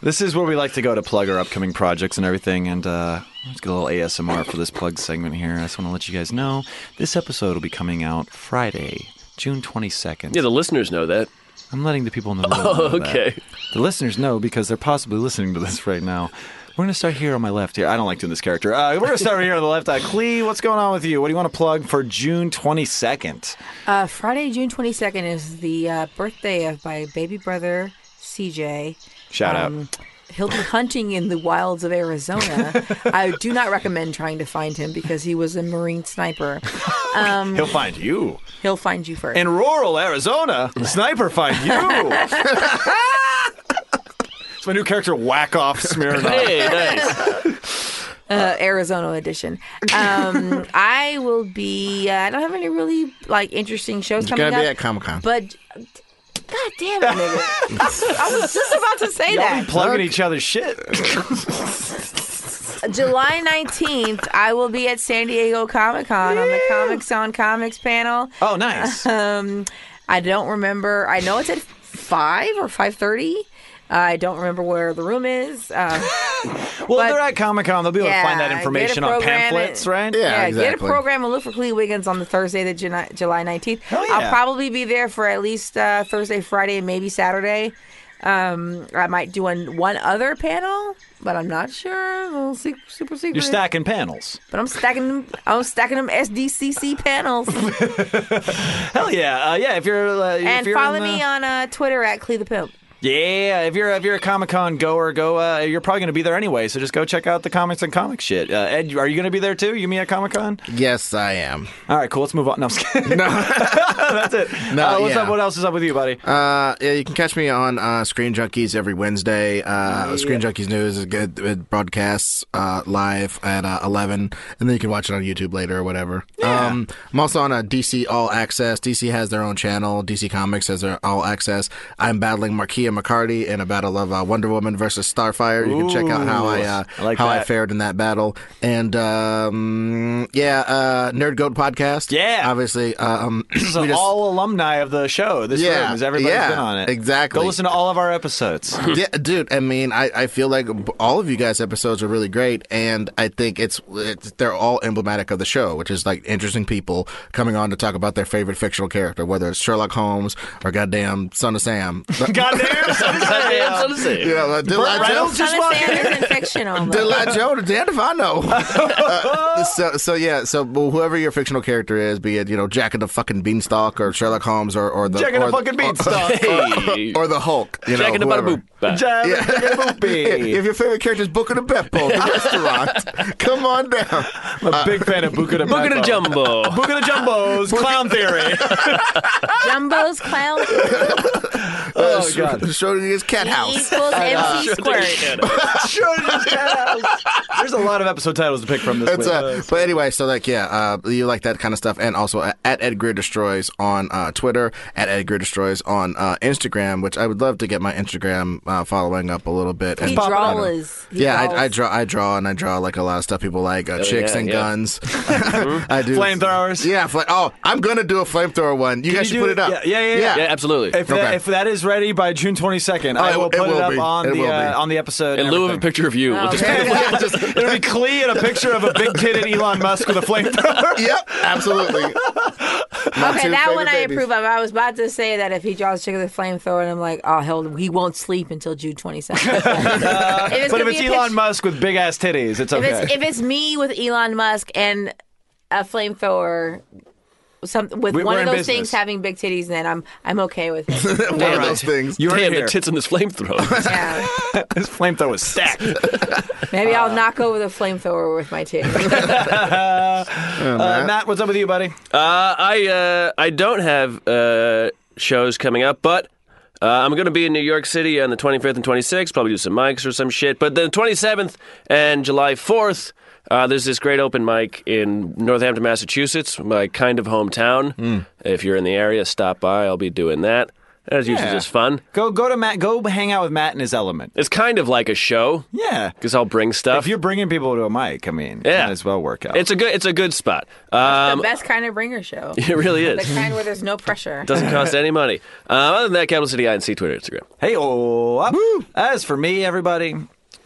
S2: This is where we like to go to plug our upcoming projects and everything. And uh, let's get a little ASMR for this plug segment here. I just want to let you guys know this episode will be coming out Friday, June 22nd.
S3: Yeah, the listeners know that.
S2: I'm letting the people in the room know that.
S3: okay.
S2: The listeners know because they're possibly listening to this right now. We're going to start here on my left here. I don't like doing this character. Uh, we're going to start here on the left. Uh, Clee, what's going on with you? What do you want to plug for June 22nd?
S7: Uh, Friday, June 22nd is the uh, birthday of my baby brother, CJ.
S2: Shout out.
S7: Um, He'll be hunting in the wilds of Arizona. I do not recommend trying to find him because he was a Marine sniper.
S2: He'll find you.
S7: He'll find you first.
S2: In rural Arizona, sniper find you. It's my new character, Whack Off Smirnoff.
S3: Hey, nice.
S7: uh, Arizona edition. Um, I will be. Uh, I don't have any really like interesting shows
S6: It's
S7: coming
S6: gonna
S7: up.
S6: be at Comic Con.
S7: but God damn it, nigga! I was just about to say that.
S2: Plugging each other's shit.
S7: July 19th, I will be at San Diego Comic Con on the Comics on Comics panel.
S2: Oh, nice.
S7: Um, I don't remember. I know it's at five or five thirty. Uh, I don't remember where the room is. Uh,
S2: Well,
S7: But-
S2: they're at Comic Con. They'll be able to find that
S7: Yeah,
S2: information
S7: get a
S2: on
S7: program and-
S2: pamphlets, right?
S6: Yeah,
S7: get a
S6: exactly.
S7: program and look for Clee Wiggins on the Thursday, the Juni- July 19th.
S2: Hell yeah.
S7: I'll probably be there for at least uh, Thursday, Friday, and maybe Saturday. Um, I might do one, one other panel, but I'm not sure. A little se- super secret.
S2: You're stacking panels.
S7: But I'm stacking them. I'm stacking them SDCC panels.
S2: Hell yeah, uh, yeah. If you're uh,
S7: and
S2: if you're
S7: follow
S2: in the-
S7: me on uh, Twitter at Clee the Pimp.
S2: Yeah, if you're if you're a Comic Con goer, go. Uh, you're probably going to be there anyway, so just go check out the comics and comic shit. Uh, Ed, are you going to be there too? You meet at Comic Con?
S6: yes, I am.
S2: All right, cool. Let's move on. No, I'm just kidding. that's it.
S6: No,
S2: uh, what's
S6: yeah.
S2: up? What else is up with you, buddy?
S6: Uh, yeah, you can catch me on uh, Screen Junkies every Wednesday. Uh, Screen Junkies News is good. It broadcasts uh, live at uh, 11, and then you can watch it on YouTube later or whatever. Um, I'm also on a DC All Access. DC has their own channel. DC Comics has their All Access. I'm battling Markia McCarty in a battle of uh, Wonder Woman versus Starfire. You can check out how I, uh,
S2: Ooh, I like
S6: how I
S2: that.
S6: fared in that battle. And um, yeah, uh, Nerd Goat podcast.
S2: Yeah.
S6: obviously. Um,
S2: This is an all alumni of the show. This
S6: Yeah,
S2: room is everybody's
S6: yeah,
S2: been on it.
S6: exactly.
S2: Go listen to all of our episodes.
S6: yeah, dude. I mean, I, I feel like b- all of you guys' episodes are really great, and I think it's, it's they're all emblematic of the show, which is like interesting people coming on to talk about their favorite fictional character, whether it's Sherlock Holmes or goddamn Son of Sam.
S2: Goddamn, son of
S3: Goddamn
S2: Sam.
S3: son of Sam.
S6: you know, uh, like, Dil-
S2: Burt
S6: Joe,
S2: Reynolds just
S7: Donna
S2: walked in.
S7: Sanders oh and fictional.
S6: Dil- Joe, damned if I know. Uh, so, so yeah, so well, whoever your fictional character is, be it you know Jack and the fucking Beanstalk or Sherlock Holmes or or the
S2: Jack and
S6: or
S2: the fucking beanstalk.
S3: Hey.
S6: or the Hulk, you know,
S3: Jack and the butter
S6: whoever.
S3: boop. Uh,
S2: Jack and the Boopy.
S6: If your favorite character is Booker the Beppo, the restaurant, come on down.
S2: I'm a big fan of Buka de
S3: Book of the Jumbo.
S2: Book of the Jumbos, Clown Theory.
S7: Jumbo's clown
S2: oh, God.
S6: Uh, Schrodinger's cat house.
S7: E equals
S3: Ah.
S7: MC squared.
S2: There's a lot of episode titles to pick from this
S6: It's,
S2: week.
S6: uh, but anyway, so like yeah, uh, you like that kind of stuff, and also uh, at Edgar Destroys on uh, Twitter, at Edgar Destroys on uh, Instagram, which I would love to get my Instagram uh, following up a little bit.
S7: He
S6: And- I don't-
S7: draws. He
S6: yeah,
S7: draws.
S6: I, I draw, I draw, and I draw like a lot of stuff. People like uh, chicks
S3: yeah,
S6: and
S3: yeah.
S6: guns. I do
S2: Flamethrowers.
S6: Yeah, fl- oh, I'm gonna do a flamethrower one. You
S2: Can
S6: guys
S2: you
S6: should
S2: do
S6: put
S2: it?
S6: it up.
S2: Yeah, yeah, yeah, yeah.
S3: Yeah, absolutely.
S2: If, that,
S6: Okay. Oh,
S2: if that is ready by June 22nd, I
S6: it-
S2: will
S6: it
S2: put it,
S6: will
S2: up
S6: be.
S2: on
S6: It
S2: the
S6: will
S2: uh,
S6: be.
S2: on the episode. and
S3: In lieu of a
S2: everything.
S3: picture of you, we'll just
S2: Yeah, just- it'll be Klee and a picture of a big titted Elon Musk with a flamethrower.
S6: Yep, absolutely.
S7: Okay, that one I approve of. I was about to say that if he draws chicken with a flamethrower, and I'm like, oh hell, he won't sleep until June 22nd. it's
S2: But if
S7: gonna
S2: it's
S7: be a
S2: Elon
S7: picture-
S2: Musk with big ass titties, it's
S7: if
S2: okay.
S7: it's if it's me with Elon Musk and a flamethrower, some with
S2: We-
S7: one
S2: we're
S7: of
S2: in
S7: those
S2: business.
S7: things having big titties, then I'm I'm okay with it.
S6: One of those things.
S2: You're
S3: damn
S2: here.
S3: the tits in this flamethrower.
S7: Yeah.
S2: This flamethrower is stacked.
S7: Maybe I'll knock over the flamethrower with my titties.
S2: Uh, Matt, what's up with you, buddy?
S3: Uh, I uh, I don't have uh, shows coming up, but uh, I'm going to be in New York City on the 25th and 26th. Probably do some mics or some shit. But the 27th and July 4th, uh, there's this great open mic in Northampton, Massachusetts, my kind of hometown.
S2: Hmm.
S3: If you're in the area, stop by. I'll be doing that. That's usually
S2: Yeah.
S3: just fun.
S2: Go go to Matt. Go hang out with Matt in his element.
S3: It's kind of like a show
S2: Yeah.
S3: because I'll bring
S2: If
S3: stuff.
S2: you're bringing people to a mic, I mean,
S3: Yeah.
S2: might as well work out.
S3: It's a good it's a good spot. Um,
S7: the best kind of bringer show.
S3: it really
S7: The
S3: is.
S7: kind where there's no pressure.
S3: Doesn't cost any money. Uh, other than that, Capital City INC Twitter, Instagram.
S2: Hey, oh, as for me, everybody.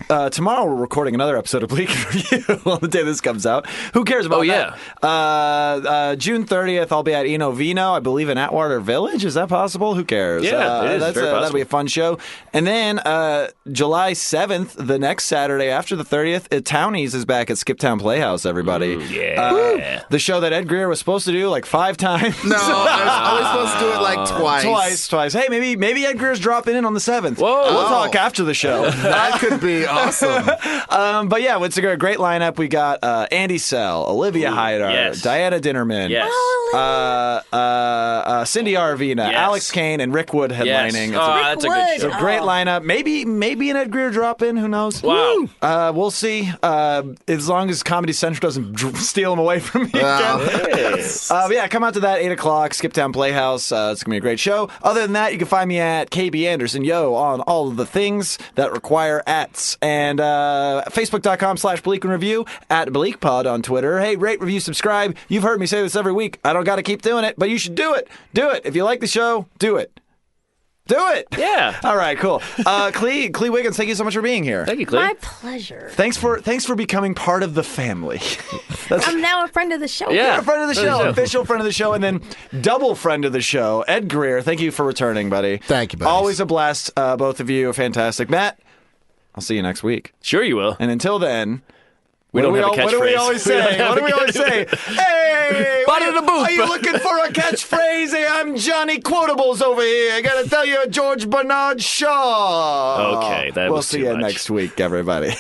S2: Uh, tomorrow we're recording another episode of Bleak Review on the day this comes out. Who cares about
S3: Oh, yeah.
S2: that? Uh, uh, June 30th, I'll be at Eno Vino, I believe in Atwater Village. Is that possible? Who cares?
S3: Yeah,
S2: uh,
S3: it is.
S2: That's
S3: Very
S2: a- that'll
S3: possible.
S2: be a fun show. And then uh, July 7th, the next Saturday after the 30th, uh, Townies is back at Skiptown Playhouse, everybody. yeah. the show that Ed Greer was supposed to do like five times.
S6: No, I was always supposed to do it like twice.
S2: Twice, twice. Hey, maybe maybe Edgar's dropping in on the seventh.
S3: Whoa.
S2: we'll
S3: Oh.
S2: talk after the show.
S6: That could be a awesome.
S2: Um, but yeah, it's a great great lineup. We got uh, Andy Sell, Olivia Hyder,
S3: yes.
S2: Diana Dinnerman,
S3: Yes.
S2: uh, uh, uh, Cindy Arvina,
S3: Yes.
S2: Alex Kane, and Rick Wood
S3: Yes.
S2: headlining. It's
S3: Oh,
S2: a,
S3: that's a good
S2: it's a
S3: show.
S2: great lineup. Maybe maybe an Ed Greer drop in. Who knows?
S3: Wow. Woo.
S2: Uh, we'll see. Uh, as long as Comedy Central doesn't dr- steal them away from me.
S3: Ah.
S6: Wow.
S2: again. Uh, but yeah, come out to that eight o'clock. Skip Town Playhouse. Uh, it's gonna be a great show. Other than that, you can find me at KB Anderson Yo on all of the things that require ats and uh, Facebook.com slash Bleak and Review at Bleak Pod on Twitter. Hey, rate, review, subscribe. You've heard me say this every week. I don't got to keep doing it, but you should do it. Do it if you like the show. Do it. Do it.
S3: Yeah.
S2: All right. Cool. Uh, Clee Clee Wiggins, thank you so much for being here.
S3: Thank you, Clay.
S10: My pleasure.
S2: Thanks for thanks for becoming part of the family. That's
S10: I'm now a friend of the show.
S3: Yeah.
S2: friend of the
S3: Friend of
S2: show,
S3: the show.
S2: official friend of the show, and then double friend of the show, Ed Greer. Thank you for returning, buddy.
S6: Thank you, buddies.
S2: Always a blast. Uh, both of you are fantastic. Matt, I'll see you next week.
S3: Sure, you will.
S2: And until then,
S3: We
S2: what
S3: don't
S2: do
S3: have
S2: we
S3: a
S2: al- What do we
S3: catchphrase.
S2: always
S3: We don't
S2: say?
S3: have
S2: what do
S3: a
S2: we always say? Hey,
S3: Body
S2: are
S3: in
S2: you-
S3: the booth.
S2: Are you looking for a catchphrase? Hey, I'm Johnny Quotables over here. I gotta tell you, George Bernard Shaw.
S3: Okay, that
S2: we'll
S3: was
S2: see
S3: too
S2: you
S3: much.
S2: next week, everybody.